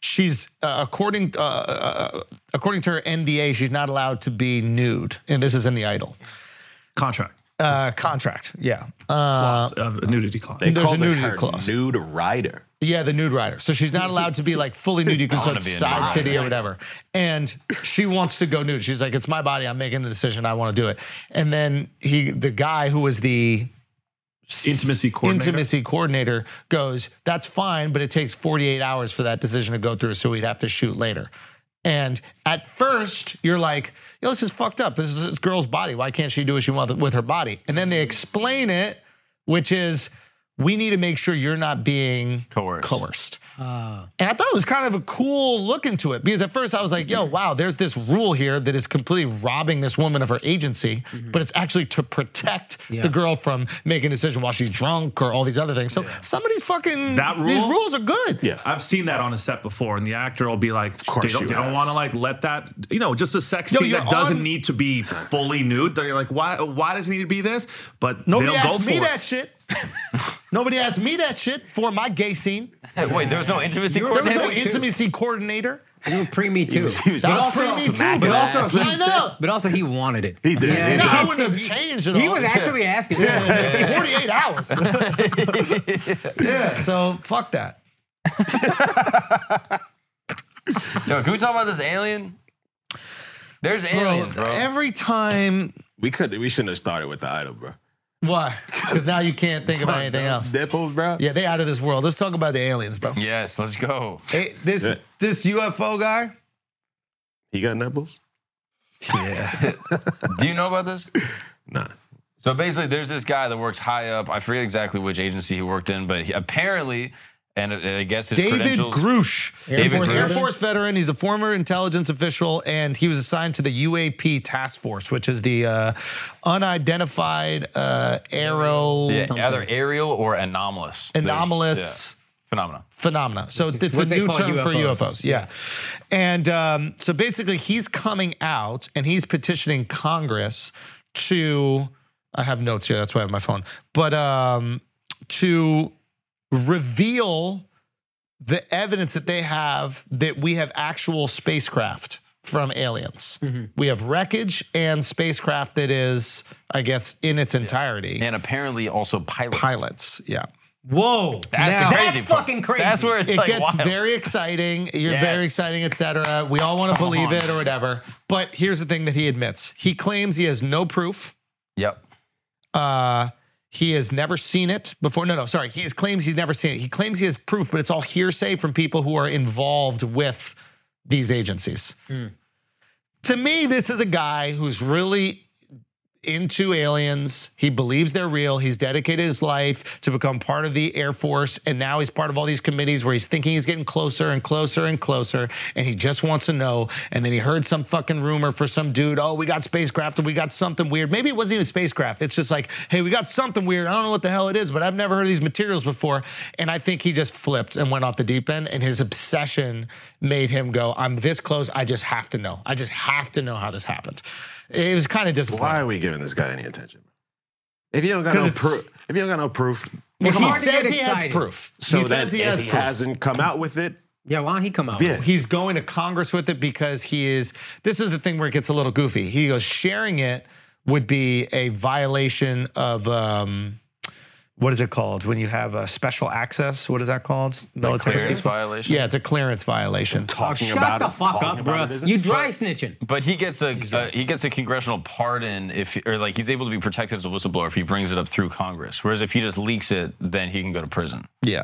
S1: she's uh, according uh, uh, according to her NDA, she's not allowed to be nude, and this is in the Idol
S4: contract.
S1: uh, contract. Yeah,
S4: Clause, of nudity clause.
S6: they
S1: there's a
S6: called it
S1: nudity
S6: her
S1: clause.
S6: nude rider.
S1: Yeah, the nude rider. So she's not allowed to be like fully nude. You can
S2: wanna
S1: start
S2: be a
S1: side
S2: nude
S1: titty
S2: rider.
S1: or whatever. And she wants to go nude. She's like, it's my body. I'm making the decision. I want to do it. And then he, the guy who was the
S4: Intimacy coordinator.
S1: intimacy coordinator, goes, that's fine, but it takes 48 hours for that decision to go through. So we'd have to shoot later. And at first, you're like, yo, this is fucked up. This is this girl's body. Why can't she do what she wants with her body? And then they explain it, which is, we need to make sure you're not being
S2: Coerced.
S1: coerced.
S3: Ah.
S1: And I thought it was kind of a cool look into it because at first I was like,
S3: Mm-hmm.
S1: yo, wow, there's this rule here that is completely robbing this woman of her agency,
S3: Mm-hmm.
S1: but it's actually to protect the girl from making a decision while she's drunk or all these other things. So some of these fucking
S4: That
S1: these
S4: rule?
S1: rules are good.
S6: Yeah.
S4: I've seen that on a set before, and the actor will be like, "Of
S6: course
S4: they don't,
S6: you
S4: they don't
S6: have.
S4: want to like let that, you know, just a sex
S1: Yo,
S4: scene
S1: you're
S4: that doesn't
S1: on-
S4: need to be fully nude." They're like, "Why? Why does it need to be this?" But
S1: Nobody
S4: they'll go
S1: asked
S4: for
S1: me
S4: it.
S1: that shit. Nobody asked me that shit for my gay scene.
S2: Wait, there was no intimacy
S1: There was
S2: coordinator.
S1: no intimacy coordinator.
S3: You were pre Me Too.
S1: That was pretty too, but
S3: but
S1: also
S3: also,
S1: I know.
S3: But also, he wanted it.
S6: He did.
S3: Yeah,
S6: He
S1: No,
S3: he-
S1: I wouldn't have changed at all.
S3: He, was actually asking.
S1: 48 hours. yeah, so fuck that.
S2: Yo, can we talk about this alien? There's aliens, bro.
S1: Every time.
S6: We could. We shouldn't have started with the idol, bro.
S1: Why? Because now you can't think about anything else.
S6: Nipples, bro.
S1: Yeah, they out of this world. Let's talk about the aliens, bro.
S2: yes, let's go.
S1: Hey, this
S6: Yeah.
S1: this UFO guy.
S6: He got nipples.
S2: Do you know about this?
S6: Nah.
S2: So basically, there's this guy that works high up. I forget exactly which agency he worked in, but he, apparently, and uh, I guess his
S1: David
S2: credentials.
S1: Grush, Air,
S2: David
S1: Force,
S2: Grush.
S1: Air Force veteran. He's a former intelligence official, and he was assigned to the UAP Task Force, which is the uh, unidentified uh, aero
S2: Yeah, either aerial or anomalous. There's-
S1: anomalous.
S2: yeah, phenomena.
S1: phenomena. So it's a
S3: what they
S1: new
S3: call
S1: term for
S3: UFOs.
S1: UFOs. Yeah. And um, so basically, he's coming out and he's petitioning Congress to, I have notes here, that's why I have my phone, but um, to reveal the evidence that they have that we have actual spacecraft from aliens.
S3: Mm-hmm.
S1: We have wreckage and spacecraft that is, I guess, in its entirety.
S2: And apparently also pilots.
S1: Pilots, yeah.
S3: Whoa.
S2: That's
S3: now,
S2: the crazy
S3: That's
S2: part.
S3: fucking crazy.
S2: That's where it's
S1: it
S2: like
S1: gets
S2: wild.
S1: very exciting. You're very
S2: Yes.
S1: exciting, etc. We all want to believe
S2: on.
S1: it or whatever. But here's the thing that he admits: he claims he has no proof.
S2: Yep.
S1: Uh, he has never seen it before. No, no, sorry. He claims he's never seen it. He claims he has proof, but it's all hearsay from people who are involved with these agencies. to me, this is a guy who's really into aliens. He believes they're real. He's dedicated his life to become part of the Air Force. And now he's part of all these committees where he's thinking he's getting closer and closer and closer. And he just wants to know. And then he heard some fucking rumor for some dude oh, we got spacecraft and we got something weird. Maybe it wasn't even spacecraft. It's just like, hey, we got something weird. I don't know what the hell it is, but I've never heard of these materials before. And I think he just flipped and went off the deep end. And his obsession made him go, I'm this close. I just have to know. I just have to know how this happens. It was kind of disappointing.
S6: Why are we giving this guy any attention? If you don't got
S1: 'Cause
S6: no
S1: it's-
S6: proof, if you don't got no proof,
S1: Well,
S3: It's
S1: he
S3: hard to
S1: says
S3: get
S1: he has
S3: excited.
S1: proof.
S6: so
S1: he
S6: that
S1: says he
S6: if
S1: has
S6: he
S1: proof.
S6: hasn't come out with it,
S3: Yeah, why don't he come out?
S6: yeah,
S1: He's going to Congress with it because he is. This is the thing where it gets a little goofy. He goes, sharing it would be a violation of um, what is it called when you have a special access? What is that called? Military
S2: clearance violation?
S1: Yeah, it's a clearance violation.
S3: Oh,
S6: talking
S3: shut
S6: about
S3: the
S6: it,
S3: fuck
S6: talking
S3: up,
S6: about
S3: bro.
S6: it isn't-
S3: You dry snitching.
S2: But he gets a uh, he gets a congressional pardon if or like he's able to be protected as a whistleblower if he brings it up through Congress. Whereas if he just leaks it, then he can go to prison.
S1: Yeah.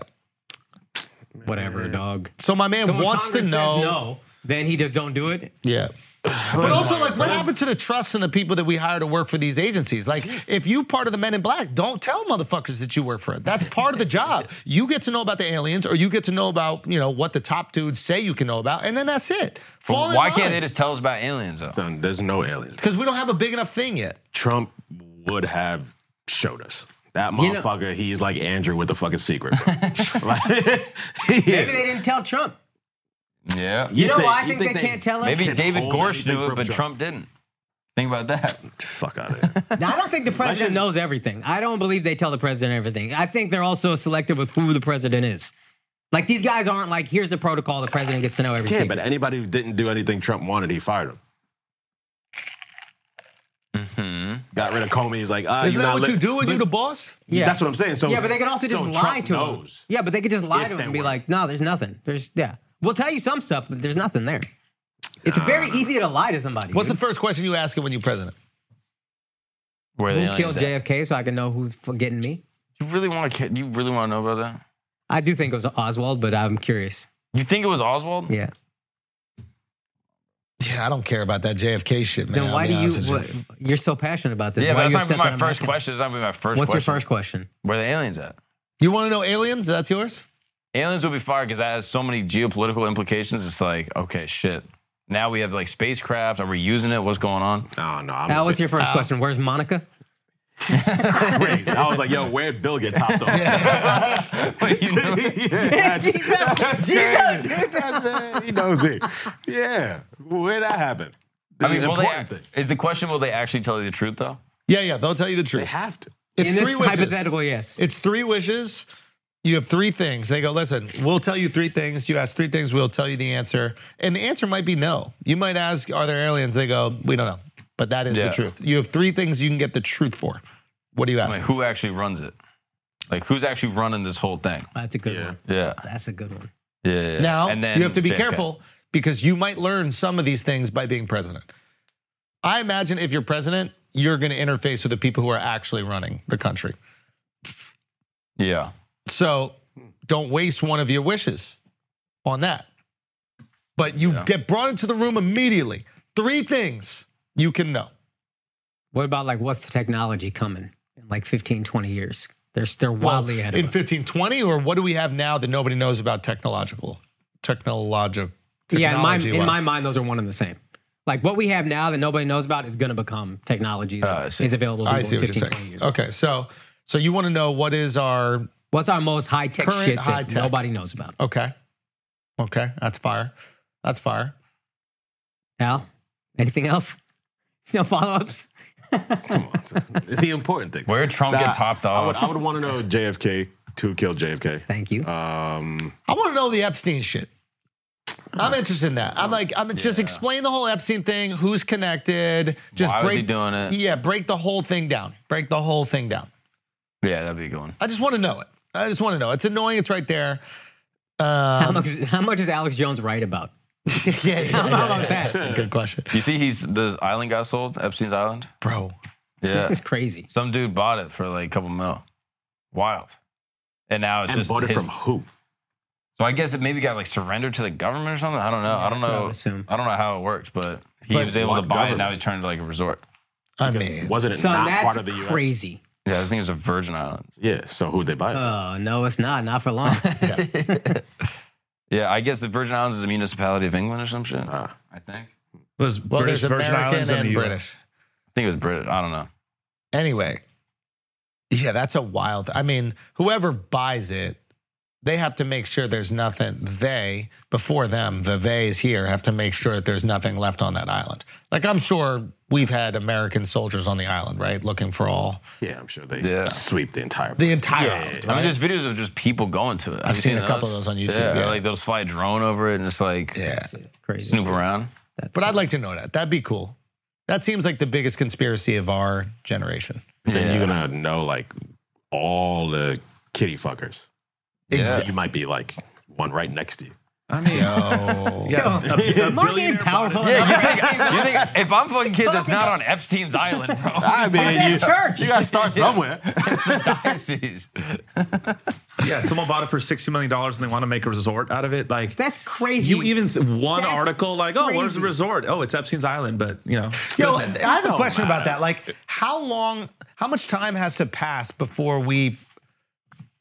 S3: Whatever, dog.
S1: So my man
S3: So when
S1: wants
S3: Congress
S1: to
S3: says
S1: know.
S3: no, then he just don't do it.
S1: Yeah. But also, like, what happened to the trust in the people that we hire to work for these agencies? Like, if you part of the Men in Black, don't tell motherfuckers that you work for it. That's part of the job. You get to know about the aliens, or you get to know about, you know, what the top dudes say you can know about, and then that's it. Fall
S2: Why can't they just tell us about aliens though?
S6: Son, There's no aliens.
S1: Because we don't have a big enough thing yet.
S6: Trump would have showed us. That
S3: know-
S6: motherfucker, he's like Andrew with the fucking secret. bro. like,
S3: Maybe they didn't tell Trump.
S2: Yeah.
S3: You, know
S6: think-
S3: why I
S6: you
S3: think,
S6: think
S3: they,
S6: they-
S3: can't tell us?
S2: Maybe
S6: Shit,
S2: David
S6: hold
S2: Gorsh
S6: everything
S2: knew it,
S6: from
S2: but
S6: Trump.
S2: Trump didn't. Think about that.
S6: fuck out of here.
S3: Now, I don't think the president knows everything. I don't believe they tell the president everything. I think they're also selective with who the president is. Like these guys aren't like, here's the protocol. The president gets to know everything.
S6: Yeah, but anybody who didn't do anything Trump wanted, he fired him.
S3: Mm-hmm.
S6: Got rid of Comey. He's like, uh,
S1: Isn't
S6: you're
S1: that
S6: not
S1: what
S6: li-
S1: you do when
S6: but
S1: you the boss?
S3: Yeah.
S6: That's what I'm saying. So
S3: yeah, but they could also just
S6: so
S3: lie
S6: Trump
S3: to
S6: knows.
S3: him. Yeah, but they could just lie
S6: If
S3: to him
S6: they
S3: and be
S6: were.
S3: like, no, there's nothing. There's yeah. We'll tell you some stuff, but there's nothing there. It's very easy to lie to somebody.
S1: What's the
S3: dude.
S1: first question you ask him when you're president?
S2: Where the
S3: who killed
S2: aliens at?
S3: JFK so I can know who's for getting me?
S2: You really want to? You really want to know about that?
S3: I do think it was Oswald, but I'm curious.
S2: You think it was Oswald?
S3: Yeah.
S1: Yeah, I don't care about that JFK shit, man.
S3: Then
S1: I'll
S3: why
S1: be
S3: do
S1: honest with
S3: you? What, you're so passionate about this.
S2: Yeah,
S3: Why
S2: but
S3: are
S2: that's
S3: you
S2: not
S3: upset
S2: even my
S3: that I'm
S2: first
S3: asking?
S2: question. That's not even my first
S3: What's
S2: question.
S3: your first question?
S2: Where the aliens at?
S1: You want to know aliens? That's yours?
S2: Aliens would be fired because that has so many geopolitical implications. It's like, okay, shit. Now we have like spacecraft. Are we using it? What's going on?
S6: Oh no, I'm
S3: Al, what's your first question? Where's Monica?
S6: crazy. I was like, yo, where'd Bill get topped off? yeah,
S3: Jesus, Jesus, dude.
S6: that's- he knows me. Yeah, where'd that happen?
S2: I mean, will they,
S6: Important thing.
S2: is the question will they actually tell you the truth though?
S1: Yeah, yeah, they'll tell you the
S6: They
S1: truth.
S6: have to.
S1: It's
S3: In
S1: three
S3: this
S1: wishes.
S3: hypothetical, yes.
S1: It's three wishes. You have three things. They go, listen, we'll tell you three things. You ask three things, we'll tell you the answer. And the answer might be no. You might ask, are there aliens? They go, we don't know. But that is
S2: Yeah.
S1: the truth. You have three things you can get the truth for. What do you ask?
S2: Like, who actually runs it? Like, who's actually running this whole thing?
S3: That's a good one.
S2: Yeah,
S3: That's a good one.
S2: yeah. yeah.
S1: Now,
S2: and then
S1: you have to be
S2: JFK.
S1: careful because you might learn some of these things by being president. I imagine if you're president, you're going to interface with the people who are actually running the country.
S2: Yeah,
S1: So don't waste one of your wishes on that. But you get brought into the room immediately. Three things you can know.
S3: What about like what's the technology coming in like 15, 20 years? They're they're wildly ahead
S1: in
S3: of us.
S1: 1520, or what do we have now that nobody knows about technological, technological?
S3: Yeah, in my in my mind, those are one and the same. Like what we have now that nobody knows about is going to become technology that
S2: I
S3: is
S2: see.
S3: available to
S1: Ah, I
S3: people
S1: see
S3: in
S1: what you're
S3: 15, 20
S1: saying.
S3: years.
S1: Okay, so so you want to know what is our
S3: What's our most high tech
S1: Current
S3: shit that
S1: high-tech.
S3: nobody knows about?
S1: okay, okay, that's fire, that's fire.
S3: Al, anything else? No follow ups.
S6: Come on, son. the important thing.
S2: Where Trump
S6: Nah,
S2: get topped
S6: I would,
S2: off?
S6: I would want to know JFK who killed JFK.
S3: Thank you.
S6: Um,
S1: I want to know the Epstein shit. I'm interested in that. I'm like, I'm just explain the whole Epstein thing. Who's connected? Just
S2: Why was
S1: break
S2: he doing it?
S1: Yeah, break the whole thing down. Break the whole thing down.
S2: yeah, that'd be going.
S1: I just want to know it. I just want to know. It's annoying. It's right there. Uh,
S3: how much how much is Alex Jones right about?
S1: Yeah,
S3: How about that?
S1: That's a good question,
S2: You see, he's the island got sold, Epstein's Island.
S1: bro.
S2: Yeah,
S3: This is crazy.
S2: some dude bought it for like a couple mil. Wild. And now it's
S6: and
S2: just
S6: bought it
S2: his-
S6: from who?
S2: So I guess it maybe got like surrendered to the government or something. I don't know. I don't
S3: that's what I
S2: know.
S3: would assume.
S2: I don't know how it worked, but he
S6: But
S2: was able to
S6: what
S2: buy it. Now
S6: government?
S2: he's turning to like a resort.
S8: I mean,
S6: Wasn't it
S3: Son,
S6: not
S3: that's
S6: part of the U.S.?
S3: crazy.
S2: Yeah, I think it was a Virgin Islands.
S6: Yeah. So who'd they buy? it?
S3: Oh no, it's not. Not for long.
S2: Yeah, I guess the Virgin Islands is a municipality of England or some shit.
S6: Ah.
S2: I think.
S4: It was
S8: well,
S4: British
S8: there's
S4: Virgin
S8: American
S4: Islands
S8: and
S4: and the US.
S8: British.
S2: I think it was British. I don't know.
S8: Anyway, yeah, that's a wild. I mean, whoever buys it, they have to make sure there's nothing. They before them, the they's here have to make sure that there's nothing left on that island. Like I'm sure we've had American soldiers on the island, right, looking for all
S6: Yeah, I'm sure they
S2: Yeah.
S6: sweep the entire.
S8: the entire
S6: Yeah,
S8: island.
S2: I mean, there's videos of just people going to it. Have you
S8: seen a couple of those on YouTube,
S2: Yeah,
S8: yeah.
S2: like they'll just fly a drone over it and just like
S8: Yeah,
S3: crazy.
S2: snoop around.
S8: but I'd like to know that. That'd be cool. That seems like the biggest conspiracy of our generation.
S6: Then
S2: Yeah.
S6: you're gonna know like all the kitty fuckers.
S2: Yeah.
S6: You might be like one right next to you.
S4: I mean,
S8: Oh,
S4: a, a
S3: Am I being
S4: billionaire
S3: powerful
S4: bought it.
S3: enough?
S2: You think, you think if I'm fucking kids, it's not on Epstein's Island, bro.
S6: I mean, you,
S3: church.
S6: Ah, you gotta start somewhere.
S2: Diocese.
S4: Yeah, someone bought it for sixty million dollars and they want to make a resort out of it. Like
S3: That's crazy.
S4: you even th- one
S3: That's
S4: article like, oh, where's the
S3: crazy.
S4: resort? Oh, it's Epstein's Island, but you know,
S8: Yo, I have a question about that. Like, how long, how much time has to pass before we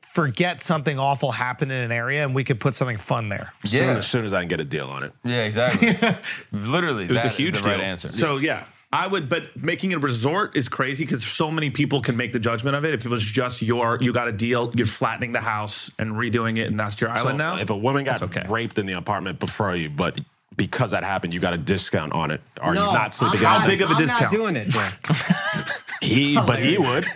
S8: forget something awful happened in an area and we could put something fun there?
S6: Soon,
S2: Yeah.
S6: as soon as I can get a deal on it.
S2: Yeah, exactly. Literally,
S4: it was a huge
S2: the right
S4: deal.
S2: answer.
S4: So yeah, I would. But making it a resort is crazy because so many people can make the judgment of it. If it was just your, you got a deal, you're flattening the house and redoing it, and that's your
S6: So
S4: island now.
S6: if a woman got
S4: okay.
S6: raped in the apartment before you, but because that happened, you got a discount on it. Are
S3: No,
S6: you not sleeping
S3: I'm
S6: out?
S4: How
S3: not-
S4: big of a
S3: I'm
S4: discount?
S3: not doing it. bro.
S6: He, but he would.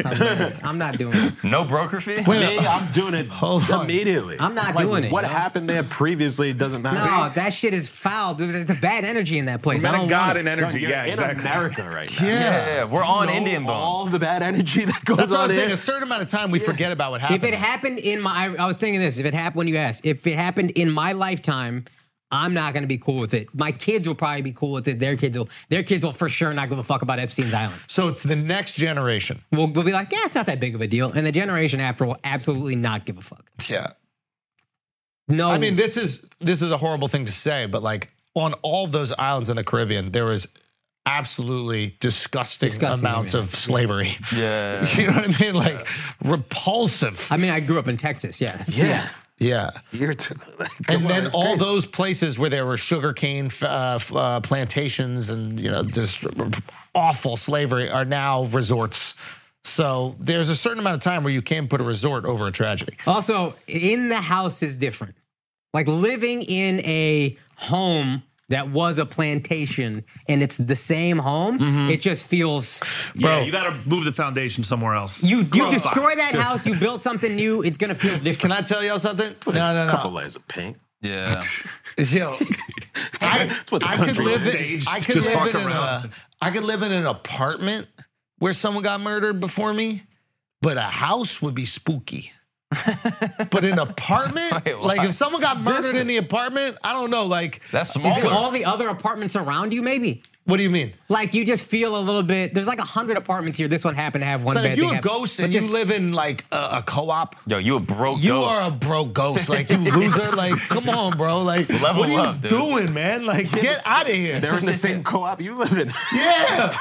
S3: I'm not doing it.
S2: No broker fee.
S6: Me, I'm doing it
S8: on.
S6: immediately.
S3: I'm not
S6: Like,
S3: doing it,
S6: What
S3: yo.
S6: happened there previously doesn't matter.
S3: No, that shit is foul. Dude, there's a bad energy in that place. I
S4: Man
S3: don't
S4: of God
S3: want it.
S4: and energy.
S6: You're
S4: Yeah,
S6: in
S4: exactly.
S6: America right now.
S2: yeah, yeah, yeah. we're on Indian bones.
S6: All the bad energy that goes
S8: That's what
S6: on
S8: I'm saying.
S6: in.
S8: A certain amount of time we forget about what happened.
S3: If it happened in my, I, I was thinking this. If it happened when you asked, if it happened in my lifetime, I'm not gonna be cool with it. My kids will probably be cool with it. Their kids will, their kids will for sure not give a fuck about Epstein's Island.
S8: so it's the next generation.
S3: We'll, we'll be like, yeah, it's not that big of a deal, and the generation after will absolutely not give a fuck.
S8: Yeah.
S3: No,
S8: I mean, this is this is a horrible thing to say, but like on all those islands in the Caribbean, there was absolutely disgusting,
S3: Disgusting,
S8: amounts
S3: yeah.
S8: of slavery.
S2: Yeah.
S8: You know what I mean? Like repulsive.
S3: I mean, I grew up in Texas. Yeah,
S6: Yeah.
S8: Yeah.
S6: You're t-
S8: and then all those places where there were sugarcane uh, f- uh, plantations and you know just awful slavery are now resorts. So there's a certain amount of time where you can put a resort over a tragedy.
S3: Also, in the house is different. Like living in a home that was a plantation and it's the same home,
S8: Mm-hmm.
S3: it just feels
S4: Bro, you got to move the foundation somewhere else.
S3: you you
S4: Grow
S3: destroy
S4: up.
S3: that house, you build something new, it's gonna feel
S8: Can
S3: different.
S8: I tell y'all something? No, no,
S6: a
S8: no.
S6: couple layers of paint.
S2: Yeah.
S8: Yo, I,
S6: what the
S8: I could
S6: country
S8: live in,
S4: staged.
S8: I could
S4: Just
S8: live
S4: walk
S8: in an,
S4: around.
S8: uh, I could live in an apartment where someone got murdered before me, but a house would be spooky. but an apartment,
S2: Wait,
S8: like
S2: what?
S8: if someone got murdered in the apartment, I don't know. Like,
S2: That's
S3: Is
S2: smaller.
S3: it all the other apartments around you, maybe?
S8: what do you mean?
S3: Like you just feel a little bit. There's like a hundred apartments here. This one happened to have one.
S8: So
S3: bad
S8: if you're
S3: thing
S8: a
S3: happen.
S8: ghost
S3: But
S8: and you
S3: this-
S8: live in like a, a co-op,
S2: Yo, you a broke
S8: you
S2: ghost.
S8: are a bro ghost. Like you loser. like come on, bro. Like
S2: Level
S8: what are you
S2: up, dude.
S8: doing, man? Like get out of here.
S6: They're in the same co-op you live in.
S8: Yeah.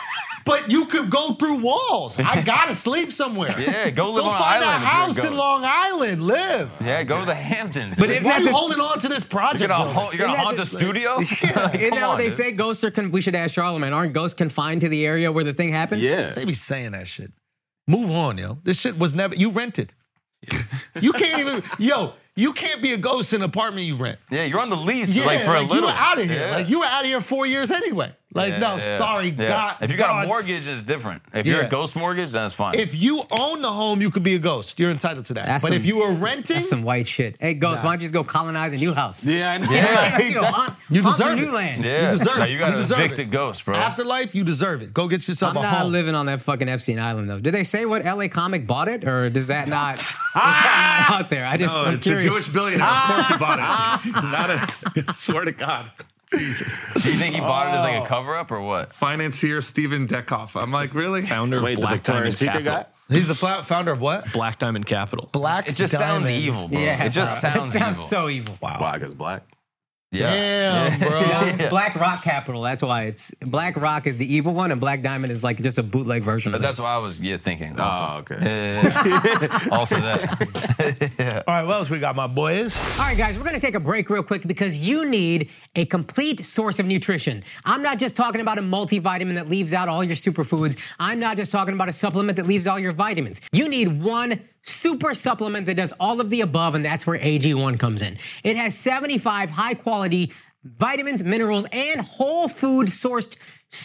S8: But you could go through walls. I gotta sleep somewhere.
S2: Yeah, go live
S8: Go
S2: on an island if
S8: find a
S2: you're a
S8: house
S2: ghost.
S8: in Long Island. Live.
S2: yeah, go to the Hamptons.
S3: But
S2: dude.
S3: isn't
S8: Why
S3: that
S8: are you
S3: the-
S8: holding on to this project?
S2: you're gonna
S8: brother?
S2: haunt, you're gonna haunt
S3: Isn't that
S2: the
S3: just like-
S2: studio?
S3: Isn't that what they
S2: dude.
S3: say? Ghosts are. Con- we should ask Charlemagne. Aren't ghosts confined to the area where the thing happened?
S6: yeah.
S8: They be saying that shit. Move on, yo. This shit was never. You rented. You can't even. Yo, you can't be a ghost in an apartment you rent.
S2: Yeah, you're on the lease
S8: Yeah,
S2: like for a
S8: you
S2: little.
S8: were out of here.
S2: Yeah.
S8: Like you were out of here four years anyway. Like
S2: Yeah,
S8: no,
S2: yeah,
S8: sorry,
S2: yeah.
S8: God.
S2: If you got
S8: God.
S2: a mortgage, it's different. If you're
S8: Yeah.
S2: a ghost mortgage, then it's fine.
S8: if you own the home, you could be a ghost. You're entitled to that.
S3: That's
S8: but
S3: some-
S8: if you were renting,
S3: That's some white shit. Hey, ghost, why don't you just go colonize a new house?
S6: Yeah, I know.
S3: Yeah, you, haunt,
S8: You
S3: haunt the
S8: deserve
S3: new
S8: it.
S3: land.
S2: yeah,
S8: you deserve
S2: Nah,
S8: it.
S2: you got
S8: You
S2: to
S8: deserve
S2: evict
S8: it.
S2: a ghost, bro.
S8: Afterlife, you deserve it. Go get yourself
S3: I'm
S8: a
S3: not
S8: home.
S3: living on that fucking Epstein Island though. Did they say what LA comic bought it, or does that not, is that not out there? I just
S4: Oh,
S3: I'm
S4: it's a
S3: curious.
S4: Jewish billionaire. Of course he bought it. Not a. Swear to God.
S2: Do you think he bought it as
S8: Oh.
S2: like a cover up or what?
S4: Financier Steven Dekoff. I'm like, really?
S6: Wait, the
S2: Black
S6: Victoria's
S2: Diamond
S6: Secret guy?
S2: Capital.
S1: He's the fla- founder of what?
S9: Black Diamond Capital.
S1: Black.
S2: It just sounds
S1: Diamond.
S2: evil, bro.
S3: Yeah,
S2: It just
S3: bro.
S2: sounds,
S3: It sounds
S2: evil.
S3: so evil.
S6: Wow. Why? Because black.
S2: yeah.
S1: Damn, bro.
S3: Yeah, Black Rock Capital. That's why it's Black Rock is the evil one, and Black Diamond is like just a bootleg version of
S2: But
S3: that.
S2: that's what I was yeah, thinking.
S6: Oh,
S2: Also.
S6: okay.
S2: also that.
S1: All right, what else we got, my boys?
S3: All right, guys, we're going to take a break real quick because you need a complete source of nutrition. I'm not just talking about a multivitamin that leaves out all your superfoods. I'm not just talking about a supplement that leaves all your vitamins. You need one super supplement that does all of the above, and that's where AG1 comes in. It has 75 high quality vitamins, minerals, and whole food sourced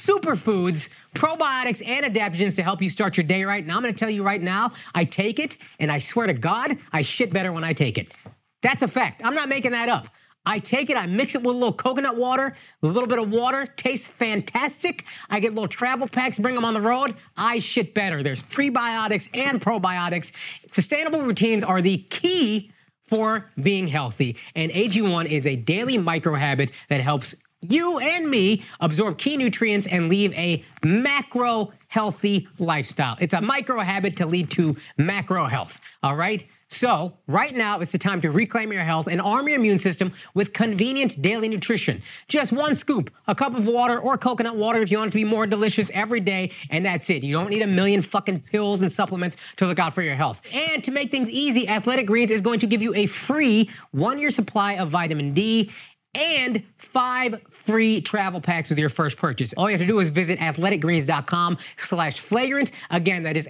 S3: superfoods, probiotics, and adaptogens to help you start your day right. And I'm going to tell you right now, I take it, and I swear to God, I shit better when I take it. That's a fact. I'm not making that up. I take it, I mix it with a little coconut water, a little bit of water, tastes fantastic. I get little travel packs, bring them on the road. I shit better. There's prebiotics and probiotics. Sustainable routines are the key for being healthy. And AG1 is a daily micro habit that helps you and me absorb key nutrients and leave a macro healthy lifestyle. It's a micro habit to lead to macro health. All right. So, right now it's the time to reclaim your health and arm your immune system with convenient daily nutrition. Just one scoop, a cup of water or coconut water if you want it to be more delicious every day, and that's it. You don't need a million fucking pills and supplements to look out for your health. And to make things easy, Athletic Greens is going to give you a free one year supply of vitamin D and five free travel packs with your first purchase. All you have to do is visit athleticgreens.com slash flagrant. Again, that is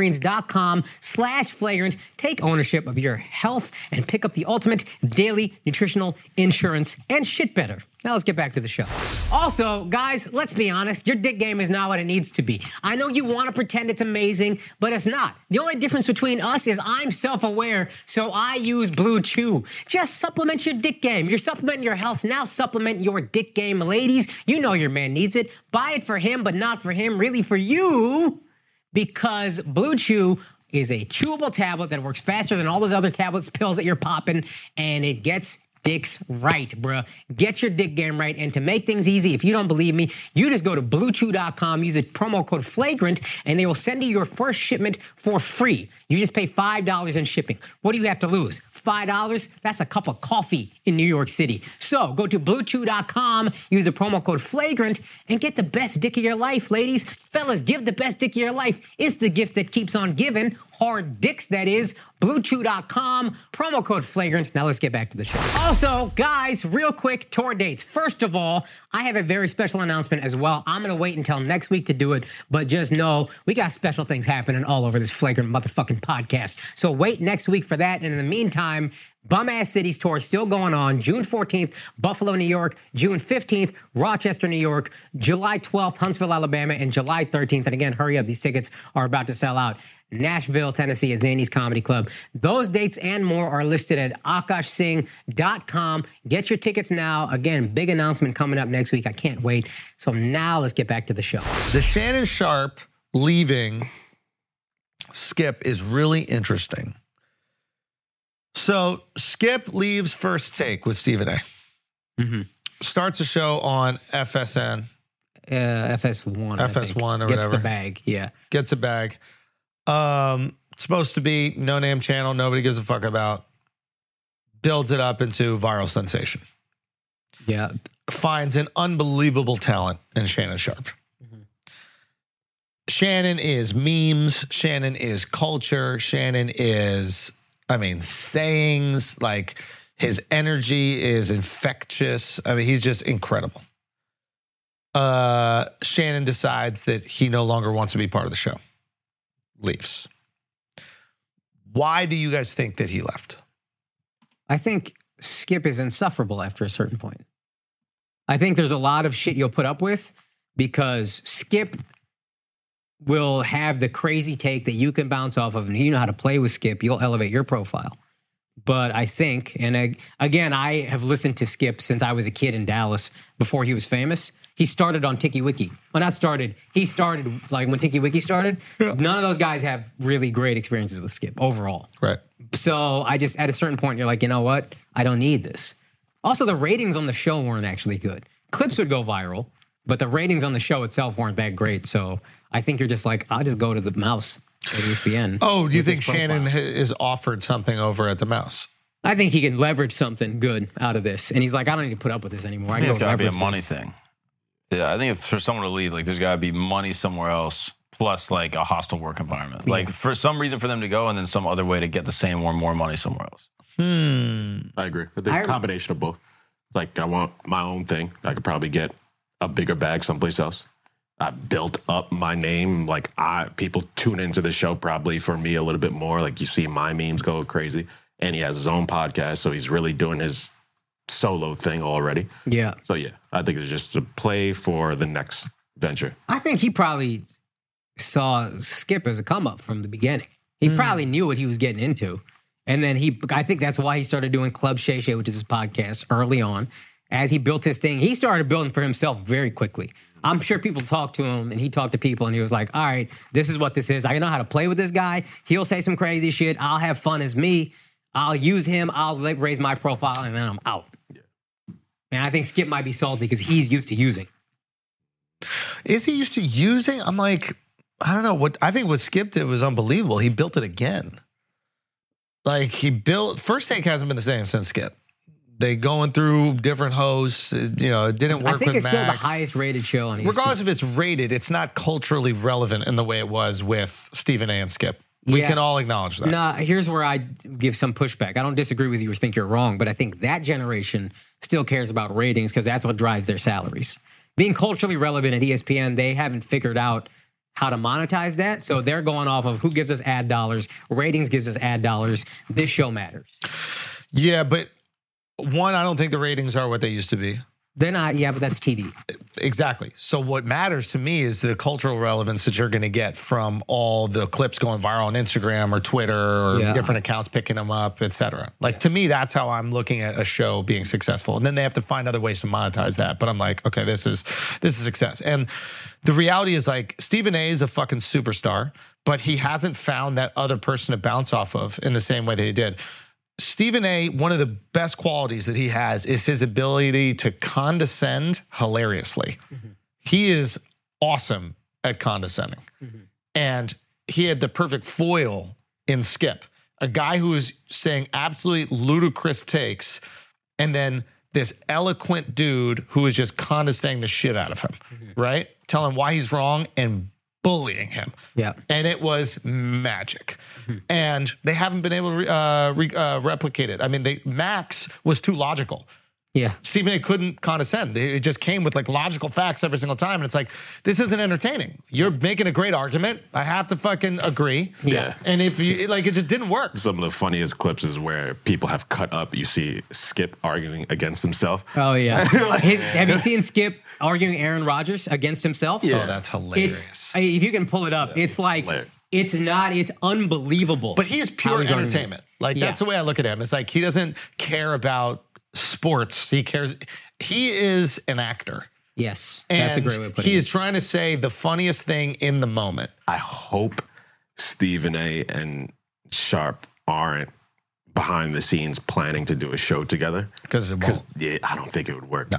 S3: athleticgreens.com slash flagrant. Take ownership of your health and pick up the ultimate daily nutritional insurance and shit better. Now let's get back to the show. Also, guys, let's be honest, your dick game is not what it needs to be. I know you want to pretend it's amazing, but it's not. The only difference between us is I'm self-aware, so I use Blue Chew. Just supplement your dick game. You're supplementing your health, now supplement your dick game, ladies. You know your man needs it. Buy it for him, but not for him, really for you because Blue Chew is a chewable tablet that works faster than all those other tablets, pills that you're popping, and it gets dicks right, bruh. Get your dick game right. And to make things easy, if you don't believe me, you just go to bluechew.com, use a promo code flagrant, and they will send you your first shipment for free. You just pay $5 in shipping. What do you have to lose? $5, that's a cup of coffee in New York City. So go to bluechew.com, use the promo code flagrant, and get the best dick of your life, ladies. Fellas, give the best dick of your life. It's the gift that keeps on giving. Hard dicks, that is. Bluechew.com, promo code flagrant. Now let's get back to the show. Also, guys, real quick, tour dates. First of all, I have a very special announcement as well. I'm gonna wait until next week to do it, but just know we got special things happening all over this flagrant motherfucking podcast. So wait next week for that. And in the meantime, Bum Ass Cities Tour is still going on. June 14th, Buffalo, New York. June 15th, Rochester, New York. July 12th, Huntsville, Alabama. And July 13th. And again, hurry up. These tickets are about to sell out. Nashville, Tennessee at Zany's Comedy Club. Those dates and more are listed at akashsing.com. Get your tickets now. Again, big announcement coming up next week. I can't wait. So now let's get back to the show.
S1: The Shannon Sharp leaving Skip is really interesting. So Skip leaves First Take with Stephen A. Starts a show on FSN,
S3: Uh, FS1. I think.
S1: FS1 or
S3: Gets
S1: whatever.
S3: the bag. Yeah.
S1: gets a bag. Um, supposed to be no name channel, nobody gives a fuck about. Builds it up into viral sensation.
S3: Yeah.
S1: finds an unbelievable talent in Shannon Sharp. Mm-hmm. Shannon is memes. Shannon is culture. Shannon is, I mean, sayings. Like his energy is infectious. I mean, he's just incredible. Uh, Shannon decides that he no longer wants to be part of the show, leaves. Why do you guys think that he left?
S3: I think Skip is insufferable after a certain point. I think there's a lot of shit you'll put up with because Skip will have the crazy take that you can bounce off of, and you know how to play with Skip. You'll elevate your profile. But I think, and I, again, I have listened to Skip since I was a kid in Dallas before he was famous. He started on Tiki Wiki. Well, not started. He started like when Tiki Wiki started. None of those guys have really great experiences with Skip overall.
S1: Right.
S3: So I just at a certain point you're like, you know what? I don't need this. Also, the ratings on the show weren't actually good. Clips would go viral, but the ratings on the show itself weren't that great. So I think you're just like, I'll just go to the mouse. at E ESPN.
S1: Oh, do you
S3: with his
S1: think Shannon
S3: profile.
S1: ha- is offered something over at the Mouse?
S3: I think he can leverage something good out of this, and he's like, I don't need to put up with this anymore. I
S2: I think
S3: can
S2: it's
S3: go
S2: got to be a
S3: leverage
S2: money
S3: this.
S2: thing. Yeah, I think if for someone to leave, like there's got to be money somewhere else, plus like a hostile work environment. Like for some reason for them to go, and then some other way to get the same or more money somewhere else.
S6: I agree. But the
S3: I-
S6: combination of both. Like I want my own thing. I could probably get a bigger bag someplace else. I built up my name. Like I people tune into the show probably for me a little bit more. Like you see my memes go crazy. And he has his own podcast, so he's really doing his solo thing already.
S3: Yeah,
S6: So yeah, I think it's just a play for the next venture.
S3: I think he probably saw Skip as a come up from the beginning. He probably knew what he was getting into. And then he, I think that's why he started doing Club Shay Shay, which is his podcast, early on. As he built his thing, he started building for himself very quickly. I'm sure people talked to him and he talked to people and he was like, all right, this is what this is. I know how to play with this guy. He'll say some crazy shit. I'll have fun as me. I'll use him. I'll like, raise my profile and then I'm out. And I think Skip might be salty because he's used to using.
S1: Is he used to using? I'm like, I don't know what I think what Skip did was unbelievable. He built it again. Like he built first take hasn't been the same since Skip. They going through different hosts. uh, You know, it didn't work.
S3: I think
S1: with
S3: it's still the
S1: Max.
S3: highest rated show on E ESPN.
S1: Regardless if it's rated, it's not culturally relevant in the way it was with Stephen A. and Skip. We
S3: Yeah.
S1: can all acknowledge that.
S3: Nah, here's where I give some pushback. I don't disagree with you or think you're wrong, but I think that generation still cares about ratings because that's what drives their salaries. Being culturally relevant at E ESPN, they haven't figured out how to monetize that. So they're going off of who gives us ad dollars, ratings gives us ad dollars. This show matters.
S1: Yeah, but one, I don't think the ratings are what they used to be.
S3: Then I, yeah, but that's TV.
S1: Exactly. So what matters to me is the cultural relevance that you're going to get from all the clips going viral on Instagram or Twitter or
S3: Yeah.
S1: different accounts picking them up, et cetera. Like to me, that's how I'm looking at a show being successful. And then they have to find other ways to monetize that. But I'm like, okay, this is this is success. And the reality is like Stephen A is a fucking superstar, but he hasn't found that other person to bounce off of in the same way that he did. Stephen A, one of the best qualities that he has is his ability to condescend hilariously. He is awesome at condescending. And he had the perfect foil in Skip, a guy who is saying absolutely ludicrous takes, and then this eloquent dude who is just condescending the shit out of him, right? Telling why he's wrong and bullying him
S3: Yeah.
S1: and it was magic. And they haven't been able to re- uh, re- uh, replicate it. I mean, they, Max was too logical.
S3: Yeah.
S1: Stephen A. couldn't condescend. It it just came with like logical facts every single time, and it's like this isn't entertaining. You're making a great argument. I have to fucking agree.
S3: Yeah.
S1: And if you it- like, it just didn't work.
S6: Some of the funniest clips is where people have cut up. You see Skip arguing against himself.
S3: Oh, yeah. His, have you seen Skip arguing Aaron Rodgers against himself?
S1: Oh, that's hilarious.
S3: It's I- if you can pull it up, it's like
S6: hilarious.
S3: it's not. It's unbelievable.
S1: But he's
S3: how
S1: pure
S3: he's arguing.
S1: entertainment. Like
S3: Yeah.
S1: that's the way I look at him. It's like he doesn't care about sports. He cares. He is an actor.
S3: Yes,
S1: And
S3: that's a great way of putting
S1: He
S3: it.
S1: is trying to say the funniest thing in the moment.
S6: I hope Stephen A. and Sharp aren't behind the scenes planning to do a show together.
S1: Because it
S6: Because
S1: won't.
S6: yeah, I don't think it would work.
S1: No.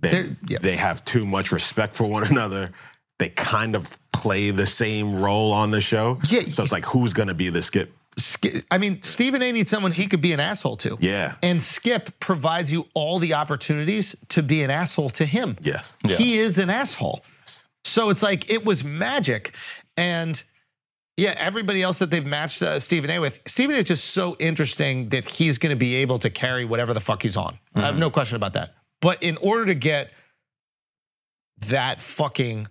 S6: They,
S1: They're- yeah.
S6: they have too much respect for one another. They kind of play the same role on the show.
S1: Yeah.
S6: So it's like, who's going to be the skip?
S1: Sk- I mean, Stephen A. needs someone he could be an asshole to.
S6: Yeah.
S1: And Skip provides you all the opportunities to be an asshole to him.
S6: Yes.
S1: He is an asshole. So it's like it was magic. And yeah, everybody else that they've matched uh, Stephen A with, Stephen A is just so interesting that he's going to be able to carry whatever the fuck he's on. I have no question about that. But in order to get that fucking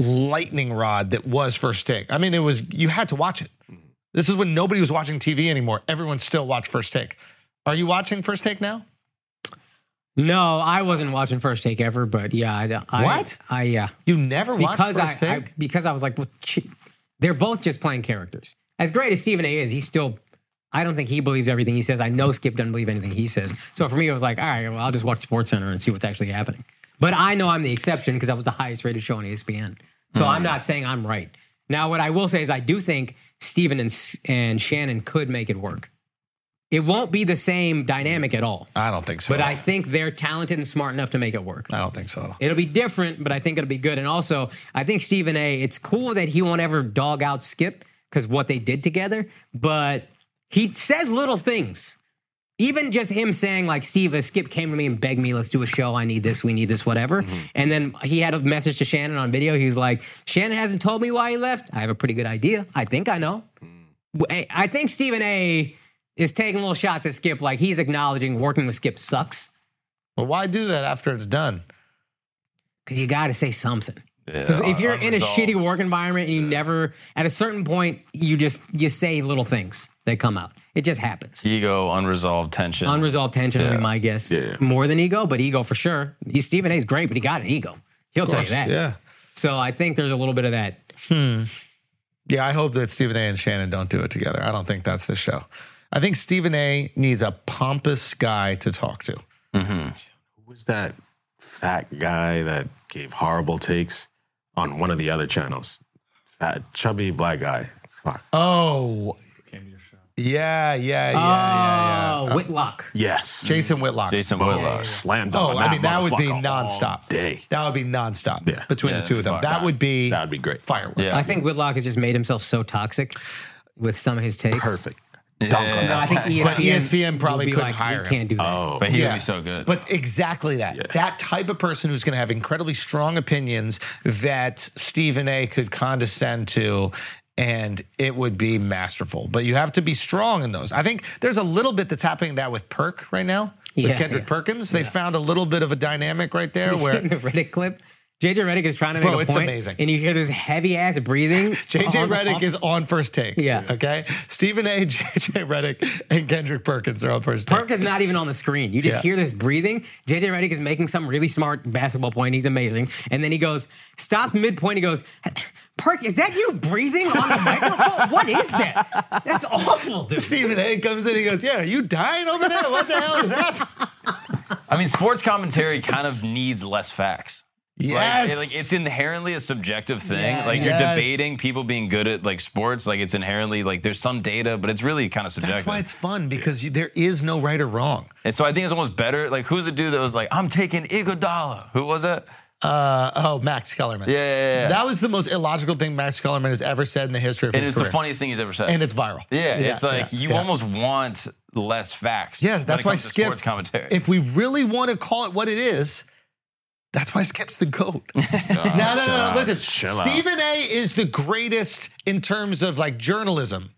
S1: lightning rod that was first take, I mean, it was, you had to watch it. This is when nobody was watching TV anymore. Everyone still watched first take. Are you watching first take now?
S3: no, I wasn't watching First Take ever, but yeah, I, I
S1: What?
S3: I yeah,
S1: You never watched
S3: because
S1: first
S3: I,
S1: take?
S3: I because I was like, well, ch- they're both just playing characters. As great as Stephen A. is, he's still. I don't think he believes everything he says. I know Skip doesn't believe anything he says. So for me, it was like, all right, well, I'll just watch Sports Center and see what's actually happening. But I know I'm the exception because I was the highest rated show on E ESPN. So I'm not saying I'm right. Now, what I will say is, I do think Stephen and, S- and Shannon could make it work. It won't be the same dynamic at all,
S1: I don't think so.
S3: but I think they're talented and smart enough to make it work.
S1: I don't think so.
S3: It'll be different, but I think it'll be good. And also, I think Stephen A. It's cool that he won't ever dog out Skip because what they did together. But he says little things. Even just him saying like, "Steve, uh, Skip came to me and begged me, let's do a show. I need this. We need this. Whatever." And then he had a message to Shannon on video. He was like, "Shannon hasn't told me why he left. I have a pretty good idea. I think I know." I I think Stephen A. is taking little shots at Skip. Like he's acknowledging working with Skip sucks
S10: Well, why do that after it's done?
S3: because you got to say something. Because
S8: uh,
S3: if you're in a shitty work environment and you never, at a certain point, you just you say little things that come out. It just happens.
S2: ego, unresolved tension.
S3: Unresolved tension would be my guess.
S6: Yeah.
S3: More than ego, but ego for sure. He, Stephen A's great, but he got an ego. He'll tell you that.
S8: Yeah.
S3: So I think there's a little bit of that.
S8: Yeah, I hope that Stephen A and Shannon don't do it together. I don't think that's the show. I think Stephen A needs a pompous guy to talk to.
S6: Who was that fat guy that gave horrible takes on one of the other channels? That chubby black guy. Fuck.
S1: Uh,
S8: Oh. Yeah, yeah, yeah, yeah,
S3: Oh,
S8: yeah.
S3: Whitlock.
S6: yes.
S8: Jason Whitlock.
S2: Jason
S6: Well,
S2: Whitlock.
S6: slammed on
S8: Oh, I mean, that would be
S6: motherfucker all
S8: nonstop.
S6: Day.
S8: That would be nonstop
S6: Yeah.
S8: between
S2: Yeah,
S8: the two of them.
S6: fuck
S8: That
S6: that.
S8: would be
S6: That would be great.
S8: fireworks.
S2: Yeah.
S3: I think Whitlock has just made himself so toxic with some of his takes.
S6: Perfect.
S3: No, I think E ESPN,
S8: But E ESPN probably
S3: will be
S8: couldn't
S3: like,
S8: hire
S3: We
S8: him."
S3: can't do that.
S6: Oh,
S2: But he
S8: Yeah.
S2: would be so good.
S8: But exactly that. That type of person who's going to have incredibly strong opinions that Stephen A could condescend to. And it would be masterful, but you have to be strong in those. I think there's a little bit that's happening that with Perk right now, with
S3: Yeah,
S8: Kendrick
S3: yeah.
S8: Perkins. They found a little bit of a dynamic right there
S3: You
S8: where
S3: seen the Reddick clip? JJ Reddick is trying to make
S8: Bro,
S3: a
S8: it's
S3: point,
S8: amazing.
S3: and you hear this heavy ass breathing.
S8: JJ
S3: on the-
S8: Reddick is on first take.
S3: Yeah.
S8: Okay. Stephen A, JJ Reddick, and Kendrick Perkins are on first take.
S3: Perk is not even on the screen. You just
S8: Yeah.
S3: hear this breathing. JJ Reddick is making some really smart basketball point. He's amazing, and then he goes stops midpoint. He goes, "Perk, is that you breathing on the microphone? What is that? That's awful, dude."
S8: Stephen A comes in, he goes, Yeah, are you dying over there? What the hell is happening?
S2: I mean, sports commentary kind of needs less facts.
S8: Yes.
S2: Like, it- like, it's inherently a subjective thing.
S3: Yeah.
S2: like you're
S8: Yes.
S2: debating people being good at like sports. Like it's inherently like there's some data, but it's really kind of subjective.
S8: That's why it's fun because you, there is no right or wrong.
S2: and so I think it's almost better. Like who's the dude that was like, I'm taking Iguodala? Who was it?
S8: Uh, oh, Max Kellerman.
S2: Yeah, yeah, yeah.
S8: That was the most illogical thing Max Kellerman has ever said in the history of
S2: and
S8: his
S2: it's
S8: career.
S2: the funniest thing he's ever said.
S8: and it's viral.
S2: yeah, it's like
S8: yeah,
S2: you
S8: yeah.
S2: almost want less facts.
S8: Yeah,
S2: when
S8: that's
S2: it
S8: why
S2: comes to
S8: Skip.
S2: sports commentary.
S8: If we really want to call it what it is, that's why Skip's the goat. no, no, no, no. Listen,
S6: Chill out.
S8: Stephen A. is the greatest in terms of like journalism.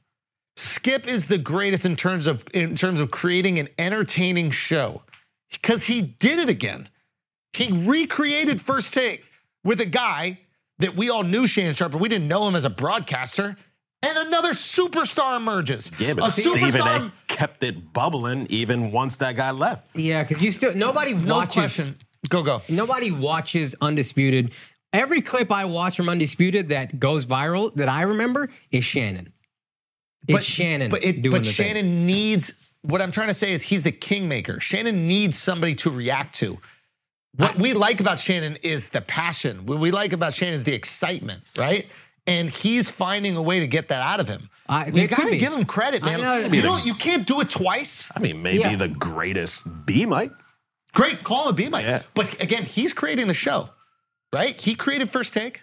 S8: Skip is the greatest in terms of in terms of creating an entertaining show because he did it again. He recreated first take with a guy that we all knew Shannon Sharp, but we didn't know him as a broadcaster. And another superstar emerges.
S6: Yeah, but
S8: a
S6: Stephen A. kept it bubbling even once that guy left.
S3: Yeah, because you still nobody
S8: No
S3: watches.
S8: question. Go go.
S3: Nobody watches Undisputed. Every clip I watch from Undisputed that goes viral that I remember is Shannon. It's Shannon.
S8: But, it,
S3: doing
S8: but
S3: the thing.
S8: Shannon needs. What I'm trying to say is he's the kingmaker. Shannon needs somebody to react to. What we like about Shannon is the passion. What we like about Shannon is the excitement, right? And he's finding a way to get that out of him.
S3: I-
S8: you
S3: it could
S8: gotta
S3: be.
S8: give him credit,
S3: I
S8: man.
S3: know.
S8: You know, you can't do it twice.
S6: I mean, maybe
S3: Yeah.
S6: the greatest B Mike.
S8: Great, call him a B Mike.
S6: Yeah.
S8: But again, he's creating the show, right? He created first take.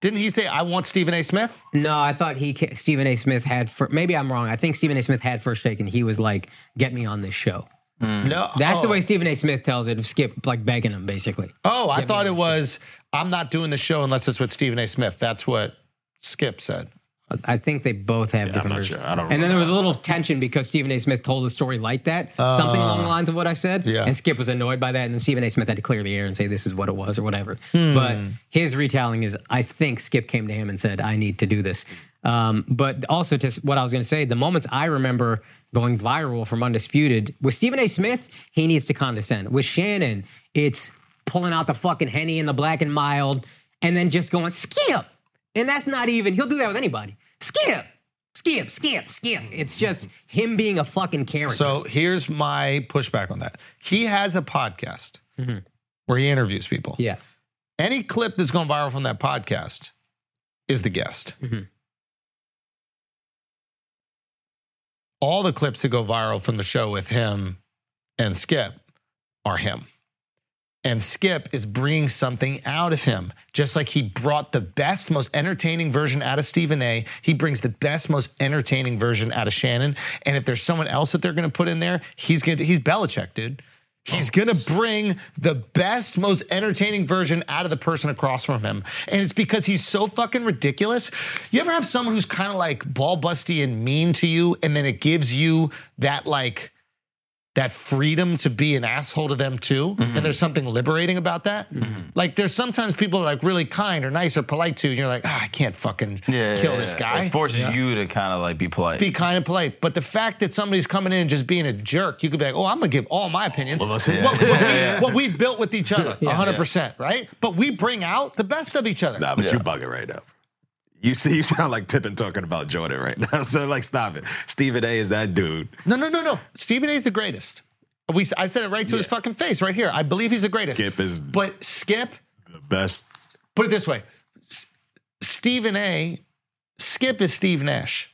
S8: Didn't he say, "I want Stephen A. Smith"?
S3: No, I thought he ca- Stephen A. Smith had. Fir- Maybe I'm wrong. I think Stephen A. Smith had first take, and he was like, "Get me on this show."
S8: No,
S3: Mm. That's the
S8: Oh.
S3: way Stephen A. Smith tells it. of Skip like begging him, basically.
S8: Oh, I thought it was I'm not doing the show unless it's with Stephen A. Smith. That's what Skip said.
S3: I think they both have different.
S6: not
S3: versions.
S6: sure. I don't
S3: And then there was a little tension because Stephen A. Smith told a story like that, something along the lines of what I said,
S8: Uh, yeah.
S3: and Skip was annoyed by that, and then Stephen A. Smith had to clear the air and say this is what it was or whatever. But his retelling is, I think Skip came to him and said, "I need to do this." Um, but also, to s- what I was going to say, the moments I remember going viral from Undisputed with Stephen A. Smith, he needs to condescend. With Shannon, it's pulling out the fucking henny and the black and mild, and then just going Skip, and that's not even. He'll do that with anybody. Skip. Skip, skip, skip. It's just him being a fucking character.
S8: So here's my pushback on that. He has a podcast where he interviews people.
S3: yeah.
S8: Any clip that's gone viral from that podcast is the guest. All the clips that go viral from the show with him and Skip are him. And Skip is bringing something out of him. Just like he brought the best, most entertaining version out of Stephen A, he brings the best, most entertaining version out of Shannon. And if there's someone else that they're going to put in there, he's going to, he's Belichick, dude. He's going to bring the best, most entertaining version out of the person across from him. And it's because he's so fucking ridiculous. You ever have someone who's kind of like ball busty and mean to you, and then it gives you that like, that freedom to be an asshole to them too.
S6: Mm-hmm.
S8: And there's something liberating about that. Like there's sometimes people are like really kind or nice or polite to, you, and you're like, ah, I can't fucking kill this guy.
S2: It forces you to kind of like be polite.
S8: be kind and polite. But the fact that somebody's coming in and just being a jerk, you could be like, oh, I'm gonna give all my opinions. what, what we, what we've built with each other, 100%, right? But we bring out the best of each other.
S6: Nah, but you bugging right now. You see, you sound like Pippen talking about Jordan right now. So like, stop it. Stephen A. is that dude.
S8: No, no, no, no. Stephen A. is the greatest. We, I said it right to his fucking face right here. I believe he's the greatest.
S6: Skip is-
S8: But Skip,
S6: The best.
S8: put it this way S- Stephen A, Skip is Steve Nash.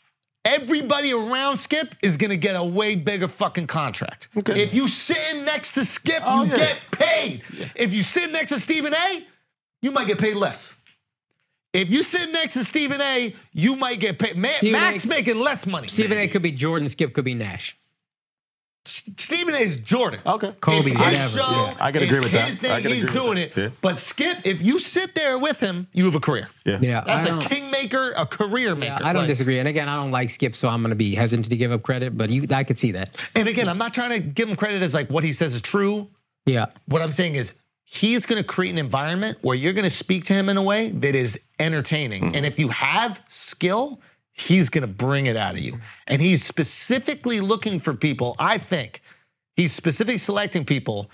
S8: Everybody around Skip is going to get a way bigger fucking contract. If you sitting next to Skip,
S6: Oh,
S8: you get paid. If you sit next to Stephen A, you might get paid less. If you sit next to Stephen A, you might get paid. Ma-
S3: Stephen A-
S8: Mac's making less money.
S3: Stephen A. could be Jordan. Skip could be Nash.
S8: Stephen A. is Jordan.
S6: Okay.
S3: Kobe,
S8: It's his
S3: whatever.
S8: show.
S6: Yeah, I can agree
S8: It's
S6: with that.
S8: his
S6: I
S8: thing.
S6: can
S8: He's
S6: agree with
S8: doing
S6: that.
S8: it.
S6: Yeah.
S8: But Skip, if you sit there with him, you have a career.
S3: Yeah, I
S8: That's
S3: don't-
S8: a kingmaker, a career maker.
S3: I don't
S8: Like-
S3: disagree. And again, I don't like Skip, so I'm going to be hesitant to give up credit. But you, I could see that.
S8: And again, I'm not trying to give him credit as like what he says is true.
S3: Yeah,
S8: What I'm saying is he's going to create an environment where you're going to speak to him in a way that is entertaining.
S3: Mm-hmm.
S8: And if you have skill, he's going to bring it out of you. And he's specifically looking for people, I think. He's specifically selecting people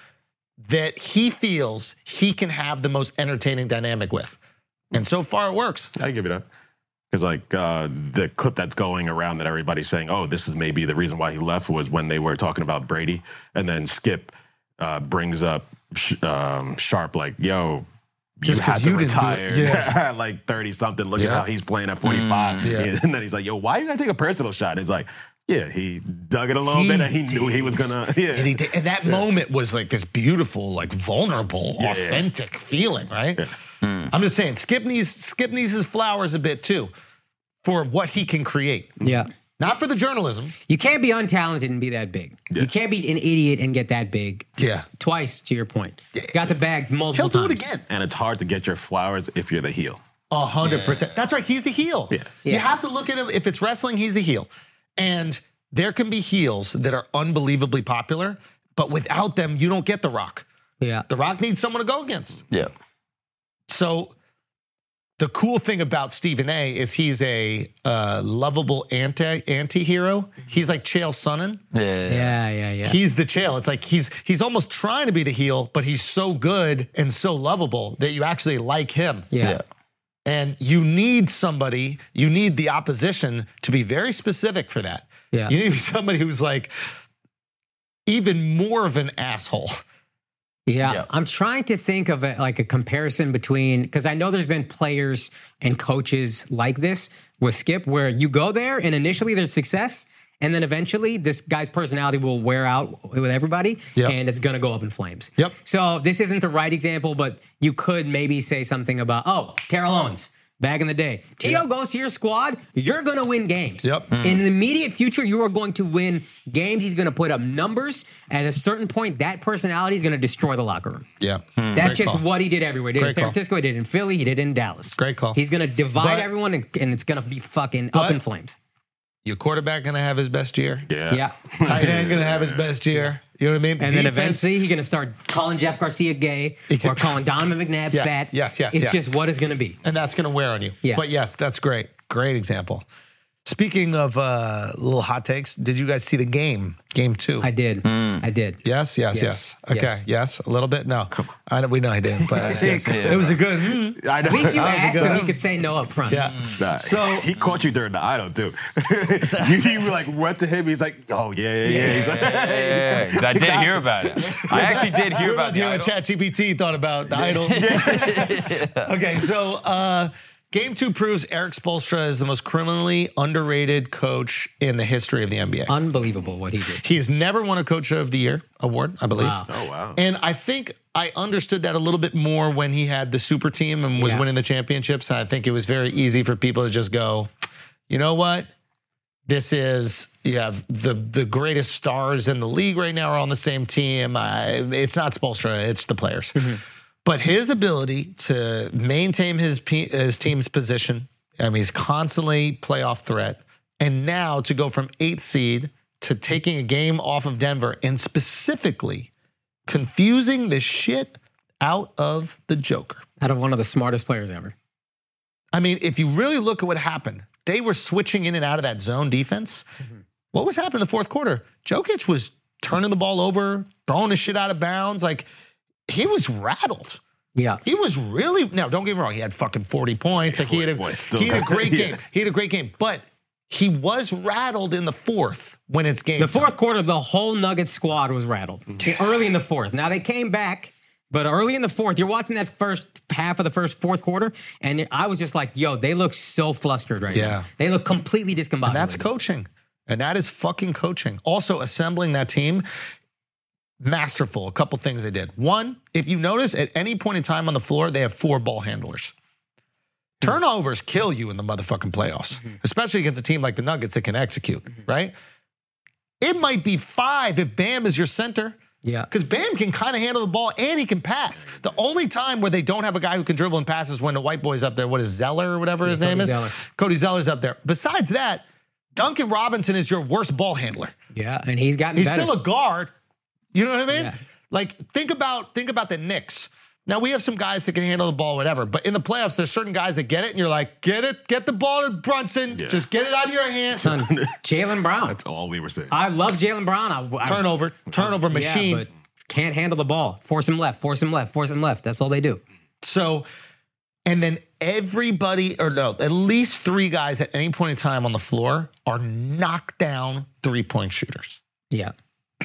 S8: that he feels he can have the most entertaining dynamic with. And so far it works.
S6: I give it up. Because like uh, the clip that's going around that everybody's saying, oh, this is maybe the reason why he left was when they were talking about Brady, and then Skip uh, brings up Sh- um, Sharp like, yo. You
S8: Just 'cause
S6: had to
S8: you didn't do it.
S6: retire at like 30 something. Look at how he's playing at 45.
S8: Mm,
S6: And then he's like, yo, why you gotta take a personal shot? It's like, yeah, he dug it a little
S8: He
S6: bit and he knew he was gonna. Yeah.
S8: And, he did, and that moment was like this beautiful, like vulnerable,
S6: Yeah, Mm. yeah.
S8: authentic feeling, right? I'm just saying, Skip needs Skip needs his flowers a bit too, for what he can create,
S3: yeah.
S8: not for the journalism.
S3: You can't be untalented and be that big. You can't be an idiot and get that big.
S8: Yeah.
S3: Twice, to your point. Got the bag multiple
S8: He'll do it
S3: times.
S8: again,
S6: and it's hard to get your flowers if you're the heel.
S8: a hundred percent. That's right. He's the heel. You
S3: Yeah.
S8: have to look at him. If it's wrestling, he's the heel, and there can be heels that are unbelievably popular, but without them, you don't get the Rock.
S3: Yeah.
S8: The Rock needs someone to go against.
S2: yeah.
S8: So the cool thing about Stephen A is he's a uh, lovable anti anti-hero. He's like Chael Sonnen.
S2: Yeah.
S3: Yeah, yeah, Mm-hmm. yeah.
S8: He's the Chael. It's like he's he's almost trying to be the heel, but he's so good and so lovable that you actually like him.
S3: yeah.
S8: And you need somebody, you need the opposition to be very specific for that.
S3: Yeah.
S8: You need somebody who's like even more of an asshole.
S3: Yeah,
S2: Yeah.
S3: I'm trying to think of a, like a comparison between because I know there's been players and coaches like this with Skip, where you go there and initially there's success, and then eventually this guy's personality will wear out with everybody,
S8: Yeah.
S3: and it's gonna go up in flames.
S8: Yep.
S3: So this isn't the right example, but you could maybe say something about oh Terrell Owens. Back in the day, To goes to your squad. You're going to win games.
S8: Yep.
S3: In the immediate future, you are going to win games. He's going to put up numbers. At a certain point, that personality is going to destroy the locker room.
S8: Yeah.
S3: That's just what he did everywhere. He did it in
S8: Hmm. Great
S3: San
S8: call.
S3: Francisco. He did it in Philly. He did it in Dallas.
S8: Great call.
S3: He's going to divide
S8: But-
S3: everyone, and, and it's going to be fucking up
S8: But-
S3: in flames.
S8: Your quarterback gonna have his best year.
S6: Yeah.
S3: Yeah.
S8: Tight end gonna have his best year. You know what I mean?
S3: And then eventually he's going to start calling Jeff Garcia gay or
S8: Exactly.
S3: calling Donovan McNabb
S8: Yes,
S3: fat.
S8: yes, yes,
S3: It's
S8: yes.
S3: just what it's going to be.
S8: and that's going to wear on you.
S3: Yeah.
S8: But yes, that's great. Great example. Speaking of uh, little hot takes, did you guys see the game? Game two.
S3: I did.
S8: Hmm.
S3: I did.
S8: Yes, yes, yes,
S3: Yes,
S8: Okay, yes.
S3: yes.
S8: a little bit. No, I know, we know I did, but it was a good. hmm.
S6: I know.
S3: At least you
S8: That was a
S3: asked
S8: good
S3: so
S8: one.
S3: he could say no up front.
S8: Yeah.
S6: Nah,
S8: So-
S6: he caught you during the idol too. you, you like went to him. He's like, oh yeah, yeah, yeah. He's like,
S2: Yeah, 'cause I did hear about it. I actually did hear about
S8: What about
S2: the
S8: you and
S2: idol.
S8: ChatGPT thought about the idol? okay, so uh, Game two proves Eric Spolstra is the most criminally underrated coach in the history of the NBA.
S3: Unbelievable what he did.
S8: He's never won a Coach of the Year award, I believe.
S3: Wow.
S6: Oh wow.
S8: And I think I understood that a little bit more when he had the super team and was
S3: Yeah.
S8: winning the championships. And I think it was very easy for people to just go, you know what? This is you have the the greatest stars in the league right now are on the same team. I, it's not Spolstra, it's the players. But his ability to maintain his pe- his team's position, I mean, he's constantly playoff threat, and now to go from eight seed to taking a game off of Denver, and specifically confusing the shit out of the Joker.
S3: Out of one of the smartest players ever.
S8: I mean, if you really look at what happened, they were switching in and out of that zone defense. What was happening in the fourth quarter? Jokic was turning the ball over, throwing his shit out of bounds. Like he was rattled.
S3: Yeah.
S8: He was really now. Don't get me wrong. He had fucking forty points. Like he had a,
S6: 40 points, still
S8: he had a
S6: got-
S8: great
S6: yeah.
S8: game. He had a great game, but he was rattled in the fourth when it's game.
S3: The
S8: time.
S3: fourth quarter, the whole Nuggets squad was rattled. Early in the fourth. Now they came back, but early in the fourth, you're watching that first half of the first fourth quarter, and I was just like, yo, they look so flustered right
S8: Yeah.
S3: now. They look completely discombobulated.
S8: And that's coaching. And that is fucking coaching. Also, assembling that team, masterful. A couple things they did. One, if you notice, at any point in time on the floor, they have four ball handlers. Turnovers kill you in the motherfucking playoffs, especially against a team like the Nuggets that can execute, right? It might be five if Bam is your center.
S3: Yeah.
S8: Because Bam can kind of handle the ball and he can pass. The only time where they don't have a guy who can dribble and pass is when the white boy's up there. What is Zeller or whatever his
S3: Cody
S8: name is?
S3: Zeller.
S8: Cody Zeller's up there. Besides that, Duncan Robinson is your worst ball handler.
S3: Yeah, and he's gotten
S8: He's
S3: better.
S8: still a guard. You know what I mean?
S3: Yeah.
S8: Like think about think about the Knicks. Now we have some guys that can handle the ball, whatever. But in the playoffs, there's certain guys that get it, and you're like, get it, get the ball to Brunson,
S6: Yeah.
S8: just get it out of your hands.
S3: Son, Jalen Brown.
S6: That's all we were saying.
S3: I love Jalen Brown. I, I,
S8: Turnover, turnover machine.
S3: Yeah, but can't handle the ball. Force him left. Force him left. Force him left. That's all they do.
S8: So, and then everybody, or no, at least three guys at any point in time on the floor are knockdown three point shooters.
S3: Yeah.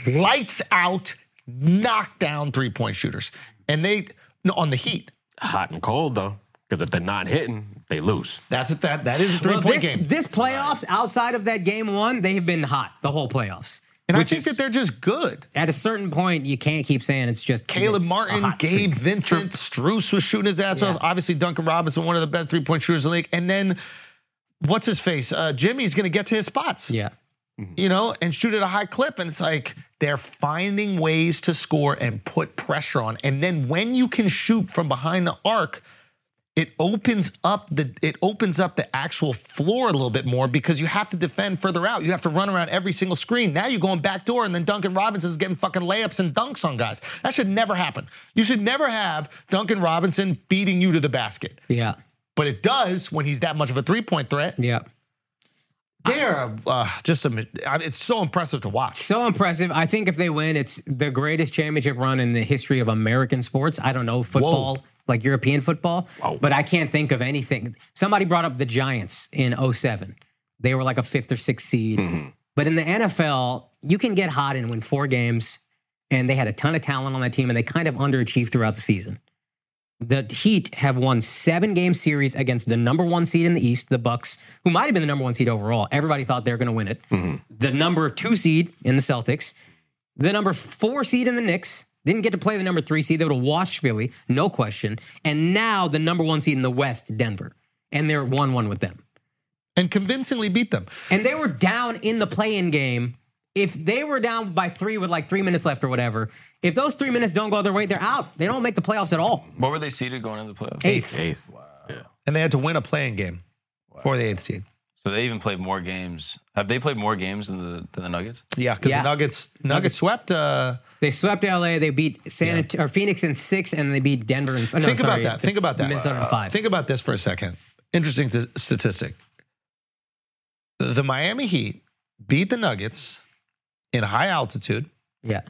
S8: Lights out, knockdown three point shooters. And they, no, on the Heat,
S6: Hot and cold though, because if they're not hitting, they lose.
S8: that's what that, that is a three
S3: Well,
S8: point
S3: this,
S8: game.
S3: this playoffs, outside of that game one, they have been hot the whole playoffs.
S8: and I
S3: which
S8: think
S3: is-
S8: that they're just good.
S3: at a certain point, you can't keep saying it's just
S8: Caleb
S3: a
S8: Martin,
S3: hot streak.
S8: Gabe Vincent, Struess was shooting his ass
S3: Yeah.
S8: off. Obviously, Duncan Robinson, one of the best three point shooters in the league. And then, what's his face? Uh, Jimmy's going to get to his spots.
S3: Yeah.
S8: you know, and shoot at a high clip. And it's like they're finding ways to score and put pressure on. And then when you can shoot from behind the arc, it opens up the it opens up the actual floor a little bit more because you have to defend further out. You have to run around every single screen. Now you're going backdoor, and then Duncan Robinson's getting fucking layups and dunks on guys. That should never happen. You should never have Duncan Robinson beating you to the basket.
S3: Yeah.
S8: But it does when he's that much of a three point threat.
S3: Yeah.
S8: They're uh, just a, I mean, it's so impressive to watch.
S3: So impressive. I think if they win, it's the greatest championship run in the history of American sports. I don't know, football, like European football, but I can't think of anything. Somebody brought up the Giants in 07. They were like a fifth or sixth seed. But in the NFL, you can get hot and win four games, and they had a ton of talent on that team, and they kind of underachieved throughout the season. The Heat have won seven game series against the number one seed in the East, the Bucks, who might have been the number one seed overall. Everybody thought they were going to win it. The number two seed in the Celtics, the number four seed in the Knicks. Didn't get to play the number three seed. They would have washed Philly, no question. And now the number one seed in the West, Denver, and they're one one with them.
S8: and convincingly beat them.
S3: And they were down in the play-in game. If they were down by three with like three minutes left or whatever, if those three minutes don't go their way, they're out. They don't make the playoffs at all.
S2: What were they seeded going into the playoffs?
S3: Eighth.
S6: Eighth.
S8: And they had to win a playing game for the eighth seed.
S2: So they even played more games. Have they played more games than the than the Nuggets?
S8: Yeah, because
S3: Yeah.
S8: the Nuggets Nuggets,
S3: Nuggets.
S8: swept. Uh,
S3: They swept LA. They beat San Ant- or Phoenix in six, and they beat Denver in. No,
S8: think
S3: sorry,
S8: about that. Think about that.
S3: Minnesota in five.
S8: Think about this for a second. Interesting t- statistic. The Miami Heat beat the Nuggets in high altitude.
S3: yeah,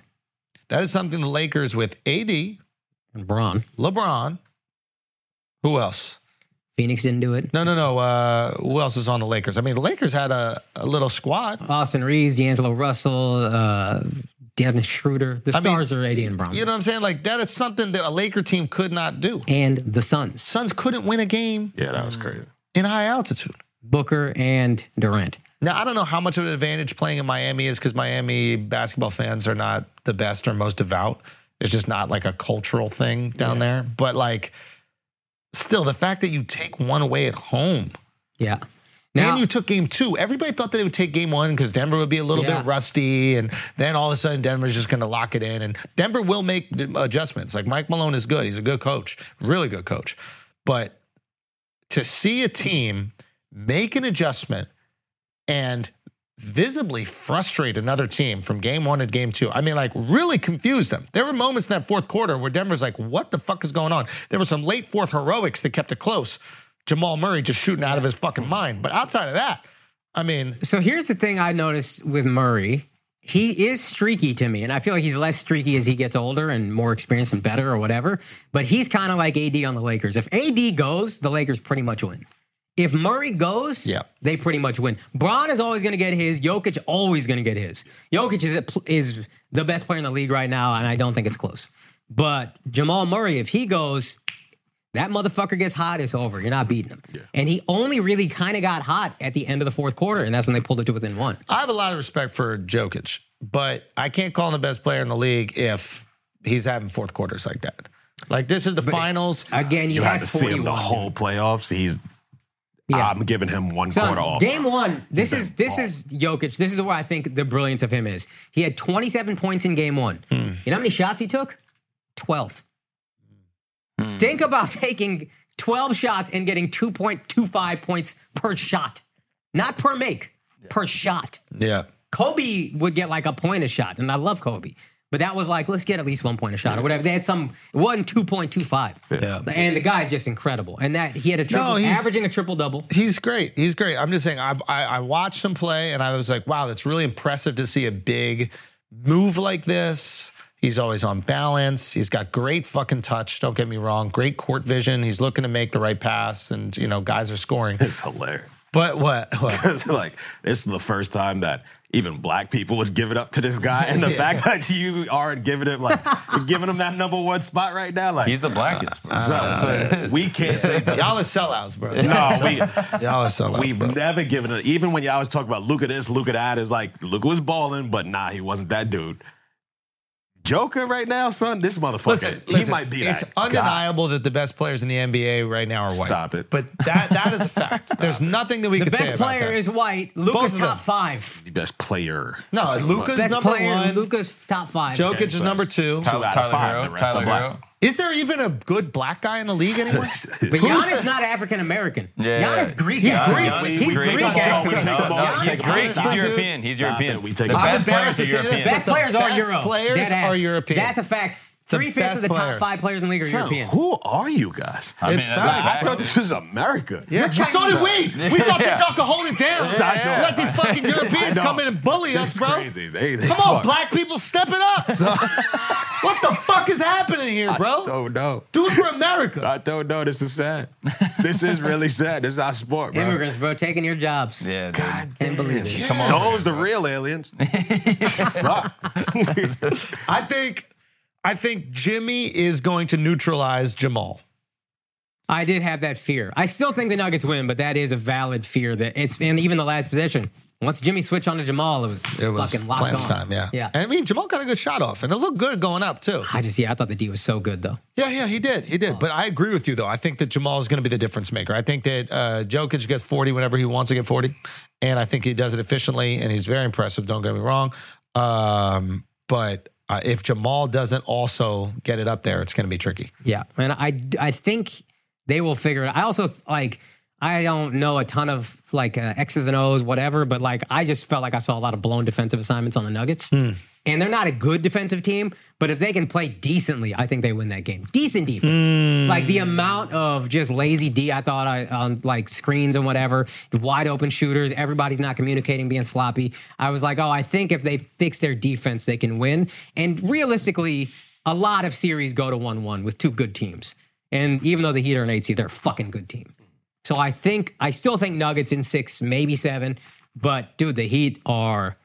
S8: That is something the Lakers with AD,
S3: and Braun.
S8: LeBron. Who else?
S3: Phoenix didn't do it.
S8: No, no, no. Uh, who else is on the Lakers? I mean, the Lakers had a, a little squad.
S3: Austin Reeves, D'Angelo Russell, uh, Dennis Schroeder. The
S8: I mean,
S3: stars are Adian Brown.
S8: You know what I'm saying? Like that is something that a Laker team could not do.
S3: and the Suns,
S8: Suns couldn't win a game
S6: Yeah, that was
S3: Mm.
S6: crazy.
S8: in high altitude.
S3: Booker and Durant.
S8: Now I don't know how much of an advantage playing in Miami is because Miami basketball fans are not the best or most devout. It's just not like a cultural thing down there. But like, still, the fact that you take one away at home
S3: Yeah. Now,
S8: and you took game two. Everybody thought they would take game one because Denver would be a little
S3: Yeah.
S8: bit rusty, and then all of a sudden Denver's just going to lock it in. And Denver will make d- adjustments. Like Mike Malone is good; he's a good coach, really good coach. But to see a team make an adjustment and visibly frustrate another team from game one to game two. I mean, like really confuse them. There were moments in that fourth quarter where Denver's like, what the fuck is going on? There were some late fourth heroics that kept it close. Jamal Murray just shooting out of his fucking mind. But outside of that, I mean,
S3: so here's the thing I noticed with Murray. He is streaky to me, and I feel like he's less streaky as he gets older and more experienced and better or whatever. But he's kind of like AD on the Lakers. If AD goes, the Lakers pretty much win. If Murray goes,
S8: Yeah.
S3: they pretty much win. Braun is always going to get his. Jokic always going to get his. Jokic is is the best player in the league right now, and I don't think it's close. But Jamal Murray, if he goes, that motherfucker gets hot, it's over. You're not beating him. And he only really kind of got hot at the end of the fourth quarter, and that's when they pulled it to within one.
S8: I have a lot of respect for Jokic, but I can't call him the best player in the league if he's having fourth quarters like that. Like this is the finals.
S3: Again, you,
S6: Uh, You
S3: had
S6: had to see him the
S3: 41.
S6: whole playoffs. He's
S3: Yeah.
S6: I'm giving him one
S3: Son,
S6: quarter off.
S3: game one. This is this is Jokic. This is where I think the brilliance of him is. He had 27 points in game one.
S8: Hmm.
S3: You know how many shots he took? 12.
S8: Hmm.
S3: Think about taking 12 shots and getting 2.25 points per shot, not per make, per shot.
S8: yeah.
S3: Kobe would get like a point a shot, and I love Kobe. But that was like, let's get at least one point a shot or whatever. They had some one two point two five,
S8: Yeah.
S3: and the guy's just incredible. And that he had a triple,
S8: he's-
S3: averaging a triple double.
S8: He's great. He's great. I'm just saying, I've, I, I watched him play and I was like, wow, that's really impressive to see a big move like this. He's always on balance. He's got great fucking touch. Don't get me wrong. Great court vision. He's looking to make the right pass and, you know, guys are scoring.
S6: It's hilarious.
S8: But what? what?
S6: It's like this is the first time that even black people would give it up to this guy, and the fact that you aren't giving him like you're giving him that number one spot right now, like
S2: He's the blackest. bro.
S6: So- so we can't say that.
S8: Y'all are sellouts, bro.
S6: No, we
S8: Y'all are sellouts.
S6: we've
S8: bro.
S6: never given it. Even when y'all was talking about look at this, look at that, it's like Luca was balling, but nah, he wasn't that dude. Joker right now, son, this motherfucker, he
S8: Listen,
S6: might be that.
S8: It's undeniable that the best players in the NBA right now are white.
S6: Stop it.
S8: But that that is a fact. There's nothing that we
S3: The
S8: can say
S3: best
S8: about
S3: player
S8: that.
S3: is white.
S8: Both
S3: Luca's
S8: of them.
S3: top five.
S6: God, best player.
S8: no. Luca's
S3: Best
S8: number
S3: player.
S8: one.
S3: Luca's top five.
S8: Jokic is number two.
S6: Two out of five. the
S2: Hero.
S6: rest are
S2: Tyler
S6: black.
S2: Hero.
S8: Is there even a good black guy in the league anymore?
S3: But Giannis not African American.
S2: Yeah.
S3: Giannis Greek.
S8: He's
S3: uh, Giannis-
S8: Greek.
S2: Giannis
S6: We-
S2: is
S6: we
S3: He's
S6: take
S3: Greek.
S6: him off.
S3: actually.
S6: We take him off.
S3: Giannis
S6: We
S2: He's
S6: take him
S2: Greek.
S6: off.
S2: He's
S6: Stop it.
S2: European. He's
S6: Stop
S2: European.
S6: it. We take
S2: the
S6: him off.
S2: best players are
S8: Embarrassing.
S2: European.
S8: Best
S3: Best players are
S8: best
S3: Euro.
S8: players
S3: Dead ass.
S8: are European.
S3: That's a fact.
S8: The
S3: Three fifths of
S8: best
S3: the top
S8: players.
S3: five players in the league are
S6: Son,
S3: European.
S6: Who are you guys?
S2: I mean,
S8: It's
S2: that's a
S8: fact.
S6: I
S2: fact.
S6: thought this was America.
S8: Yeah. So did we. We thought that y'all could hold it down.
S6: Yeah.
S8: Let these fucking Europeans
S6: I know.
S8: come in and bully us,
S6: It's
S8: bro.
S6: crazy. They, they
S8: Come on,
S6: fuck.
S8: black people, step it up. what the fuck is happening here,
S6: I
S8: bro?
S6: don't know.
S8: Do it for America.
S6: I don't know. This is sad. this is really sad. This is our sport, bro.
S3: Immigrants, bro, taking your jobs.
S2: Yeah, dude.
S3: Can't believe it.
S6: Come on. Those the real aliens. Fuck.
S8: I think, I think Jimmy is going to neutralize Jamal.
S3: I did have that fear. I still think the Nuggets win, but that is a valid fear that it's and even the last possession. Once Jimmy switched on to Jamal, it was
S8: It was
S3: fucking locked
S8: clamps
S3: on.
S8: time, yeah.
S3: Yeah.
S8: And I mean, Jamal got a good shot off, and it looked good going up too.
S3: I Oh. just yeah, I thought the D was so good though.
S8: Yeah, yeah, he did, he did. But I agree with you though. I think that Jamal is going to be the difference maker. I think that uh, Jokic gets forty whenever he wants to get forty, and I think he does it efficiently, and he's very impressive. Don't get me wrong, um, but uh, if Jamal doesn't also get it up there, it's going to be tricky.
S3: Yeah, and I I think they will figure it. out. I also like I don't know a ton of like uh, X's and O's whatever, but like I just felt like I saw a lot of blown defensive assignments on the Nuggets. And they're not a good defensive team, but if they can play decently, I think they win that game. Decent defense, like the amount of just lazy D I thought I on like screens and whatever, wide open shooters. Everybody's not communicating, being sloppy. I was like, oh, I think if they fix their defense, they can win. And realistically, a lot of series go to 1 1 with two good teams. And even though the Heat are an eight seed, they're a fucking good team. So I think, I still think Nuggets in six, maybe seven. But dude, the Heat are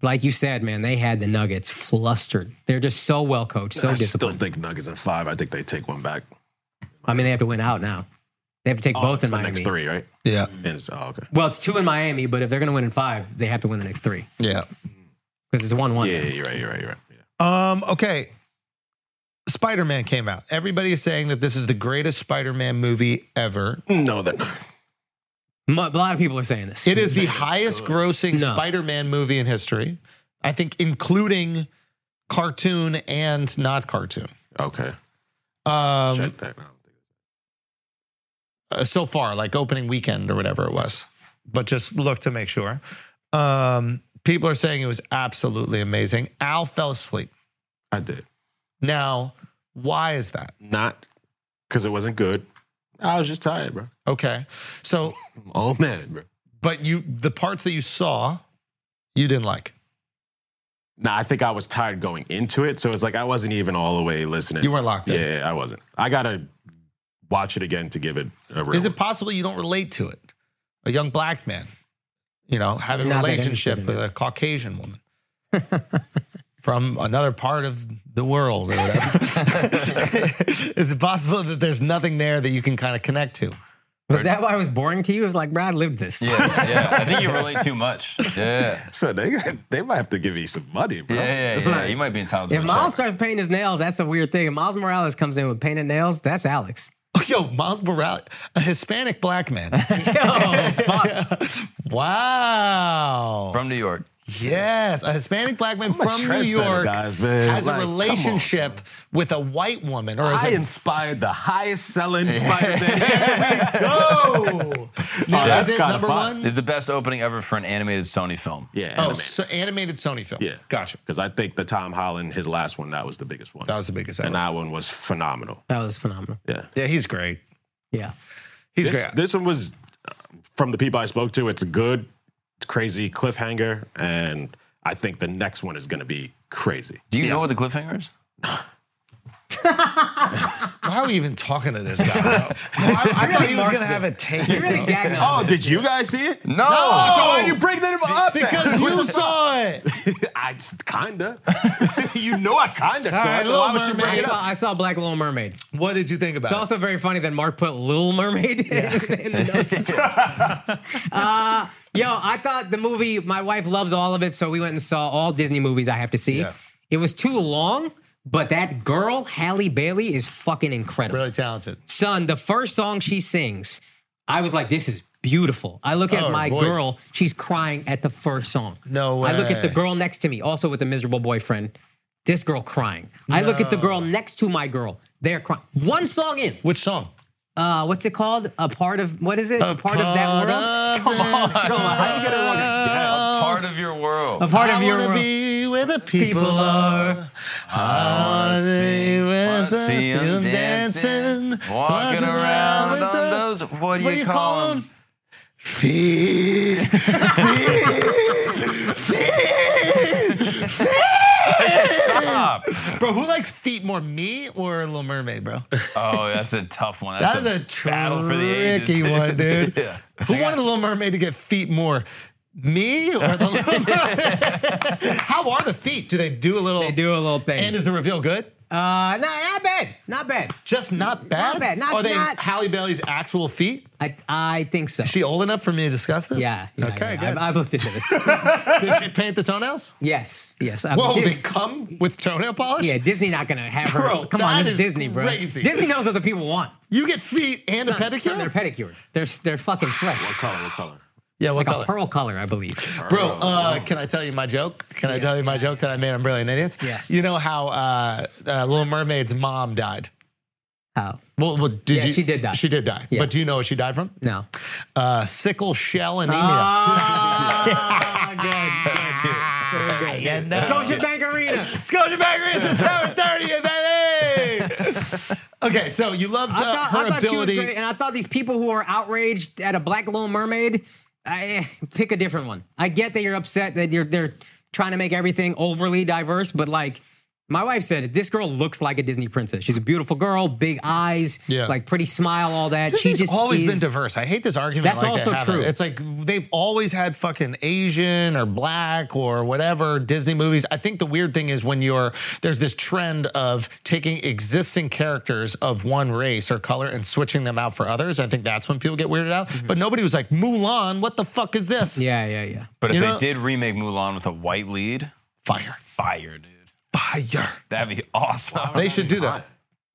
S3: like you said, man, they had the Nuggets flustered. They're just so well coached, so
S6: I still
S3: disciplined.
S6: think Nuggets at five. I think they take one back.
S3: I mean, they have to win out now. They have to take
S6: Oh,
S3: both
S6: it's
S3: in
S6: the
S3: Miami.
S6: next three, right?
S8: Yeah.
S6: And it's- oh, okay.
S3: Well, it's two in Miami, but if they're going to win in five, they have to win the next three
S8: Yeah.
S3: because it's one-one.
S6: Yeah, yeah, you're right. You're right. You're right. Yeah.
S8: Um, okay. Spider Man came out. Everybody is saying that this is the greatest Spider Man movie ever.
S6: No, that
S3: Mu- A lot of people are saying this.
S8: It is the highest grossing
S3: No.
S8: Spider Man movie in history, I think, including cartoon and not cartoon.
S6: okay. Check that. I
S8: Um,
S6: don't think-
S8: uh, so far, like opening weekend or whatever it was. But just look to make sure. Um, people are saying it was absolutely amazing. Al fell asleep.
S6: I did
S8: Now, why is that?
S6: not because it wasn't good. I was just tired, bro.
S8: Okay. So,
S6: I'm all mad, bro.
S8: but you, the parts that you saw, you didn't like.
S6: Nah, I think I was tired going into it, so it's like I wasn't even all the way listening.
S8: You weren't locked in.
S6: Yeah, I wasn't. I gotta watch it again to give it a real.
S8: Is it possible you don't relate to it? A young black man, you know, having a
S3: Not that
S8: relationship
S3: interested in
S8: with a Caucasian woman from another part of the world or whatever. Is it possible that there's nothing there that you can kind of connect to?
S3: Was that why it was boring to you? It was like, Brad lived this.
S2: Yeah, yeah. I think you relate too much. Yeah.
S6: so they they might have to give me some money, bro.
S2: Yeah, yeah, yeah. You might be entitled to
S3: If
S2: it.
S3: Miles starts painting his nails, that's a weird thing. If Miles Morales comes in with painted nails, that's Alex.
S8: Yo, Miles Morales, a Hispanic black man. wow.
S2: From New York.
S8: Yes, a Hispanic black man
S6: a
S8: from New
S6: trendsetter,
S8: York
S6: guys, man.
S8: has
S6: Like,
S8: a
S6: come on,
S8: relationship with a white woman or is
S6: I
S8: it
S6: inspired the highest selling Spider-Man.
S8: Oh,
S6: Oh, that's
S8: is it
S6: kinda
S8: number
S6: fun.
S8: one?
S2: It's the best opening ever for an animated Sony film.
S6: yeah.
S8: oh, so animated Sony film.
S6: Yeah.
S8: gotcha.
S6: Because I think the Tom Holland, his last one, that was the biggest one.
S8: That was the biggest.
S6: and
S8: ever.
S6: that one was phenomenal.
S3: That was phenomenal.
S6: Yeah.
S8: yeah, he's great.
S3: Yeah.
S8: He's
S6: This,
S8: great.
S6: this one was, uh, from the people I spoke to, it's a good, crazy cliffhanger. And I think the next one is going to be crazy.
S2: Do you know what the cliffhanger is?
S8: Why are we even talking to this guy? bro? Well, I, I thought he was gonna have a take.
S3: Really gagging on
S6: Oh, did you guys see it?
S2: No.
S6: So why you bring that up? then?
S8: Because you saw it.
S6: I just kinda. you know I kinda. So
S8: right,
S6: that's
S8: Little
S6: why would you
S8: Mermaid.
S6: bring
S3: I
S6: it up?
S3: saw, I saw Black Little Mermaid.
S8: What did you think about
S3: It's also very funny that Mark put Little Mermaid in, in the notes. Uh, yo, I thought the movie, my wife loves all of it, so we went and saw all Disney movies I have to see.
S8: Yeah.
S3: It was too long, but that girl, Halle Bailey, is fucking
S8: it?
S3: incredible.
S8: Really talented.
S3: Son, the first song she sings, I was like, this is beautiful. I look at
S8: Oh, her
S3: my
S8: voice.
S3: girl, she's crying at the first song.
S8: No
S3: I look at the
S8: way.
S3: girl next to me, also with a miserable boyfriend. This girl crying. I look at the girl next to my girl. They're crying. One song in.
S8: Which song?
S3: Uh, what's it called? A part of what is it? A, part, of that
S8: part
S3: world.
S8: of
S3: come on,
S8: this
S3: come on. How you gonna run it?
S2: Part of your world.
S3: A part of
S8: I
S3: your
S8: wanna
S3: world.
S8: be where the people
S3: People
S8: are. I wanna see where
S2: Wanna
S8: the
S2: see 'em
S8: people
S2: dancing, walking around
S8: with
S2: on
S8: the-
S2: those. What do you,
S8: you
S2: call,
S8: call 'em?
S2: them?
S8: Feed, feed, feed,
S2: Stop.
S8: Bro, who likes feet more, me or Little Mermaid, bro?
S2: Oh, that's a tough one. That's
S8: That is a,
S2: battle for the ages.
S8: tricky one, dude.
S2: yeah.
S8: Who wanted Little Mermaid to get feet more? Me or the Little Mermaid? How are the feet? Do they do a little?
S3: They do a little thing.
S8: And is the reveal good?
S3: uh, not, not bad. Not bad.
S8: Just not bad.
S3: bad, not-
S8: are they
S3: not-
S8: Halle Bailey's actual feet?
S3: I I think so.
S8: Is she old enough for me to discuss this?
S3: yeah, yeah.
S8: okay.
S3: yeah.
S8: Good.
S3: I've, I've looked into this.
S8: Did she paint the toenails?
S3: yes. Yes. I
S8: Whoa,
S3: did-
S8: they come with toenail polish?
S3: Yeah, Disney not gonna have her.
S8: Bro,
S3: Come on,
S8: that
S3: this is
S8: is
S3: Disney, bro.
S8: crazy.
S3: Disney knows what the people want.
S8: You get feet and a pedicure?
S3: They're pedicure. They're they're fucking flesh.
S6: What color? What color?
S8: yeah, what
S3: Like a pearl color, I believe.
S8: Bro, uh, can I tell you my joke? Can I tell you my joke that I made on Brilliant Idiots?
S3: Yeah.
S8: You know how uh, uh, Little Mermaid's mom died?
S3: How?
S8: Well, well did
S3: Yeah,
S8: you-
S3: she did die.
S8: She did die.
S3: Yeah.
S8: But do you know what she died from?
S3: No.
S8: Uh, sickle shell anemia.
S3: Ah,
S8: Uh,
S3: Let's go Scotiabank Arena.
S8: Scotiabank is the Tower 30, baby! okay, so you loved uh,
S3: I thought,
S8: her
S3: I thought she was
S8: ability.
S3: great, and I thought these people who are outraged at a Black Little Mermaid, I, eh, pick a different one. I get that you're upset that you're they're trying to make everything overly diverse, but like My wife said this girl looks like a Disney princess. She's a beautiful girl, big eyes,
S8: Yeah.
S3: like pretty smile, all that.
S8: Disney's
S3: she just
S8: always
S3: is-
S8: been diverse. I hate this argument.
S3: That's
S8: like
S3: also
S8: they have it.
S3: true.
S8: It's like they've always had fucking Asian or black or whatever Disney movies. I think the weird thing is when you're there's this trend of taking existing characters of one race or color and switching them out for others. I think that's when people get weirded out. But nobody was like Mulan. What the fuck is this?
S3: Mm-hmm. Yeah, yeah, yeah.
S2: But if
S8: You
S2: they
S8: know-
S2: did remake Mulan with a white lead,
S8: Fire,
S2: fire, dude.
S8: fire.
S2: That'd be awesome.
S8: They should do that.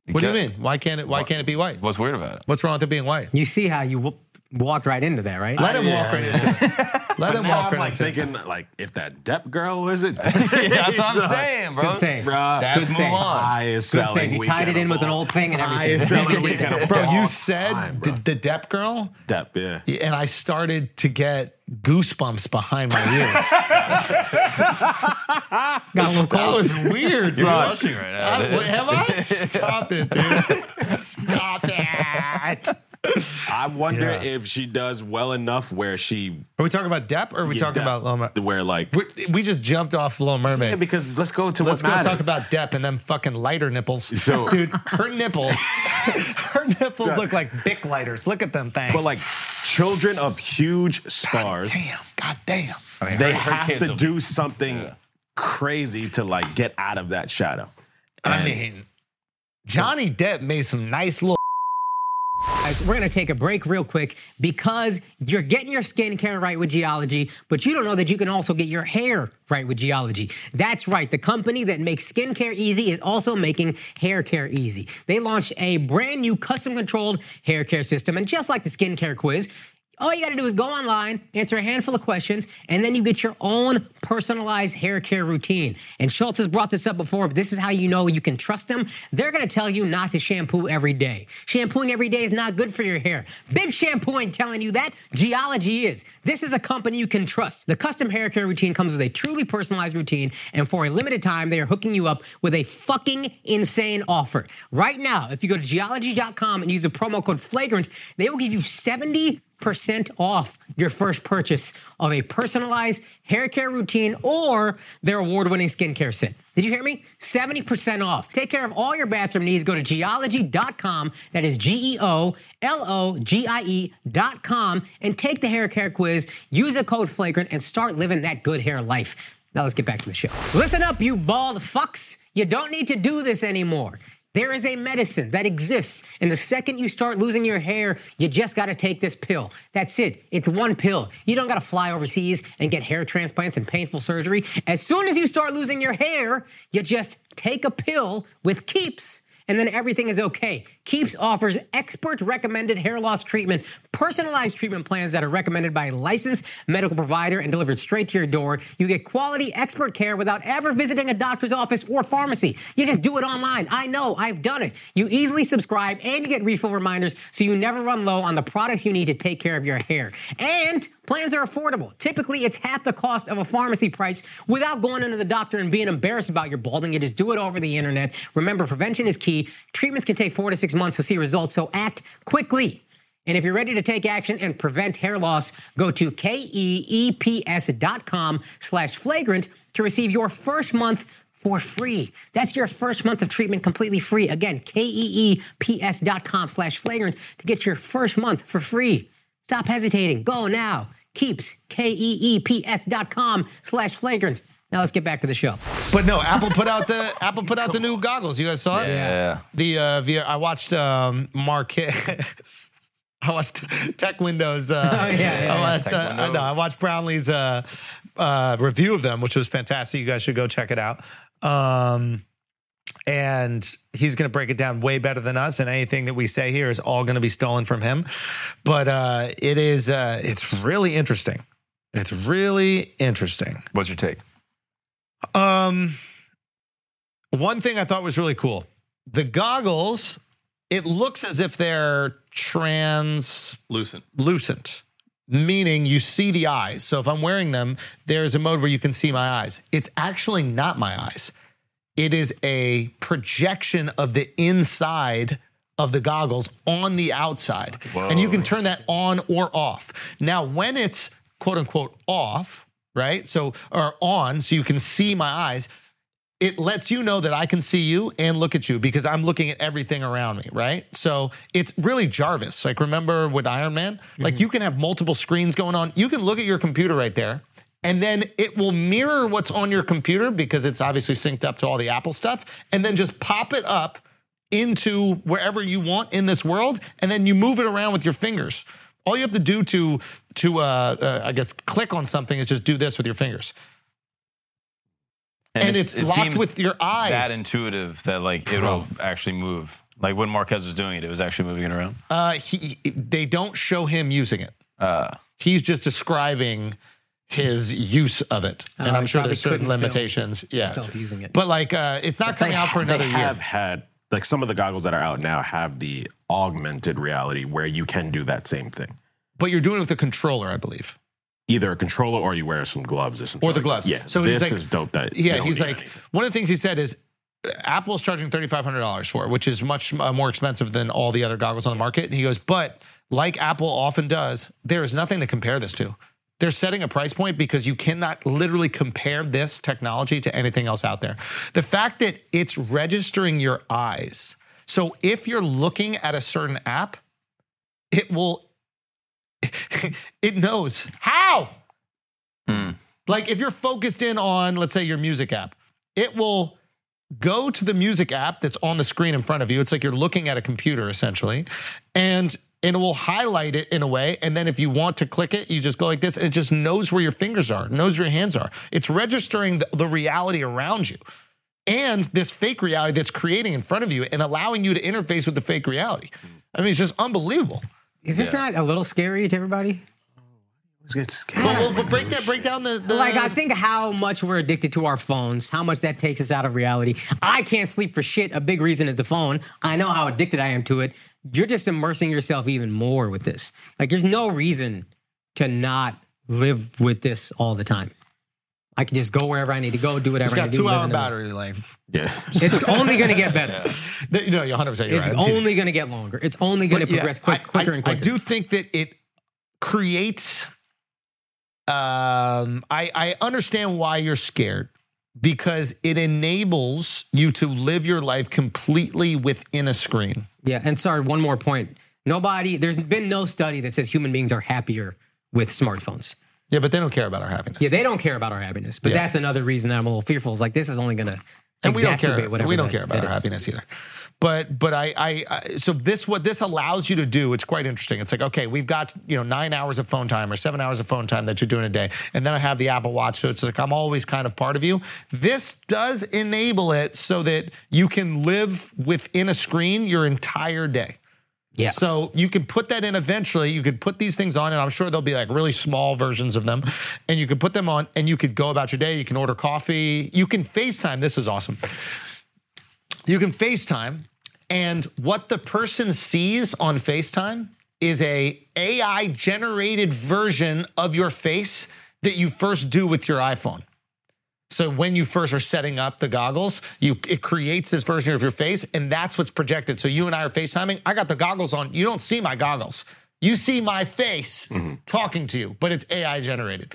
S8: What do you mean? Why can't it? Why can't it be white?
S2: What's weird about it?
S8: What's wrong with it being white?
S3: You see how you w- walked right into that, right?
S8: Let him walk right into it. Let him
S6: Now
S8: walk
S6: I'm
S8: right
S6: like
S8: into it.
S6: thinking like if that Depp girl was it?
S2: That's what I'm saying, bro.
S3: Good save.
S2: That's
S3: Good save.
S2: Mulan.
S6: Highest
S3: Good
S6: selling
S3: save. You tied it
S6: weekend
S3: in
S6: of
S3: with an
S6: all-
S3: old thing and
S6: Highest
S3: everything.
S6: selling weekend of
S8: Bro,
S6: all
S8: you said
S6: time,
S8: the,
S6: bro.
S8: the Depp girl,
S6: Depp, yeah.
S8: and I started to get goosebumps behind my ears.
S3: Got a little
S8: that
S3: cold.
S8: was weird.
S2: You're
S8: bro.
S2: blushing right now.
S8: I- wait, have I? Stop it, dude. Stop it.
S6: I wonder
S8: Yeah.
S6: if she does well enough where she
S8: Are we talking about Depp or are we talking about Little Mermaid?
S6: where like
S8: We- We just jumped off Little Mermaid.
S6: Yeah, because let's go to
S8: Let's
S6: what's
S8: go
S6: what
S8: talk about Depp and them fucking lighter nipples.
S6: So-
S8: dude, her nipples, her nipples look like Bic lighters. Look at them things.
S6: but like children of huge stars,
S8: damn, goddamn.
S2: her
S6: they have
S2: kids
S6: to
S2: will-
S6: do something crazy to like get out of that shadow.
S8: I mean, Johnny Depp made some nice little.
S3: Guys, we're gonna take a break real quick because you're getting your skincare right with Geology, but you don't know that you can also get your hair right with Geology. That's right, the company that makes skincare easy is also making hair care easy. They launched a brand new custom controlled hair care system, and just like the skincare quiz, all you gotta do is go online, answer a handful of questions, and then you get your own personalized hair care routine. And Schultz has brought this up before, but this is how you know you can trust them. They're gonna tell you not to shampoo every day. Shampooing every day is not good for your hair. Big shampoo ain't telling you that. Geology is. This is a company you can trust. The custom hair care routine comes with a truly personalized routine, and for a limited time, they are hooking you up with a fucking insane offer. Right now, if you go to geology.com and use the promo code FLAGRANT, they will give you 70 percent off your first purchase of a personalized hair care routine or their award-winning skincare set. Did you hear me? 70% off. Take care of all your bathroom needs. Go to geology.com. That is E G-E-O-L-O-G-I-E E dot com and take the hair care quiz. Use a code flagrant and start living that good hair life. Now let's get back to the show. Listen up, you bald fucks. You don't need to do this anymore. There is a medicine that exists, and the second you start losing your hair, you just gotta take this pill. That's it. It's one pill. You don't gotta fly overseas and get hair transplants and painful surgery. As soon as you start losing your hair, you just take a pill with Keeps and then everything is okay. Keeps offers expert recommended hair loss treatment, personalized treatment plans that are recommended by a licensed medical provider and delivered straight to your door. You get quality expert care without ever visiting a doctor's office or pharmacy. You just do it online. I know, I've done it. You easily subscribe and you get refill reminders so you never run low on the products you need to take care of your hair. And plans are affordable. Typically, it's half the cost of a pharmacy price without going into the doctor and being embarrassed about your balding. You just do it over the internet. Remember, prevention is key. Treatments can take four to six months to see results, so act quickly. And if you're ready to take action and prevent hair loss, go to E keeps.com slash flagrant to receive your first month for free. That's your first month of treatment completely free. Again, E K-E-E-P-S dot com slash flagrant to get your first month for free. Stop hesitating. Go now. Keeps, E K-E-E-P-S dot com slash flagrant. Now let's get back to the show.
S8: But no, Apple put out the Apple put out the new goggles. You guys saw it?
S2: Yeah.
S8: The uh, via I watched um, Marquez. I watched Tech Windows. Uh,
S3: Oh, yeah, yeah,
S8: I
S3: yeah.
S8: watched.
S2: Tech
S8: Uh, I
S2: Window.
S8: know. I watched Brownlee's uh, uh, review of them, which was fantastic. You guys should go check it out. Um, and he's going to break it down way better than us. And anything that we say here is all going to be stolen from him. But uh, it is. Uh, it's really interesting. It's really interesting.
S2: What's your take?
S8: Um, one thing I thought was really cool: the goggles. It looks as if they're translucent,
S2: Lucent.
S8: meaning you see the eyes. So if I'm wearing them, there's a mode where you can see my eyes. It's actually not my eyes. It is a projection of the inside of the goggles on the outside. And you can turn that on or off. Now, when it's quote unquote off, right? So, or on, so you can see my eyes, it lets you know that I can see you and look at you because I'm looking at everything around me, right? So it's really Jarvis. Like remember with Iron Man, like you can have multiple screens going on. You can look at your computer right there. And then it will mirror what's on your computer because it's obviously synced up to all the Apple stuff, and then just pop it up into wherever you want in this world, and then you move it around with your fingers. All you have to do to to uh, uh, I guess click on something is just do this with your fingers, and, it's,
S2: it
S8: locked
S2: seems
S8: with your eyes.
S2: that intuitive that like it'll actually move. Like when Marquez was doing it, it was actually moving it around.
S8: uh, he, he- they don't show him using it.
S2: Uh,
S8: He's just describing his use of it, and
S3: Oh,
S8: I'm
S3: he
S8: sure
S3: probably
S8: there's certain
S3: couldn't film
S8: limitations. Yeah,
S3: himself using it.
S8: but like uh, it's not coming out for another
S6: they
S8: year.
S6: have had like some of the goggles that are out now have the augmented reality where you can do that same thing.
S8: But you're doing it with a controller, I believe.
S6: Either a controller or you wear some gloves or something.
S8: Or the
S6: like
S8: gloves.
S6: That. Yeah.
S8: So
S6: So
S8: he's
S6: this
S8: like-
S6: is dope. That you
S8: Yeah,
S6: don't
S8: he's
S6: need
S8: like
S6: anything.
S8: one of the things he said is uh, Apple's charging thirty five hundred dollars for it, which is much uh, more expensive than all the other goggles on the market. And he goes, but like Apple often does, there is nothing to compare this to. They're setting a price point because you cannot literally compare this technology to anything else out there. The fact that it's registering your eyes. So if you're looking at a certain app, it will it knows how like if you're focused in on let's say your music app it will go to the music app that's on the screen in front of you it's like you're looking at a computer essentially and and it will highlight it in a way and then if you want to click it you just go like this and it just knows where your fingers are knows where your hands are it's registering the, the reality around you and this fake reality that's creating in front of you and allowing you to interface with the fake reality i mean it's just unbelievable
S3: Is this not a little scary to everybody?
S8: but, we'll, but break that break down the, the
S3: Like, I think how much we're addicted to our phones, how much that takes us out of reality. I can't sleep for shit. A big reason is the phone. I know how addicted I am to it. You're just immersing yourself even more with this. Like, there's no reason to not live with this all the time. I can just go wherever I need to go, do whatever
S8: it's
S3: I
S8: got
S3: need to do.
S8: two
S3: live
S8: hour
S3: in the moment.
S8: battery life
S6: yeah.
S3: It's only going to get better.
S8: no you're 100% you're
S3: It's
S8: right.
S3: only going to get longer. It's only going to
S8: But yeah,
S3: progress quick,
S8: I-
S3: quicker
S8: I,
S3: and quicker.
S8: I do think that it creates. Um, I I understand why you're scared because it enables you to live your life completely within a screen.
S3: Yeah, and sorry, one more point. Nobody, there's been no study that says human beings are happier with smartphones.
S8: Yeah, but they don't care about our happiness.
S3: Yeah, they don't care about our happiness, but
S8: Yeah.
S3: that's another reason that I'm a little fearful. Is like this is only gonna
S8: and we don't
S3: exacerbate
S8: care.
S3: Whatever
S8: We don't
S3: that-
S8: care about
S3: that
S8: our
S3: is.
S8: happiness either. But but I, I I so this what this allows you to do. It's quite interesting. It's like okay, we've got you know nine hours of phone time or seven hours of phone time that you're doing a day, and then I have the Apple Watch, so it's like I'm always kind of part of you. This does enable it so that you can live within a screen your entire day.
S3: Yeah.
S8: So you can put that in eventually. You could put these things on, and I'm sure there'll be like really small versions of them. And you could put them on, and you could go about your day. You can order coffee. You can FaceTime. This is awesome. You can FaceTime, and what the person sees on FaceTime is a AI generated version of your face that you first do with your iPhone. So when you first are setting up the goggles, you it creates this version of your face, and that's what's projected. So you and I are FaceTiming. I got the goggles on. You don't see my goggles. You see my face talking to you, but it's AI generated.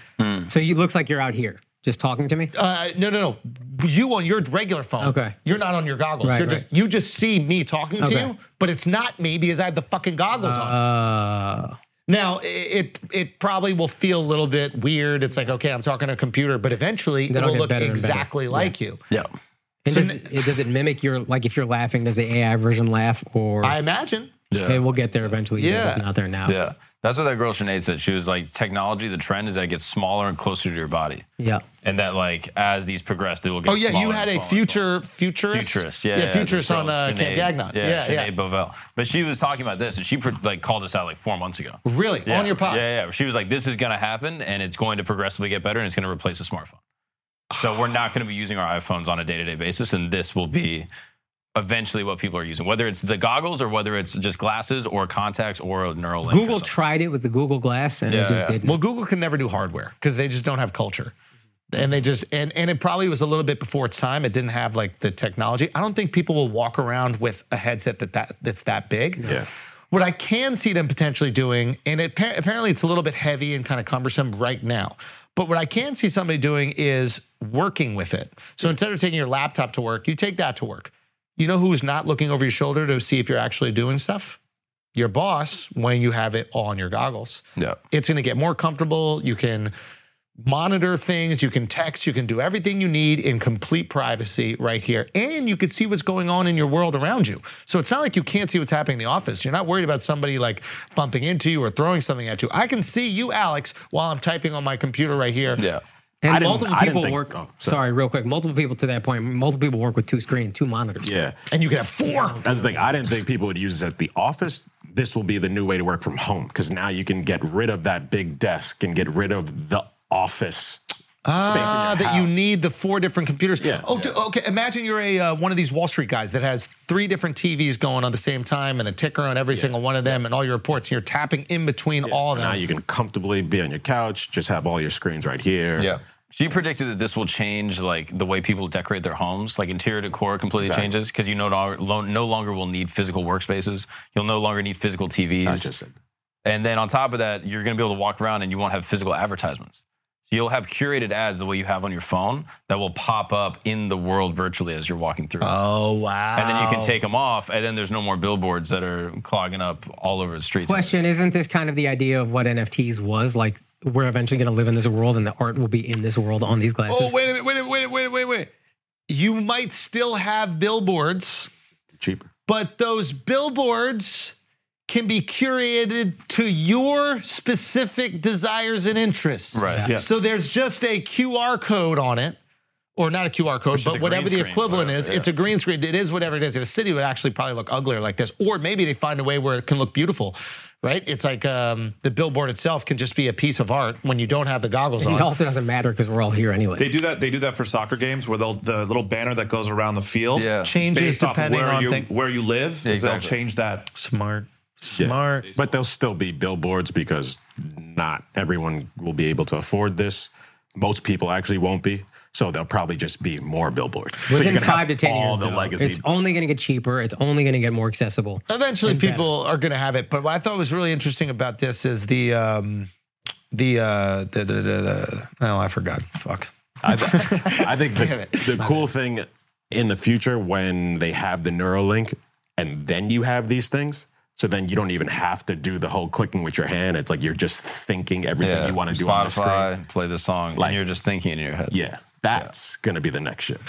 S3: So you looks like you're out here just talking to me.
S8: Uh, no, no, no. You on your regular phone.
S3: Okay.
S8: You're not on your goggles.
S3: Right,
S8: You're
S3: right.
S8: Just, you just see me talking
S3: Okay.
S8: to you, but it's not me because I have the fucking goggles on.
S3: Uh,
S8: Now i- it it probably will feel a little bit weird. It's like okay, I'm talking to a computer, but eventually it
S3: That'll
S8: will
S3: get
S8: look
S3: better and better.
S8: exactly like you.
S2: yeah.
S3: and does, it, does it mimic your like if you're laughing? Does the AI version laugh or
S8: I imagine.
S3: Hey, we'll get there eventually? even if it's
S8: Yeah.
S3: not there now.
S2: Yeah. That's what that girl Sinead said. She was like, technology, the trend is that it gets smaller and closer to your body.
S3: Yeah.
S2: And that like as these progress, they will get
S8: Oh yeah, you
S2: smaller
S8: had
S2: and
S8: a
S2: smaller and smaller.
S8: future futurist.
S2: futurist. Yeah,
S8: yeah, futurist
S2: this
S8: on
S2: girl,
S8: uh, Camp
S2: Sinead.
S8: Gagnon. Yeah, yeah.
S2: Yeah, Sinead Bovell. But she was talking about this, and she pr- like called us out like four months ago.
S8: Really,
S2: Yeah.
S8: on your pod.
S2: Yeah, yeah. She was like, "This is going to happen, and it's going to progressively get better, and it's going to replace a smartphone. So we're not going to be using our iPhones on a day-to-day basis, and this will be eventually what people are using, whether it's the goggles or whether it's just glasses or contacts or a neural link or
S3: Google
S2: something.
S3: tried it with the Google Glass and it
S2: Yeah,
S3: just
S2: yeah.
S3: didn't.
S8: Well, Google can never do hardware because they just don't have culture. And they just and and it probably was a little bit before its time. It didn't have like the technology. I don't think people will walk around with a headset that, that that's that big.
S6: Yeah.
S8: What I can see them potentially doing, and it, apparently it's a little bit heavy and kind of cumbersome right now, But what I can see somebody doing is working with it. So instead of taking your laptop to work, you take that to work. You know who's not looking over your shoulder to see if you're actually doing stuff? Your boss, when you have it on your goggles.
S2: Yeah.
S8: It's going to get more comfortable. You can monitor things, you can text, you can do everything you need in complete privacy right here. And you could see what's going on in your world around you. So it's not like you can't see what's happening in the office. You're not worried about somebody like bumping into you or throwing something at you. I can see you, Alex, while I'm typing on my computer right here.
S2: Yeah.
S3: And
S6: I didn't-
S3: multiple
S6: I didn't
S3: people
S6: think-
S3: work.
S6: oh, sorry.
S3: sorry. real quick. Multiple people to that point. Multiple people work with two screen, two monitors.
S6: Yeah.
S8: And you can have four.
S6: That's the thing. I didn't think people would use this at the office. This will be the new way to work from home because now you can get rid of that big desk and get rid of the office space. in
S8: Ah,
S6: your
S8: that you
S6: house.
S8: need the four different computers.
S6: Yeah.
S8: Oh, do- okay. Imagine you're a uh, one of these Wall Street guys that has three different TVs going on the same time and a ticker on every single one of them and all your reports. And you're tapping in between all of
S6: Now
S8: them.
S6: you can comfortably be on your couch, just have all your screens right here.
S2: Yeah. She predicted that this will change like the way people decorate their homes, like interior decor completely changes because you no, lo- lo- no longer will need physical workspaces. You'll no longer need physical TVs.
S6: Not just
S2: And then on top of that, you're going to be able to walk around and you won't have physical advertisements. So you'll have curated ads the way you have on your phone that will pop up in the world virtually as you're walking through.
S8: oh, wow.
S2: and then you can take them off, and then there's no more billboards that are clogging up all over the streets.
S3: Question: Isn't this kind of the idea of what NFTs was like? We're eventually going to live in this world, and the art will be in this world on these glasses.
S8: Oh, wait a minute, wait a minute, wait a minute, wait, wait, wait. You might still have billboards,
S6: cheaper.
S8: but those billboards can be curated to your specific desires and interests.
S2: Right.
S6: Yeah.
S8: So there's just a QR code on it. Or not a QR code,
S2: is a
S8: but
S2: green
S8: whatever the
S2: screen,
S8: equivalent
S2: whatever,
S8: is,
S2: yeah.
S8: it's a green screen. It is whatever it is. The city would actually probably look uglier like this, or maybe they find a way where it can look beautiful, right? It's like um, the billboard itself can just be a piece of art when you don't have the goggles
S3: It
S8: on.
S3: also doesn't matter because we're all here anyway.
S4: They do that. They do that for soccer games where they'll the little banner that goes around the field
S2: Yeah.
S8: Changes
S4: based off
S8: depending
S4: where
S8: on
S4: you
S8: thing-
S4: where you live. is
S2: exactly.
S4: They'll change that.
S8: Smart,
S6: Yeah.
S8: smart.
S6: But there'll still be billboards because not everyone will be able to afford this. Most people actually won't be. So there'll probably just be more billboards. so
S3: Within
S6: you're gonna
S3: five to
S6: have
S3: ten
S6: all
S3: years,
S6: the
S3: though,
S6: legacy.
S3: it's only going to get cheaper. It's only going to get more accessible.
S8: Eventually,
S3: better.
S8: people are going to have it. But what I thought was really interesting about this is the um, the, uh, the, the, the, the oh, I forgot. Fuck.
S6: I, th- I think
S8: Damn
S6: the,
S8: it.
S6: the cool thing in the future when they have the Neuralink and then you have these things, so then you don't even have to do the whole clicking with your hand. It's like you're just thinking everything you want to do on the
S2: Spotify,
S6: screen.
S2: play the song,
S6: Like-
S2: and you're just thinking in your head.
S6: Yeah, that's gonna be the next ship.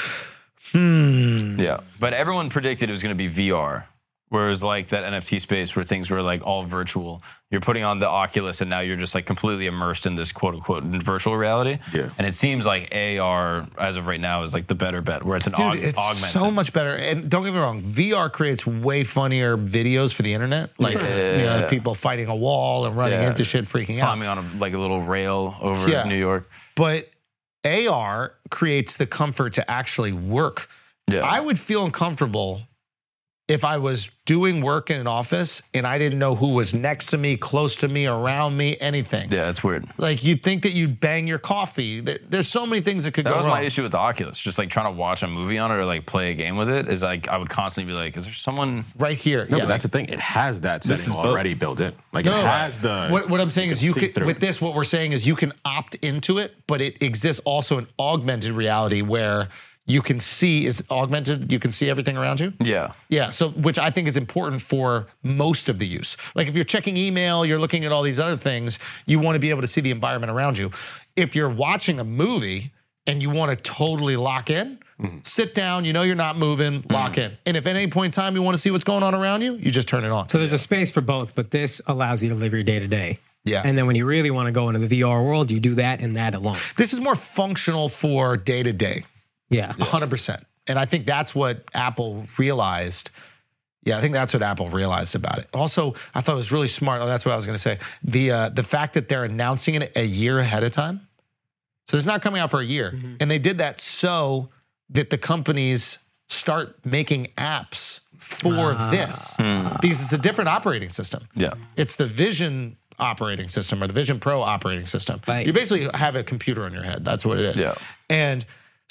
S2: Yeah. But everyone predicted it was going to be VR, whereas like that NFT space where things were like all virtual. You're putting on the Oculus and now you're just like completely immersed in this quote unquote virtual reality.
S6: Yeah.
S2: And it seems like AR as of right now is like the better bet where it's an aug-
S8: Dude, it's
S2: augmented.
S8: so much better. And don't get me wrong, VR creates way funnier videos for the internet. Like, you know, people fighting a wall and running
S2: Yeah.
S8: into shit, freaking out.
S2: climbing on a, like a little rail over
S8: Yeah.
S2: New York.
S8: but AR creates the comfort to actually work.
S2: Yeah.
S8: I would feel uncomfortable if I was doing work in an office and I didn't know who was next to me, close to me, around me, anything.
S2: Yeah, it's weird.
S8: Like you'd think that you'd bang your coffee. Th- There's so many things that could
S2: That
S8: go
S2: was
S8: wrong.
S2: my issue with the Oculus. Just like trying to watch a movie on it or like play a game with it is like I would constantly be like, is there someone
S8: Right here.
S6: No,
S8: yeah.
S6: but that's the thing. It has that
S4: This
S6: setting
S4: is both.
S6: already built in. Like
S8: No,
S6: it has the.
S8: what, what I'm saying is you
S6: see
S8: could
S6: through
S8: with
S6: it.
S8: this what we're saying is you can opt into it, but it exists also in augmented reality where you can see is augmented, you can see everything around you.
S2: Yeah.
S8: Yeah, so which I think is important for most of the use. Like if you're checking email, you're looking at all these other things, you want to be able to see the environment around you. If you're watching a movie and you want to totally lock in, sit down, you know you're not moving, lock in. And if at any point in time you want to see what's going on around you, you just turn it on.
S3: So there's a space for both, but this allows you to live your day to day.
S8: Yeah.
S3: And then when you really want to go into the VR world, you do that and that alone.
S8: this is more functional for day to day.
S3: Yeah.
S8: hundred percent. And I think that's what Apple realized. Yeah, I think that's what Apple realized about it. Also, I thought it was really smart. Oh, that's what I was going to say. The uh, the fact that they're announcing it a year ahead of time, so it's not coming out for a year, and they did that so that the companies start making apps for this because it's a different operating system.
S2: Yeah.
S8: It's the Vision operating system or the Vision Pro operating system.
S3: Right.
S8: You basically have a computer on your head. That's what it is.
S2: Yeah.
S8: And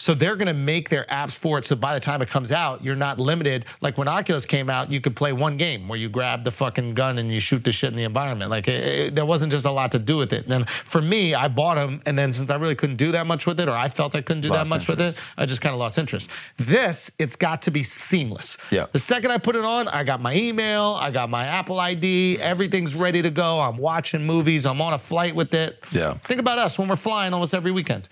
S8: So they're going to make their apps for it. So by the time it comes out, you're not limited. Like when Oculus came out, you could play one game where you grab the fucking gun and you shoot the shit in the environment. Like it, it- there wasn't just a lot to do with it. And then for me, I bought them, and then since I really couldn't do that much with it, or I felt I couldn't do that
S6: Lost
S8: much with
S6: interest.
S8: it, I just kind of lost interest. This, it's got to be seamless.
S2: Yeah.
S8: The second I put it on, I got my email, I got my Apple ID, everything's ready to go. I'm watching movies, I'm on a flight with it.
S2: Yeah.
S8: Think about us when we're flying almost every weekend.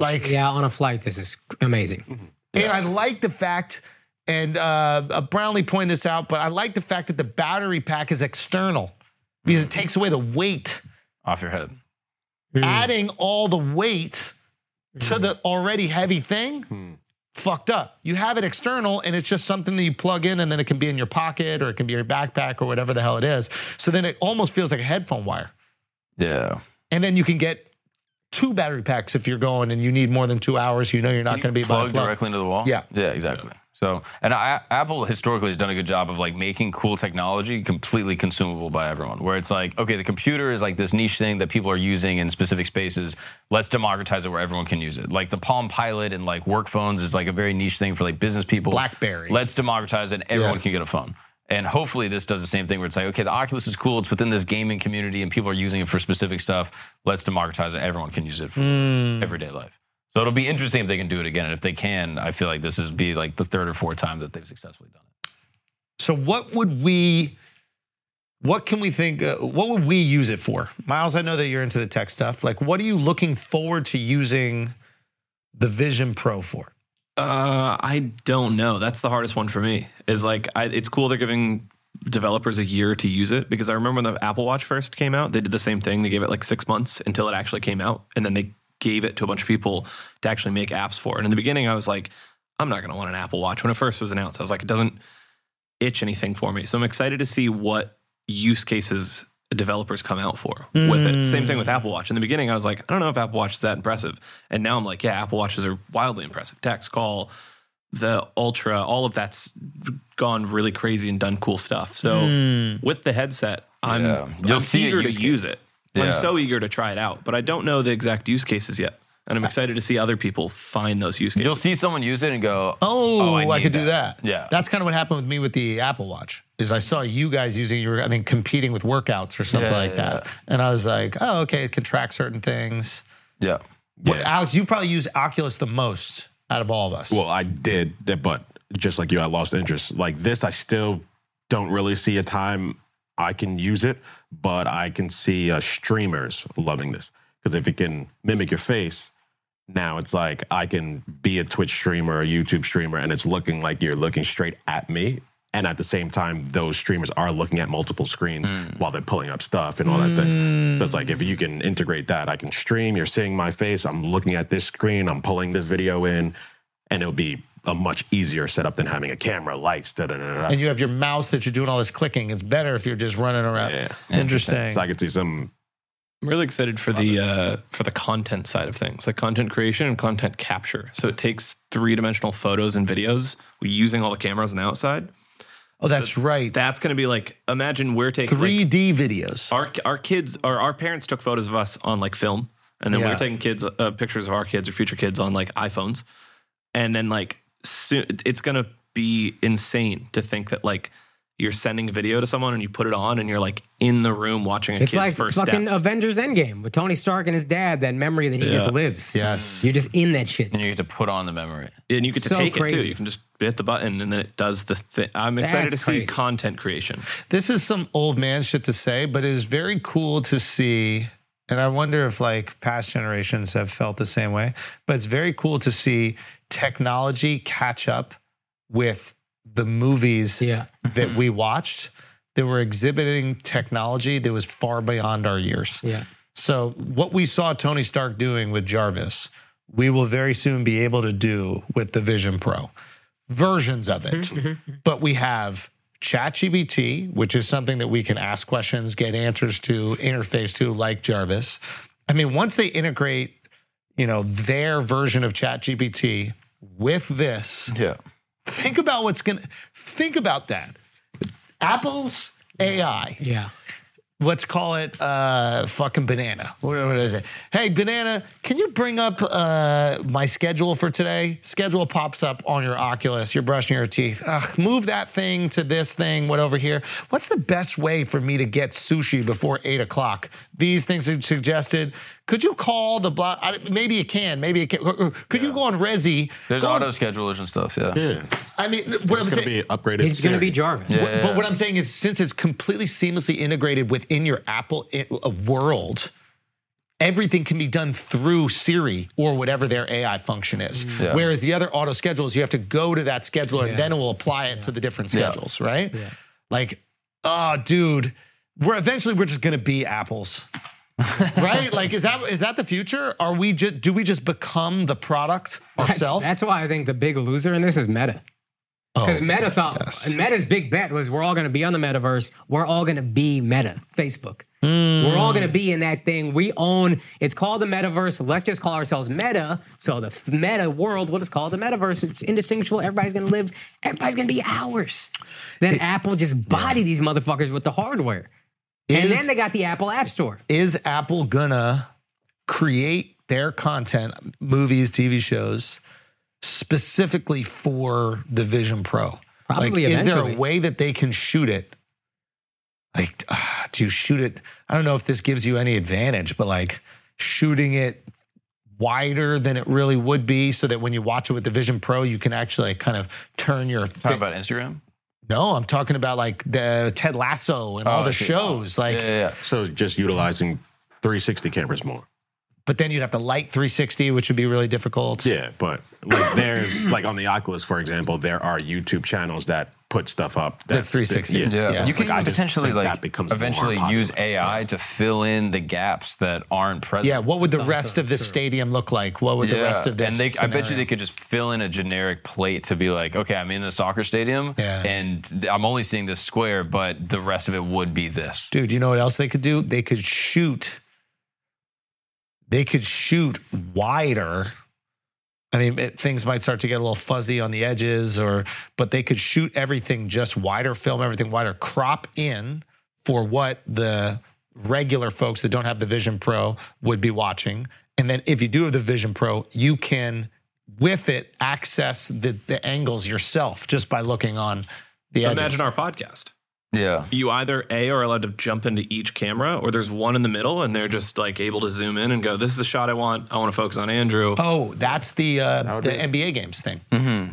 S8: Like,
S3: Yeah, on a flight, this is amazing.
S8: and I like the fact, and uh, uh, Brownlee pointed this out, but I like the fact that the battery pack is external because it takes away the weight.
S2: Off your head.
S8: Hmm.
S3: Mm.
S8: Adding all the weight to the already heavy thing, fucked up. You have it external, and it's just something that you plug in, and then it can be in your pocket or it can be your backpack or whatever the hell it is. So then it almost feels like a headphone wire.
S2: Yeah.
S8: And then you can get two battery packs if you're going and you need more than two hours. You know you're not going to be by
S2: plugged
S8: plug.
S2: directly into the wall.
S8: Yeah.
S2: Yeah. Exactly. So, and I, Apple historically has done a good job of like making cool technology completely consumable by everyone. Where it's like, okay, the computer is like this niche thing that people are using in specific spaces. Let's democratize it where everyone can use it. Like the Palm Pilot and like work phones is like a very niche thing for like business people.
S8: BlackBerry.
S2: Let's democratize it. and Everyone
S8: Yeah.
S2: can get a phone. And hopefully this does the same thing where it's like, okay, the Oculus is cool. It's within this gaming community and people are using it for specific stuff. Let's democratize it. Everyone can use it for
S8: Hmm.
S2: everyday life. So it'll be interesting if they can do it again. And if they can, I feel like this is be like the third or fourth time that they've successfully done it.
S8: So what would we, what can we think? Uh, what would we use it for, Miles? I know that you're into the tech stuff. Like, what are you looking forward to using the Vision Pro for?
S9: Uh, I don't know. That's the hardest one for me. Is like, I, it's cool they're giving developers a year to use it because I remember when the Apple Watch first came out, they did the same thing. They gave it like six months until it actually came out, and then they gave it to a bunch of people to actually make apps for. And in the beginning, I was like, I'm not going to want an Apple Watch when it first was announced. I was like, it doesn't itch anything for me. So I'm excited to see what use cases developers come out for with it. Same thing with Apple Watch. In the beginning, I was like, I don't know if Apple Watch is that impressive. And now I'm like, yeah, Apple Watches are wildly impressive. Text, call, the Ultra, all of that's gone really crazy and done cool stuff. So with the headset, I'm,
S2: Yeah. You'll
S9: I'm
S2: see a
S9: eager to
S2: use case.
S9: use it.
S2: Yeah.
S9: I'm so eager to try it out, but I don't know the exact use cases yet. And I'm excited to see other people find those use cases.
S2: You'll see someone use it and go,
S8: Oh, I,
S2: need
S8: could do that.
S2: Yeah.
S8: that's kind of what happened with me with the Apple Watch. Is I saw you guys using, you were I think competing with workouts or something
S2: Yeah,
S8: like
S2: yeah,
S8: that, and I was like, oh, okay, it can track certain things.
S2: yeah.
S8: What, Alex, you probably use Oculus the most out of all of us.
S6: Well, I did, but just like you, I lost interest. Like this, I still don't really see a time I can use it, but I can see uh, streamers loving this because if it can mimic your face, now it's like I can be a Twitch streamer, a YouTube streamer, and it's looking like you're looking straight at me. And at the same time, those streamers are looking at multiple screens while they're pulling up stuff and all that thing. So it's like if you can integrate that, I can stream, you're seeing my face, I'm looking at this screen, I'm pulling this video in, and it'll be a much easier setup than having a camera, lights, da da da da.
S8: and you have your mouse that you're doing all this clicking. It's better if you're just running around.
S6: Yeah.
S8: Interesting.
S6: So I could see some
S9: I'm really excited for the uh, for the content side of things, like content creation and content capture. So it takes three dimensional photos and videos using all the cameras on the outside.
S8: Oh, that's right.
S9: That's going to be like imagine we're taking like,
S8: 3D videos.
S9: our our kids or our parents took photos of us on like film, and then we
S8: Yeah.
S9: we're taking kids uh, pictures of our kids or future kids on like iPhones, and then like soon it's gonna be insane to think that like you're sending a video to someone and you put it on and you're like in the room watching a
S3: It's
S9: kid's
S3: like
S9: first
S3: fucking
S9: steps.
S3: Avengers Endgame with Tony Stark and his dad. That memory that he just lives.
S8: Yes.
S3: you're just in that shit.
S2: And you get to put on the memory.
S9: and you get to
S3: So
S9: take it
S3: crazy.
S9: too. You can just hit the button and then it does the thing. I'm excited
S3: That's
S9: to see
S3: crazy.
S9: content creation.
S8: This is some old man shit to say, but it is very cool to see. And I wonder if like past generations have felt the same way, but it's very cool to see technology catch up with the movies
S3: Yeah.
S8: that we watched that were exhibiting technology that was far beyond our years.
S3: Yeah.
S8: So what we saw Tony Stark doing with Jarvis, we will very soon be able to do with the Vision Pro. Versions of it. But we have ChatGPT, which is something that we can ask questions, get answers to, interface to like Jarvis. I mean, once they integrate, you know, their version of ChatGPT with this,
S2: Yeah.
S8: think about what's going to think about that. Apple's AI
S3: Yeah.
S8: let's call it uh, fucking banana. What, what is it? Hey, banana, can you bring up uh, my schedule for today? Schedule pops up on your Oculus. You're brushing your teeth. Ugh, move that thing to this thing. What over here? What's the best way for me to get sushi before eight o'clock? These things are suggested. Could you call the block? I- Maybe it can. Maybe it can. or- or Could you go on Resi?
S2: There's
S8: Go on-
S2: auto schedulers and stuff. Yeah.
S6: Yeah.
S8: I mean, what I'm
S6: It's gonna be
S8: saying.
S6: upgraded.
S3: It's going to be
S6: Siri.
S3: Jarvis.
S8: But- But what I'm saying is, since it's completely seamlessly integrated within your Apple i- uh, world, everything can be done through Siri or whatever their AI function is.
S2: Yeah.
S8: Whereas the other auto schedules, you have to go to that scheduler and then it will apply it to the different schedules, right? Like, oh, dude, we're eventually we're just gonna be apples. right? Like, is that is that the future? Are we just do we just become the product
S3: That's,
S8: ourselves?
S3: that's why I think the big loser in this is Meta. Because Meta thought and Meta's big bet was we're all going to be on the metaverse. We're all going to be Meta, Facebook. We're all going to be in that thing. We own. It's called the metaverse. Let's just call ourselves Meta. So the f- Meta world, we'll just call it the metaverse. It's indistinguishable. Everybody's going to live. Everybody's going to be ours. Then Apple just body these motherfuckers with the hardware, and
S8: Is-
S3: then they got the Apple App Store.
S8: is Apple gonna create their content, movies, TV shows, specifically for the Vision Pro?
S3: Probably
S8: like, Is there
S3: eventually.
S8: a way that they can shoot it? Like, ah, do you shoot it? I don't know if this gives you any advantage, but like shooting it wider than it really would be so that when you watch it with the Vision Pro, you can actually like, kind of turn your
S2: Talking about Instagram.
S8: No, I'm talking about like the Ted Lasso and all
S2: Oh, I
S8: the
S2: see.
S8: shows. Like
S2: yeah, yeah, yeah.
S6: So just utilizing 360 cameras more.
S8: but then you'd have to light 360, which would be really difficult.
S6: Yeah, but like there's like on the Oculus, for example, there are YouTube channels that put stuff up. That's
S8: 360. Yeah.
S2: You can
S6: Like, I
S2: even
S6: just
S2: potentially
S6: think
S2: like
S6: that becomes more
S2: eventually
S6: popular.
S2: use AI to fill in the gaps that aren't present.
S8: Yeah, what would the rest of the stadium look like? What would the rest of this?
S2: And they, I bet you
S8: scenario-
S2: they could just fill in a generic plate to be like, okay, I'm in a soccer stadium,
S8: Yeah.
S2: and th- I'm only seeing this square, but the rest of it would be this.
S8: dude. You know what else they could do? They could shoot. They could shoot wider. I mean, it, things might start to get a little fuzzy on the edges, or but they could shoot everything just wider, film everything wider, crop in for what the regular folks that don't have the Vision Pro would be watching. And then if you do have the Vision Pro, you can with it access the, the angles yourself just by looking on the edges.
S9: Imagine our podcast.
S2: Yeah.
S9: You either A are allowed to jump into each camera or there's one in the middle and they're just like able to zoom in and go, This is a shot I want. I want to focus on Andrew.
S8: Oh, that's the uh, the NBA games thing.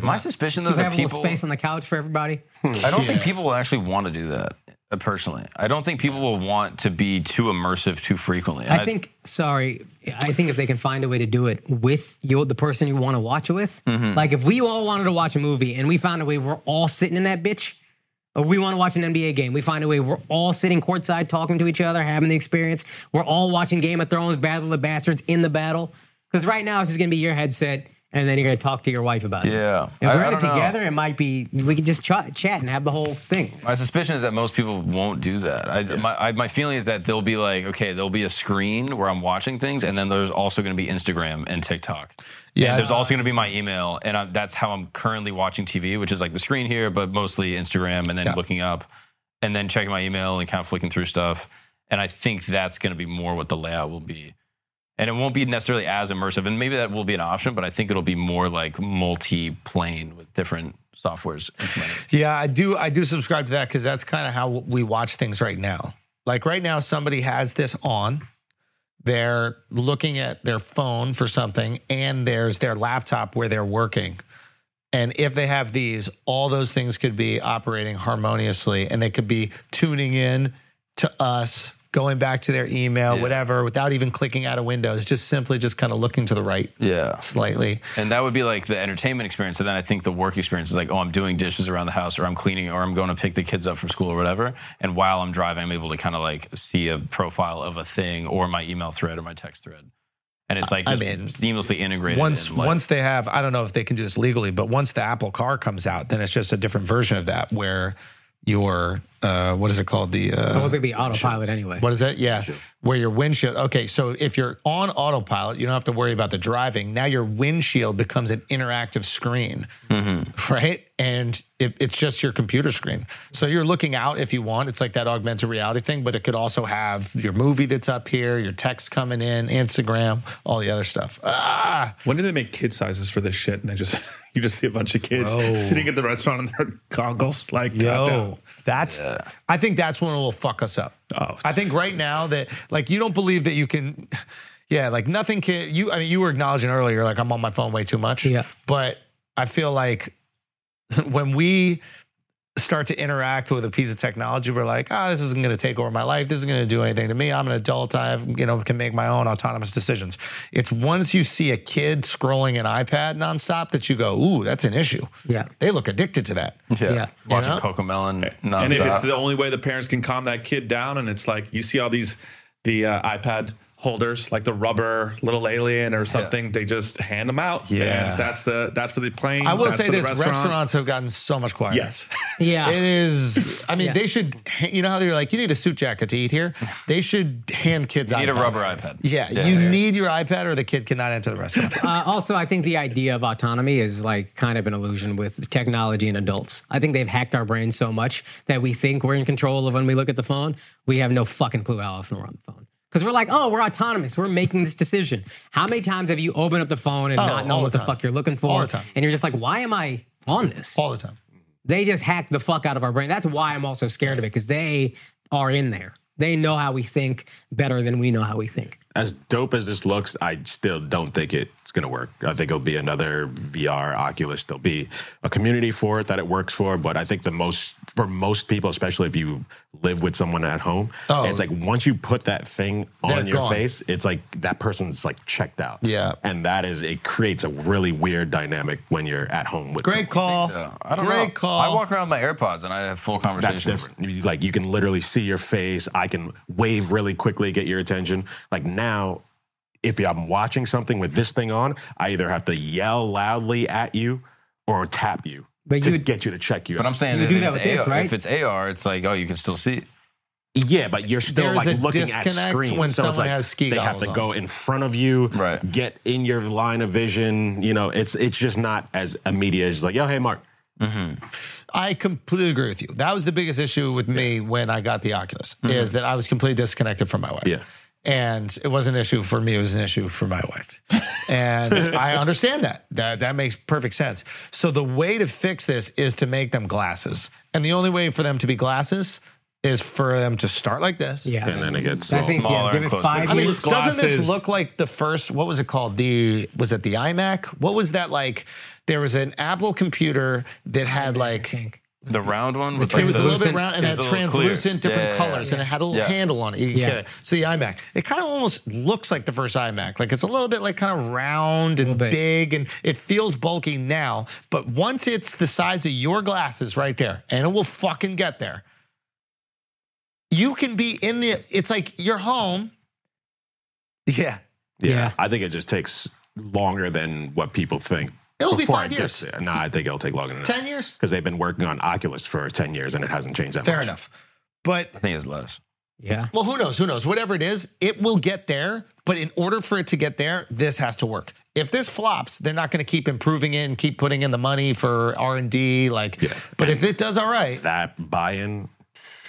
S2: My suspicion though
S3: Do
S2: is
S3: they
S2: that
S3: have a little
S2: people,
S3: space on the couch for everybody?
S2: I don't think people will actually want to do that. uh, Personally, I don't think people will want to be too immersive too frequently. And
S3: I think. Sorry, I think if they can find a way to do it with you, the person you want to watch it with,
S2: Mm-hmm.
S3: like if we all wanted to watch a movie and we found a way, we're all sitting in that bitch, or we want to watch an NBA game, we find a way, we're all sitting courtside talking to each other, having the experience. We're all watching Game of Thrones, Battle of the Bastards, in the battle. Because right now it's just gonna be your headset, and then you're gonna talk to your wife about it.
S2: Yeah.
S3: If
S2: I-
S3: we're
S2: I
S3: in it
S2: don't know.
S3: together, it might be we could just ch- chat and have the whole thing.
S2: My suspicion is that most people won't do that. I, my, I, my feeling is that they'll be like, okay, there'll be a screen where I'm watching things, and then there's also going to be Instagram and TikTok. Yeah, there's also going to be my email, and I, that's how I'm currently watching TV, which is like the screen here, but mostly Instagram, and then looking up, and then checking my email and kind of flicking through stuff. And I think that's going to be more what the layout will be, and it won't be necessarily as immersive. And maybe that will be an option, but I think it'll be more like multi-plane with different softwares implemented.
S8: Yeah, I do. I do subscribe to that because that's kind of how we watch things right now. Like right now, somebody has this on. They're looking at their phone for something, and there's their laptop where they're working. And if they have these, all those things could be operating harmoniously, and they could be tuning in to us, going back to their email, whatever, without even clicking out of Windows, just simply just kind of looking to the right
S2: Yeah.
S8: slightly.
S2: And that would be like the entertainment experience. And then I think the work experience is like, oh, I'm doing dishes around the house, or I'm cleaning, or I'm going to pick the kids up from school, or whatever. And while I'm driving, I'm able to kind of like see a profile of a thing, or my email thread, or my text thread. And it's like
S8: I
S2: just
S8: mean,
S2: seamlessly integrated.
S8: once
S2: in, like-
S8: once they have i don't know if they can do this legally but once the apple car comes out then it's just a different version of that where your uh, what is it called? The
S3: I
S8: uh,
S3: would be autopilot anyway.
S8: what is that? Yeah, where your windshield. Okay, so if you're on autopilot, you don't have to worry about the driving. Now your windshield becomes an interactive screen, right? And it, it's just your computer screen. So you're looking out if you want. It's like that augmented reality thing, but it could also have your movie that's up here, your text coming in, Instagram, all the other stuff. Ah,
S4: When do they make kid sizes for this shit? And they just you just see a bunch of kids sitting at the restaurant in their goggles, like top down.
S8: Yo, that's. I think that's when it will fuck us up.
S4: Oh,
S8: I think right now that like you don't believe that you can. Yeah, like nothing can. You, I mean, you were acknowledging earlier, like I'm on my phone way too much.
S3: Yeah.
S8: but I feel like when we start to interact with a piece of technology, we're like, ah, this isn't going to take over my life. This isn't going to do anything to me. I'm an adult. I, have, you know, can make my own autonomous decisions. It's once you see a kid scrolling an iPad nonstop that you go, ooh, that's an issue.
S3: Yeah.
S8: they look addicted to that.
S3: Yeah.
S2: Watching
S8: know?
S2: Cocomelon
S4: and if it's
S2: nonstop.
S4: the only way the parents can calm that kid down, and it's like you see all these the uh, iPad holders, like the rubber little alien or something, they just hand them out. man.
S2: Yeah.
S4: that's the that's for the plane.
S8: I will
S4: that's
S8: say
S4: for the
S8: this: restaurants have gotten so much quieter.
S4: Yes,
S3: Yeah.
S8: It is. I mean,
S3: Yeah.
S8: they should. You know how they're like, you need a suit jacket to eat here. They should hand kids.
S2: You need a
S8: iPads.
S2: rubber iPad.
S8: Yeah,
S2: Yeah,
S8: you
S2: yeah.
S8: need your iPad, or the kid cannot enter the restaurant.
S3: Uh, also, I think the idea of autonomy is like kind of an illusion with technology and adults. I think they've hacked our brains so much that we think we're in control of when we look at the phone. We have no fucking clue how often we're on the phone. Because we're like, oh, we're autonomous. We're making this decision. How many times have you opened up the phone and not known
S8: Oh, all
S3: what
S8: the
S3: the,
S8: time.
S3: fuck you're looking for?
S8: All the time.
S3: And you're just like, why am I on this?
S8: All the time.
S3: They just hack the fuck out of our brain. That's why I'm also scared of it because they are in there. They know how we think better than we know how we think.
S6: As dope as this looks, I still don't think it's gonna work. I think it'll be another VR Oculus. There'll be a community for it that it works for, but I think the most for most people, especially if you live with someone at home,
S8: Oh.
S6: it's like once you put that thing
S8: They're
S6: on your
S8: gone.
S6: face, it's like that person's like checked out.
S8: Yeah.
S6: and that is it creates a really weird dynamic when you're at home with. someone.
S8: Great call.
S2: So, I don't
S8: Great
S2: know.
S8: call.
S2: I walk around with my AirPods and I have full
S6: That's
S2: conversations.
S6: different. You- Like you can literally see your face. I can wave really quickly, get your attention. Like now, if I'm watching something with this thing on, I either have to yell loudly at you or tap you
S3: But
S6: to
S3: you-
S6: get you to check you.
S2: But I'm
S6: out.
S2: saying
S3: You
S2: that
S3: do
S2: if,
S3: that
S2: it's
S3: with this,
S2: AR,
S3: right?
S2: if it's AR, it's like, oh, you can still see.
S6: yeah, but you're still
S8: There's a
S6: like looking at
S8: disconnect
S6: screens. so
S8: when
S6: it's
S8: someone
S6: like
S8: has ski
S6: they have to
S8: goggles
S6: go in front of you,
S2: Right.
S6: get in your line of vision. You know, it's it's just not as immediate as like, yo, hey, Mark.
S8: I completely agree with you. That was the biggest issue with me when I got the Oculus is that I was completely disconnected from my wife.
S6: Yeah.
S8: And it wasn't an issue for me, it was an issue for my wife. And I understand that. That that makes perfect sense. So the way to fix this is to make them glasses. And the only way for them to be glasses is for them to start like this.
S3: Yeah.
S6: And then it gets
S3: I think
S2: smaller
S3: yeah, give
S2: and
S3: it
S2: closer.
S3: five
S4: I mean,
S8: I mean,
S3: years.
S4: Those
S8: doesn't this
S4: glasses-
S8: look like the first? What was it called? The was it the iMac? What was that like? There was an Apple computer that had like
S3: think.
S2: The round one with
S8: it
S2: like
S8: was a little bit
S3: translucent-
S8: round and
S2: it was
S8: had
S2: a little clear.
S8: translucent different
S2: Yeah, yeah,
S8: colors,
S2: yeah.
S8: and it had a little
S2: Yeah.
S8: handle on it. You could
S3: Yeah.
S8: carry it. So the iMac, it kind of almost looks like the first iMac. Like it's a little bit like kind of round and
S3: bit.
S8: big, and it feels bulky now. But once it's the size of your glasses, right there, and it will fucking get there. You can be in the. It's like you're home. Yeah,
S6: Yeah.
S3: Yeah.
S6: I think it just takes longer than what people think.
S8: It'll be
S6: before
S8: five
S6: it gets
S8: years.
S6: there. No, I think it'll take longer than that.
S8: ten years.
S6: Because they've been working on Oculus for 10 years and it hasn't changed that
S8: Fair
S6: much.
S8: enough. But
S2: I think it's less.
S3: Yeah.
S8: well, who knows? Who knows? Whatever it is, it will get there. But in order for it to get there, this has to work. If this flops, they're not going to keep improving it and keep putting in the money for R and D. Like, but if it does all right,
S6: That buy in,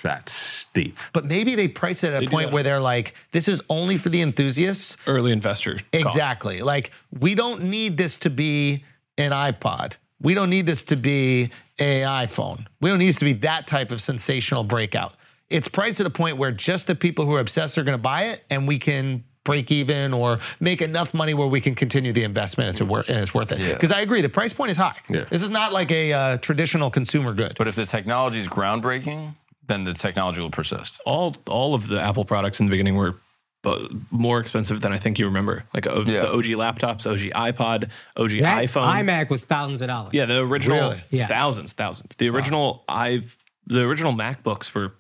S6: that's steep.
S8: but maybe they price it at a
S9: do
S8: point
S9: that.
S8: where they're like, this is only for the enthusiasts.
S9: Early investor.
S8: Exactly. Like we don't need this to be an iPod. We don't need this to be a iPhone. We don't need this to be that type of sensational breakout. It's priced at a point where just the people who are obsessed are going to buy it, and we can break even or make enough money where we can continue the investment. It's a wor- and it's worth it. Because I agree, the price point is high.
S6: Yeah.
S8: This is not like a uh, traditional consumer good.
S2: But if the technology is groundbreaking, then the technology will persist.
S9: all all of the Apple products in the beginning were bu- more expensive than I think you remember. Like O
S2: Yeah.
S9: the OG laptops, OG iPod, OG
S3: That
S9: iPhone.
S3: iMac was thousands of dollars.
S9: yeah, the original
S8: Really?
S3: Yeah.
S9: thousands, thousands. The original i the original MacBooks were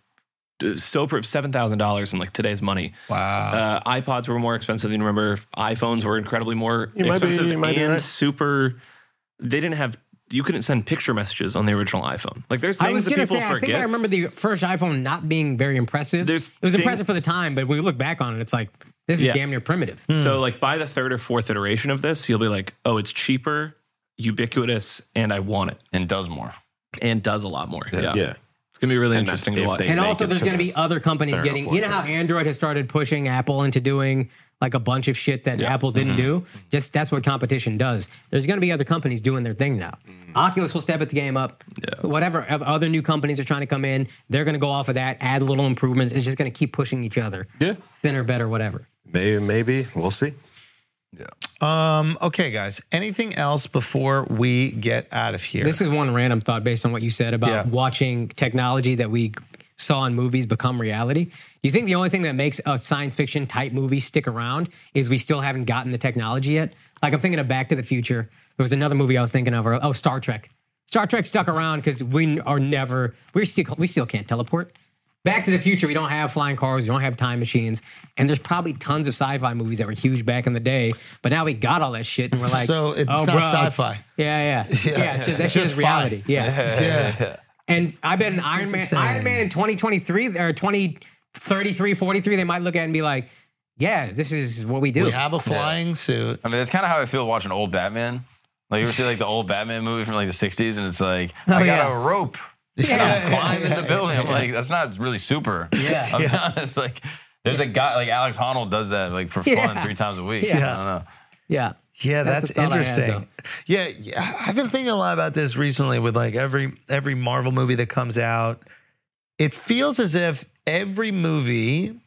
S9: uh, so per seven thousand dollars in like today's money. Wow. Uh, iPods were more expensive than you remember. iPhones were incredibly more
S6: might be-
S9: expensive
S6: you might be
S9: and
S6: right.
S9: super. They didn't have you couldn't send picture messages on the original iPhone. Like there's
S3: I
S9: things
S3: was
S9: that
S3: gonna
S9: people
S3: say, I
S9: forget.
S3: think I remember the first iPhone not being very impressive.
S9: There's
S3: it was
S9: thing-
S3: impressive for the time, but when we look back on it, it's like this is
S9: Yeah. Hmm.
S3: damn near primitive.
S9: So like by the third or fourth iteration of this, you'll be like, oh, it's cheaper, ubiquitous, and I want it,
S2: and does more.
S9: and does a lot more. Yeah,
S6: Yeah.
S9: it's gonna be really
S6: And that's
S9: interesting to
S6: if
S9: watch.
S6: they-
S3: and
S6: make
S3: also
S6: it
S3: there's
S6: to
S3: going to
S6: the
S3: be other companies
S6: third or
S3: getting
S6: fourth
S3: you know how android has started pushing apple into doing like a bunch of shit that apple didn't
S9: Mm-hmm.
S3: do just that's what competition does there's going to be other companies doing their thing now
S9: Mm.
S3: oculus will step at the game up whatever oth- other new companies are trying to come in they're going to go off of that add little improvements it's just going to keep pushing each other
S6: Yeah.
S3: thinner better whatever
S6: Maybe, maybe. We'll see.
S8: Um, okay, guys. Anything else before we get out of here?
S3: This is one random thought based on what you said about
S8: Yeah.
S3: watching technology that we saw in movies become reality. Do you think the only thing that makes a science fiction type movie stick around is we still haven't gotten the technology yet? Like I'm thinking of Back to the Future. There was another movie I was thinking of, or oh Star Trek. Star Trek stuck around because we are never we're still we still can't teleport. Back to the Future, we don't have flying cars, we don't have time machines, and there's probably tons of sci-fi movies that were huge back in the day. But now we got all that shit, and we're like,
S8: So it's
S3: oh,
S8: not
S3: bro,
S8: sci-fi.
S3: yeah, yeah, yeah. it's just that shit is reality. Yeah. And I bet an Iron Man, Iron Man in 2023 or 2033, 43, they might look at it and be like, "Yeah, this is what we do."
S8: we have a flying suit.
S2: I mean, that's kind of how I feel watching old Batman. Like you ever see like the old Batman movie from like the '60s, and it's like I got
S3: Oh, yeah.
S2: a rope, and I'm climbing the building. I'm like, that's not really super.
S3: Yeah.
S2: I'm honest. Like, there's a guy like Alex Honnold does that like for fun
S3: Yeah.
S2: three times a week.
S3: Yeah.
S2: I don't know.
S3: yeah,
S8: Yeah, that's,
S3: That's the thought I had,
S8: interesting. yeah, yeah, I've been thinking a lot about this recently with like every every Marvel movie that comes out. It feels as if every movie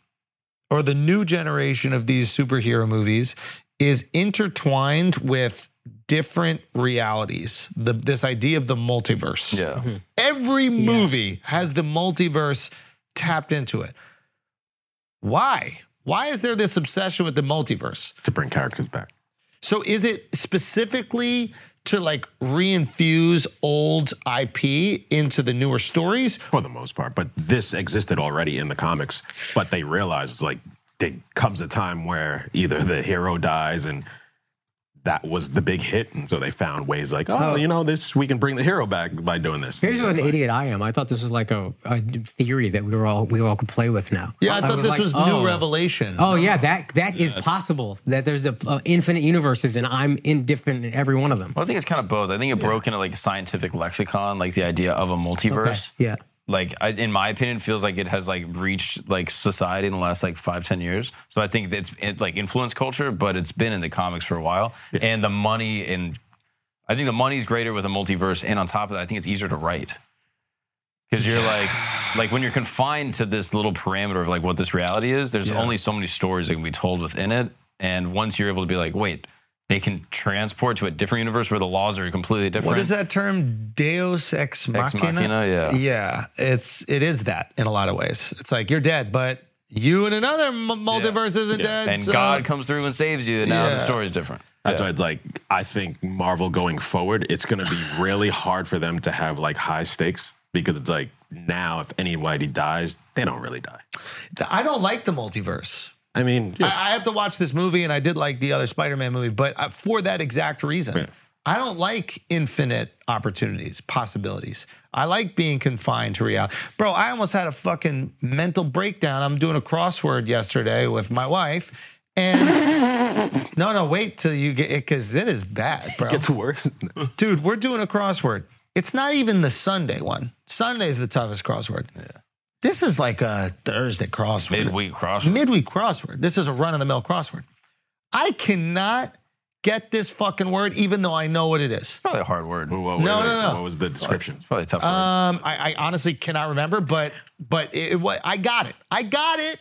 S8: or the new generation of these superhero movies is intertwined with different realities. The, this idea of the multiverse.
S2: Yeah.
S3: Mm-hmm.
S8: Every movie has the multiverse tapped into it. Why? Why is there this obsession with the multiverse?
S6: To bring characters back.
S8: So is it specifically to like reinfuse old IP into the newer stories?
S6: for the most part. But this existed already in the comics. But they realized like there comes a time where either the hero dies and that was the big hit, and so they found ways like, oh, you know, this we can bring the hero back by doing this.
S3: Here's what an idiot I am. I thought this was like a, a theory that we were all we all could play with now.
S8: Yeah, I thought this
S3: like,
S8: was
S3: oh.
S8: new revelation.
S3: Oh yeah, that that is possible. That there's a, a infinite universes, and I'm indifferent in every one of them.
S2: Well, I think it's kind of both. I think it broke into like a scientific lexicon, like the idea of a
S3: Okay,
S2: multiverse.
S3: Yeah.
S2: like I, in my opinion feels like it has like reached like society in the last like five ten years so i think it's it, like influence culture but it's been in the comics for a while and the money and i think the money's greater with a multiverse and on top of that i think it's easier to write because you're like like when you're confined to this little parameter of like what this reality is there's only so many stories that can be told within it and once you're able to be like wait they can transport to a different universe where the laws are completely different
S8: what is that term? Deus ex machina?
S2: Ex machina, yeah.
S8: Yeah, it's it is that in a lot of ways. It's like you're dead, but you in another m- multiverse isn't dead.
S2: and
S8: so-
S2: god comes through and saves you and now
S8: Yeah.
S2: the story's different
S6: That's why it's like I think Marvel going forward, it's gonna be really hard for them to have like high stakes because it's like now if anybody dies, they don't really die.
S8: I don't like the multiverse.
S6: I mean, yeah.
S8: I, I have to watch this movie, and I did like the other Spider-Man movie, but uh for that exact reason, I don't like infinite opportunities, possibilities. I like being confined to reality, bro. I almost had a fucking mental breakdown. I'm doing a crossword yesterday with my wife, and no, no, wait till you get it because it is bad, bro.
S6: it's worse.
S8: Dude, we're doing a crossword. It's not even the Sunday one. Sunday's the toughest crossword. This is like a Thursday crossword
S2: midweek cross.
S8: midweek crossword. This is a run of the mill crossword. I cannot get this fucking word, even though I know what it is.
S2: probably a hard word.
S6: What were
S8: No,
S6: they-
S8: no, no.
S6: What was the description?
S2: Probably a tough word.
S8: Um, I, I honestly cannot remember, but but it, it, wa- I got it. I got it.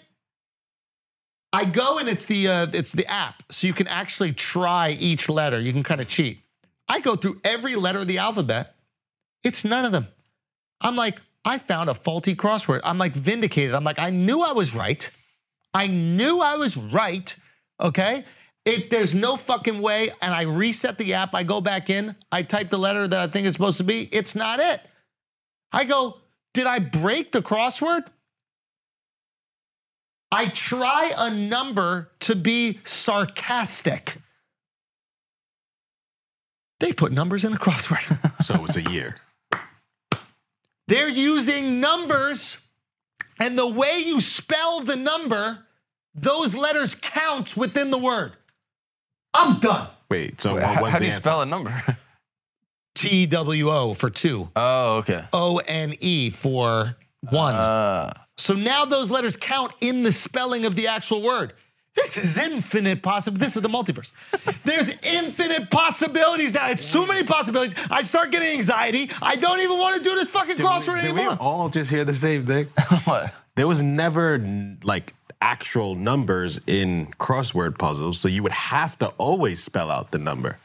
S8: I go and it's the uh, it's the app, so you can actually try each letter. You can kind of cheat. I go through every letter of the alphabet. It's none of them. I'm like, I found a faulty crossword. I'm like vindicated. I'm like, I knew I was right. I knew I was right. Okay. It, there's no fucking way. And I reset the app. I go back in. I type the letter that I think it's supposed to be. It's not it. I go, did I break the crossword? I try a number to be sarcastic. They put numbers in a crossword.
S6: So it was a year.
S8: They're using numbers, and the way you spell the number, those letters count within the word. I'm done.
S6: Wait, so
S2: How,
S6: what was
S2: how
S6: the
S2: do you
S6: answer?
S2: spell a number?
S8: T W O for two.
S2: Oh, okay.
S8: O N E for one.
S2: Uh,
S8: so now those letters count in the spelling of the actual word. This is infinite possible. This is the multiverse. There's infinite possibilities now. It's too many possibilities. I start getting anxiety. I don't even want to do this fucking crossword
S6: Did we
S8: anymore.
S6: all just hear the same thing?
S2: what?
S6: there was never n- like actual numbers in crossword puzzles, so you would have to always spell out the number.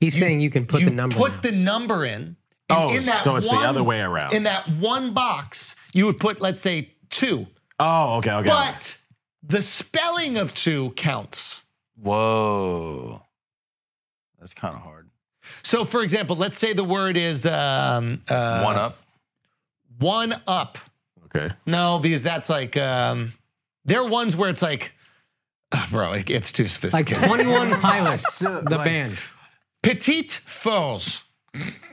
S3: He's saying you can put
S8: you
S3: the number.
S8: put
S3: in.
S8: the number in. and
S6: Oh, so it's the other way around.
S8: In that one box, you would put, let's say, two.
S6: Oh, okay, okay.
S8: But the spelling of two counts.
S2: Whoa. That's kind of hard.
S8: So, for example, let's say the word is um, uh,
S2: One up.
S8: one up.
S6: okay.
S8: No, because that's like um, there are ones where it's like, ah, bro, it, it's too
S3: like
S8: sophisticated.
S3: 21 Pilots, the band.
S8: Petite falls.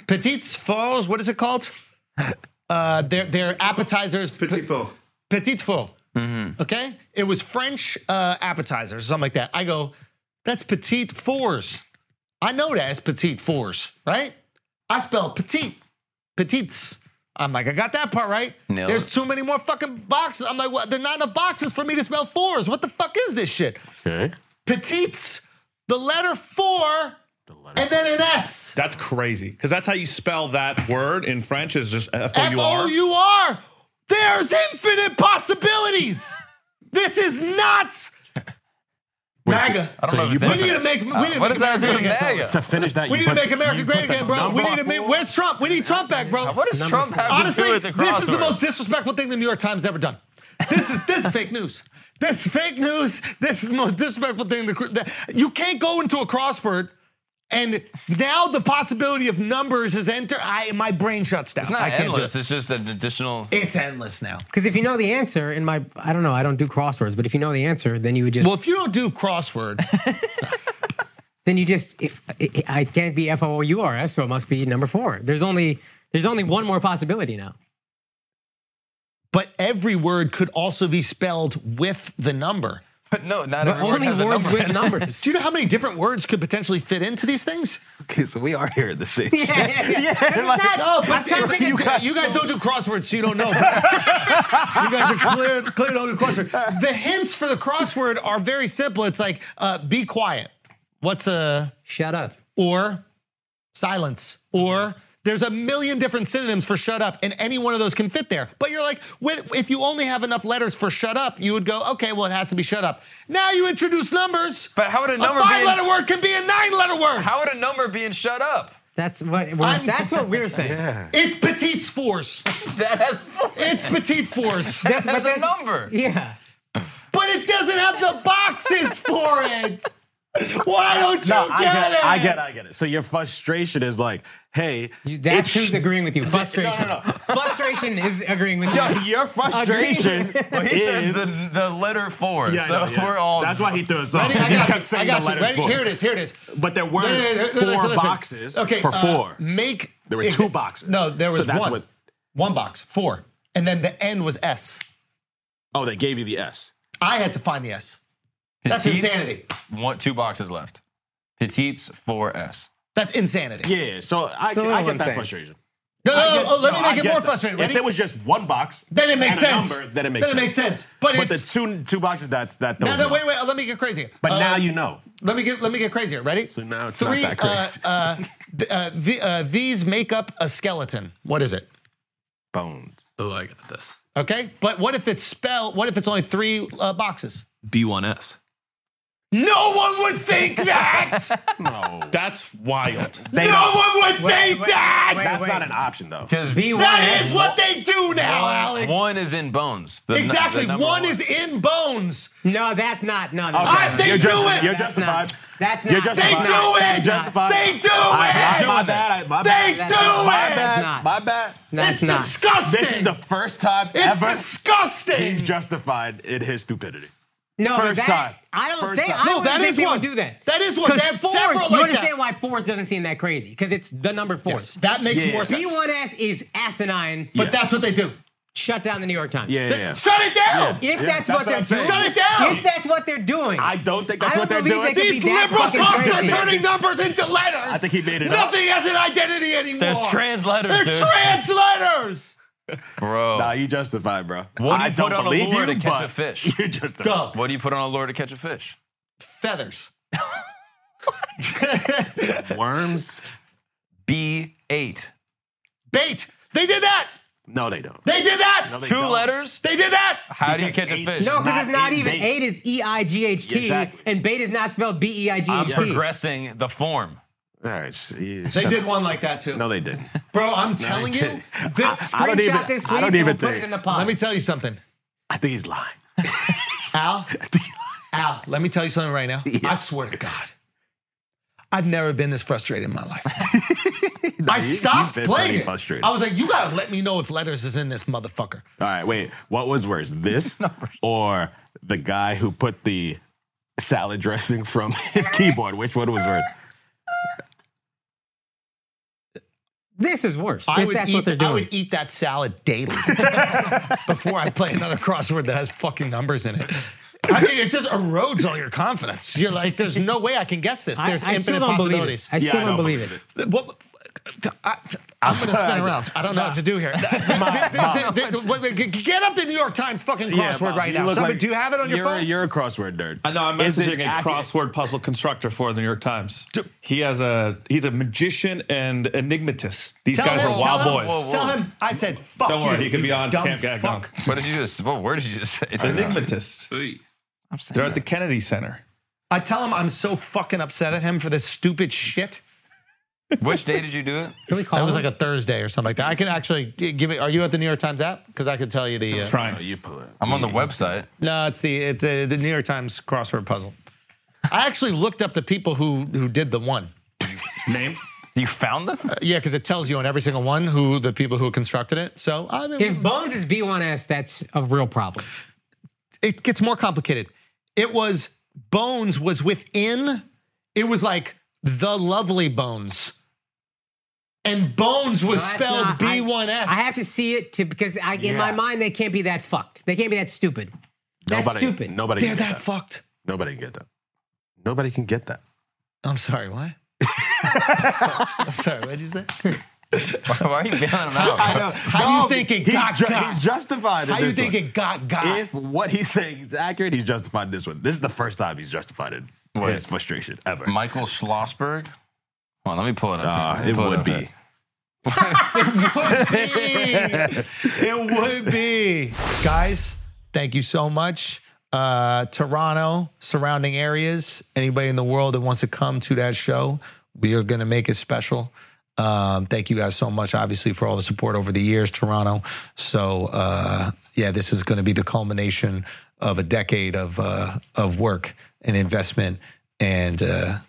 S8: Petite falls. What is it called? Uh, they're, they're appetizers.
S11: Petit pot.
S8: Petite four.
S2: Mm-hmm.
S8: Okay? It was French uh, appetizers, something like that. I go, that's petite fours. I know that as petite fours, right? I spell petite, petites. I'm like, I got that part right.
S2: Nailed
S8: There's
S2: it.
S8: too many more fucking boxes. I'm like, well, there are not enough boxes for me to spell fours. What the fuck is this shit?
S6: Okay.
S8: Petites, the letter four, and then an S.
S4: That's crazy because that's how you spell that word in French is just F O
S8: F
S4: U
S8: O
S4: R.
S8: U R. There's infinite possibilities. this is not MAGA.
S2: I don't
S6: So
S2: know.
S6: you
S2: If it's
S6: put-
S8: We need to make. We
S2: Uh,
S8: need to
S2: what does
S8: make
S2: that
S8: America
S2: do to
S8: great again.
S2: MAGA?
S6: To finish that,
S8: We
S6: you
S8: need to
S6: put
S8: make
S6: the-
S8: America
S6: you put
S8: great
S6: the
S8: again, bro.
S6: number
S8: We need to
S6: on
S8: make.
S6: four.
S8: Where's Trump? We need Trump back, bro.
S2: What does Trump have to do
S8: Honestly,
S2: with the
S8: this is the
S2: crossword?
S8: most disrespectful thing the New York Times ever done. This is this is fake news. This is fake news. This is the most disrespectful thing. The, the, you can't go into a crossword, and now the possibility of numbers is enter. I my brain shuts down.
S2: It's
S8: I
S2: not
S8: can't do
S2: endless.
S8: it.
S2: It's just an additional.
S8: It's endless now.
S3: Because if you know the answer, in my, I don't know, I don't do crosswords, but if you know the answer, then you would just,
S8: Well, if you don't do crossword,
S3: then you just, if I- I I can't be F O U R S, so it must be number four. There's only, there's only one more possibility now.
S8: but every word could also be spelled with the number.
S2: But no, not
S3: But
S2: every word
S3: only
S2: has a
S3: words
S2: number.
S3: with numbers.
S8: Do you know how many different words could potentially fit into these things?
S6: Okay, so we are here at the same.
S3: yeah, yeah, yeah. This is not- I'm trying to think
S8: "Oh, you,
S3: of-
S8: guys, you guys don't do crosswords, so you don't know. you guys are clear, clear don't do crossword. The hints for the crossword are very simple. It's like, uh, be quiet. What's a
S3: Shut up.
S8: or silence or there's a million different synonyms for shut up and any one of those can fit there but you're like with, if you only have enough letters for shut up you would go okay well it has to be shut up now you introduce numbers
S2: But how would a number
S8: a five
S2: be-
S8: letter word can be a nine letter word
S2: How would a number being shut up?
S3: That's what, well,
S8: I'm-
S3: that's what we're saying.
S8: it's petite fours
S2: That has,
S8: it's petite fours
S2: that has a number.
S3: yeah.
S8: but it doesn't have the boxes for it why don't you
S6: I
S8: get,
S6: get,
S8: it
S6: I get, I get it. So your frustration is like, hey,
S3: You- That's
S6: it's-
S3: who's agreeing with you. Frustration.
S6: no,
S3: Frustration is agreeing with you.
S6: your frustration
S2: But he said
S6: is.
S2: the, the letter four.
S6: Yeah, I
S2: so
S6: know, yeah.
S2: we're all.
S6: That's why he threw us off.
S8: Ready? I
S6: he
S8: got you.
S6: kept saying
S8: I
S6: the
S8: got you.
S6: letter
S8: Ready?
S6: four.
S8: Here it is. Here it is.
S6: But there were
S8: No, no, no, no,
S6: four
S8: listen, listen.
S6: boxes
S8: Okay,
S6: for
S8: uh,
S6: four.
S8: make
S6: There were two boxes.
S8: No, there
S6: So
S8: was
S6: that's
S8: one.
S6: what-
S8: One box, four, and then the end was S.
S6: oh, they gave you the S.
S8: I had to find the S. That's
S2: Petites,
S8: insanity.
S2: One, two boxes left. Petites four S.
S8: That's insanity.
S6: Yeah, so I,
S3: a little
S6: I get that
S3: insane.
S6: frustration.
S8: No, no,
S6: I
S8: no,
S6: get-
S8: oh, let me
S6: no, I
S8: make it
S6: get
S8: more
S6: that.
S8: frustrating.
S6: If
S8: Ready?
S6: there was just one box,
S8: then it makes
S6: and a
S8: sense.
S6: number, then it makes
S8: Then it makes
S6: sense.
S8: sense. But,
S6: But the
S8: it's
S6: two two boxes, that's that.
S8: no,
S6: those
S8: no,
S6: were-
S8: wait, wait. Let me get crazy.
S6: But
S8: Uh,
S6: now you know.
S8: Let me get let me get crazier. Ready? So
S6: now it's not that crazy.
S8: Uh, uh, th- uh, the, uh, these make up a skeleton. What is it?
S6: Bones.
S9: Oh, I got this.
S8: Okay, but what if it's spell? What if it's only three uh, boxes?
S9: B1S.
S8: No one would think that.
S6: No,
S4: That's wild.
S6: They
S8: no
S6: don't-
S8: one would think that.
S6: that's not an option though.
S2: Because
S3: B1
S8: that is what they do now,
S2: one,
S8: Alex.
S2: one is in bones. The nu- the
S8: exactly. One,
S2: number
S8: is in bones.
S3: No, that's not. No, no.
S6: Okay.
S8: I- they
S6: you're
S8: do
S6: justi-
S8: it.
S6: You're
S3: That's
S6: justified.
S3: not- that's
S6: You're
S3: not- They
S8: They
S6: justified.
S8: do
S6: You're
S8: it.
S6: justified.
S8: They do
S6: I-
S8: it.
S6: my bad. I- my
S8: they
S6: bad.
S8: do
S3: That's not-
S6: My
S8: it.
S3: That's
S6: bad.
S3: not.
S6: My bad.
S3: That's
S8: It's
S3: not.
S8: disgusting.
S6: This is the first time
S8: it's
S6: ever
S8: disgusting.
S6: he's justified in his stupidity.
S3: No, but
S8: First
S3: that,
S8: time.
S3: I don't
S8: First
S3: think
S8: time. No,
S3: I
S8: that
S3: don't
S8: is
S3: think they would
S8: one.
S3: do that.
S8: That is one.
S3: Because
S8: They have
S3: Force, you
S8: several like
S3: understand
S8: that.
S3: why Force doesn't seem that crazy because it's the number Force.
S8: That makes more sense.
S3: B1S is asinine.
S8: But that's what they do.
S3: Shut down the New York Times.
S6: Yeah, yeah, yeah.
S8: Shut it down.
S3: If that's,
S6: Yeah, that's
S3: what
S6: what
S3: they're
S6: I'm
S3: doing,
S6: saying.
S8: Shut it down.
S3: If that's what they're doing,
S6: I don't think that's
S3: I
S6: what
S3: don't
S6: they're
S3: believe
S6: doing.
S3: they could
S8: These
S3: be that
S8: liberal
S3: fucking
S8: cops are
S3: crazy.
S8: turning numbers into letters.
S6: I think he made it up.
S8: Nothing has an identity anymore.
S2: There's trans letters,
S8: They're
S2: dude.
S8: trans letters.
S2: bro.
S6: Nah, you justified, bro.
S2: What do
S6: I
S2: you put
S6: don't
S2: on a
S6: believe
S2: lure
S6: you,
S2: to catch
S6: but
S2: a fish?
S6: You're justified.
S8: Go.
S2: What do you put on a lure to catch a fish?
S8: Feathers.
S6: Worms?
S2: B eight.
S8: Bait. They did that.
S6: No, they don't.
S8: They did that.
S6: No, they
S2: 2
S6: don't.
S2: letters.
S8: they did that.
S2: How do you
S6: Because
S2: catch a
S6: eight-
S2: fish?
S3: No, because it's
S6: Not
S3: not
S6: in
S3: even
S6: bait.
S3: eight is E I G H T,
S6: Exactly.
S3: and bait is not spelled B E I G
S2: I'm
S3: H T.
S2: progressing the form.
S6: All right. so you-
S8: They
S6: shut
S8: did
S6: up.
S8: one like that too.
S6: No, they didn't.
S8: Bro, I'm telling you.
S6: didn't.
S8: This,
S6: I don't even-
S3: Screenshot this,
S6: I
S3: please.
S6: don't
S3: and
S6: even
S3: we'll put
S6: think-
S3: it in the pod.
S8: let me tell you something.
S6: I think he's lying.
S8: Al, Al, let me tell you something right now. I swear to God, I've never been this frustrated in my life. I
S6: you-
S8: stopped
S6: you've been pretty
S8: playing. it.
S6: frustrated.
S8: I was like, you gotta let me know if letters is in this motherfucker.
S6: All right, wait. What was worse, this or the guy who put the salad dressing from his keyboard? Which one was worse?
S3: this is worse.
S8: I
S3: if
S8: would,
S3: that's
S8: eat,
S3: what they're doing.
S8: I would eat that salad daily before I play another crossword that has fucking numbers in it. I mean, it just erodes all your confidence. You're like, there's no way I can guess this.
S3: I-
S8: There's
S3: I, still
S8: infinite
S3: don't believe it.
S8: possibilities.
S3: I still
S6: I
S3: don't
S6: don't
S3: believe it.
S8: What, I, I'm going to spin around. I don't know what to do here. They- they- they- they- Get up the New York Times fucking
S6: Yeah,
S8: crossword
S6: Bob,
S8: right
S6: you
S8: now.
S6: look
S8: Somebody,
S6: like-
S8: do you have it on your
S6: you're a-
S8: phone? Uh,
S6: you're a crossword nerd.
S4: I know I'm
S6: Is it
S4: messaging a
S6: accurate?
S4: crossword puzzle constructor for the New York Times. He has a he's a magician and enigmatist. These
S8: Tell
S4: guys
S8: him-
S4: are wild
S8: tell
S4: boys.
S8: Him, Tell him I said fuck
S4: Don't worry,
S8: you,
S4: he could
S8: you
S4: be on
S8: dumb
S4: Camp Gag
S8: fuck.
S4: now.
S2: What did you just? What word did you just say?
S4: Enigmatist.
S2: I'm saying
S4: They're at the Kennedy Center.
S8: I tell him I'm so fucking upset at him for this stupid shit.
S2: that. Which day did you do it?
S3: Can we call
S8: That was
S3: him?
S8: like a Thursday or something like that. I can actually g- give it. Are you at the New York Times app? Because I could tell you the. Uh,
S4: Trying.
S6: You pull it.
S2: I'm on the website.
S8: no, it's the it's uh, the New York Times crossword puzzle. I actually looked up the people who who did the one. Uh,
S4: Name?
S2: You found them?
S8: Yeah, because it tells you on every single one who the people who constructed it. So I mean,
S3: if Bones is B1S, that's a real problem.
S8: it gets more complicated. It was Bones was within. It was like the lovely Bones, and Bones was
S3: No, that's
S8: spelled
S3: not- I-
S8: B one S.
S3: I have to see it to because I, in my mind they can't be that fucked. They can't be that stupid. That's
S6: nobody,
S3: stupid.
S6: Nobody
S8: They're
S6: can get
S8: that
S6: that.
S8: fucked.
S6: nobody can get that. Nobody can get that.
S8: I'm sorry. What? I'm sorry. What did you say?
S2: Why are you bailing them out?
S8: I know. How
S6: No,
S8: do you think it
S6: he's
S8: got
S6: ju-
S8: got?
S6: He's justified. in
S8: How do you
S6: this
S8: think
S6: one.
S8: it got got?
S6: If what he's saying is accurate, he's justified in this one. This is the first time he's justified in his frustration ever.
S2: Michael Schlossberg. Hold on, let me pull it up.
S6: Uh,
S2: Let me
S6: it
S2: pull
S6: would
S2: up
S6: be.
S2: here.
S8: it would be. Guys, thank you so much. Uh, Toronto, surrounding areas, anybody in the world that wants to come to that show, we are going to make it special. Um, thank you guys so much, obviously, for all the support over the years, Toronto. So, uh, yeah, this is going to be the culmination of a decade of uh, of work and investment and uh,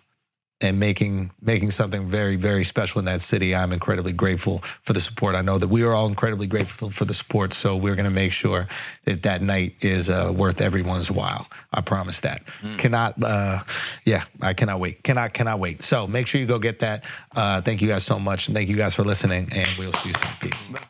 S8: and making making something very very special in that city. I'm incredibly grateful for the support. I know that we are all incredibly grateful for the support. So we're going to make sure that that night is uh, worth everyone's while. I promise that. Cannot. Uh, yeah, I cannot wait. Cannot cannot wait. So make sure you go get that. Uh, thank you guys so much, and thank you guys for listening. And we'll see you soon. Peace.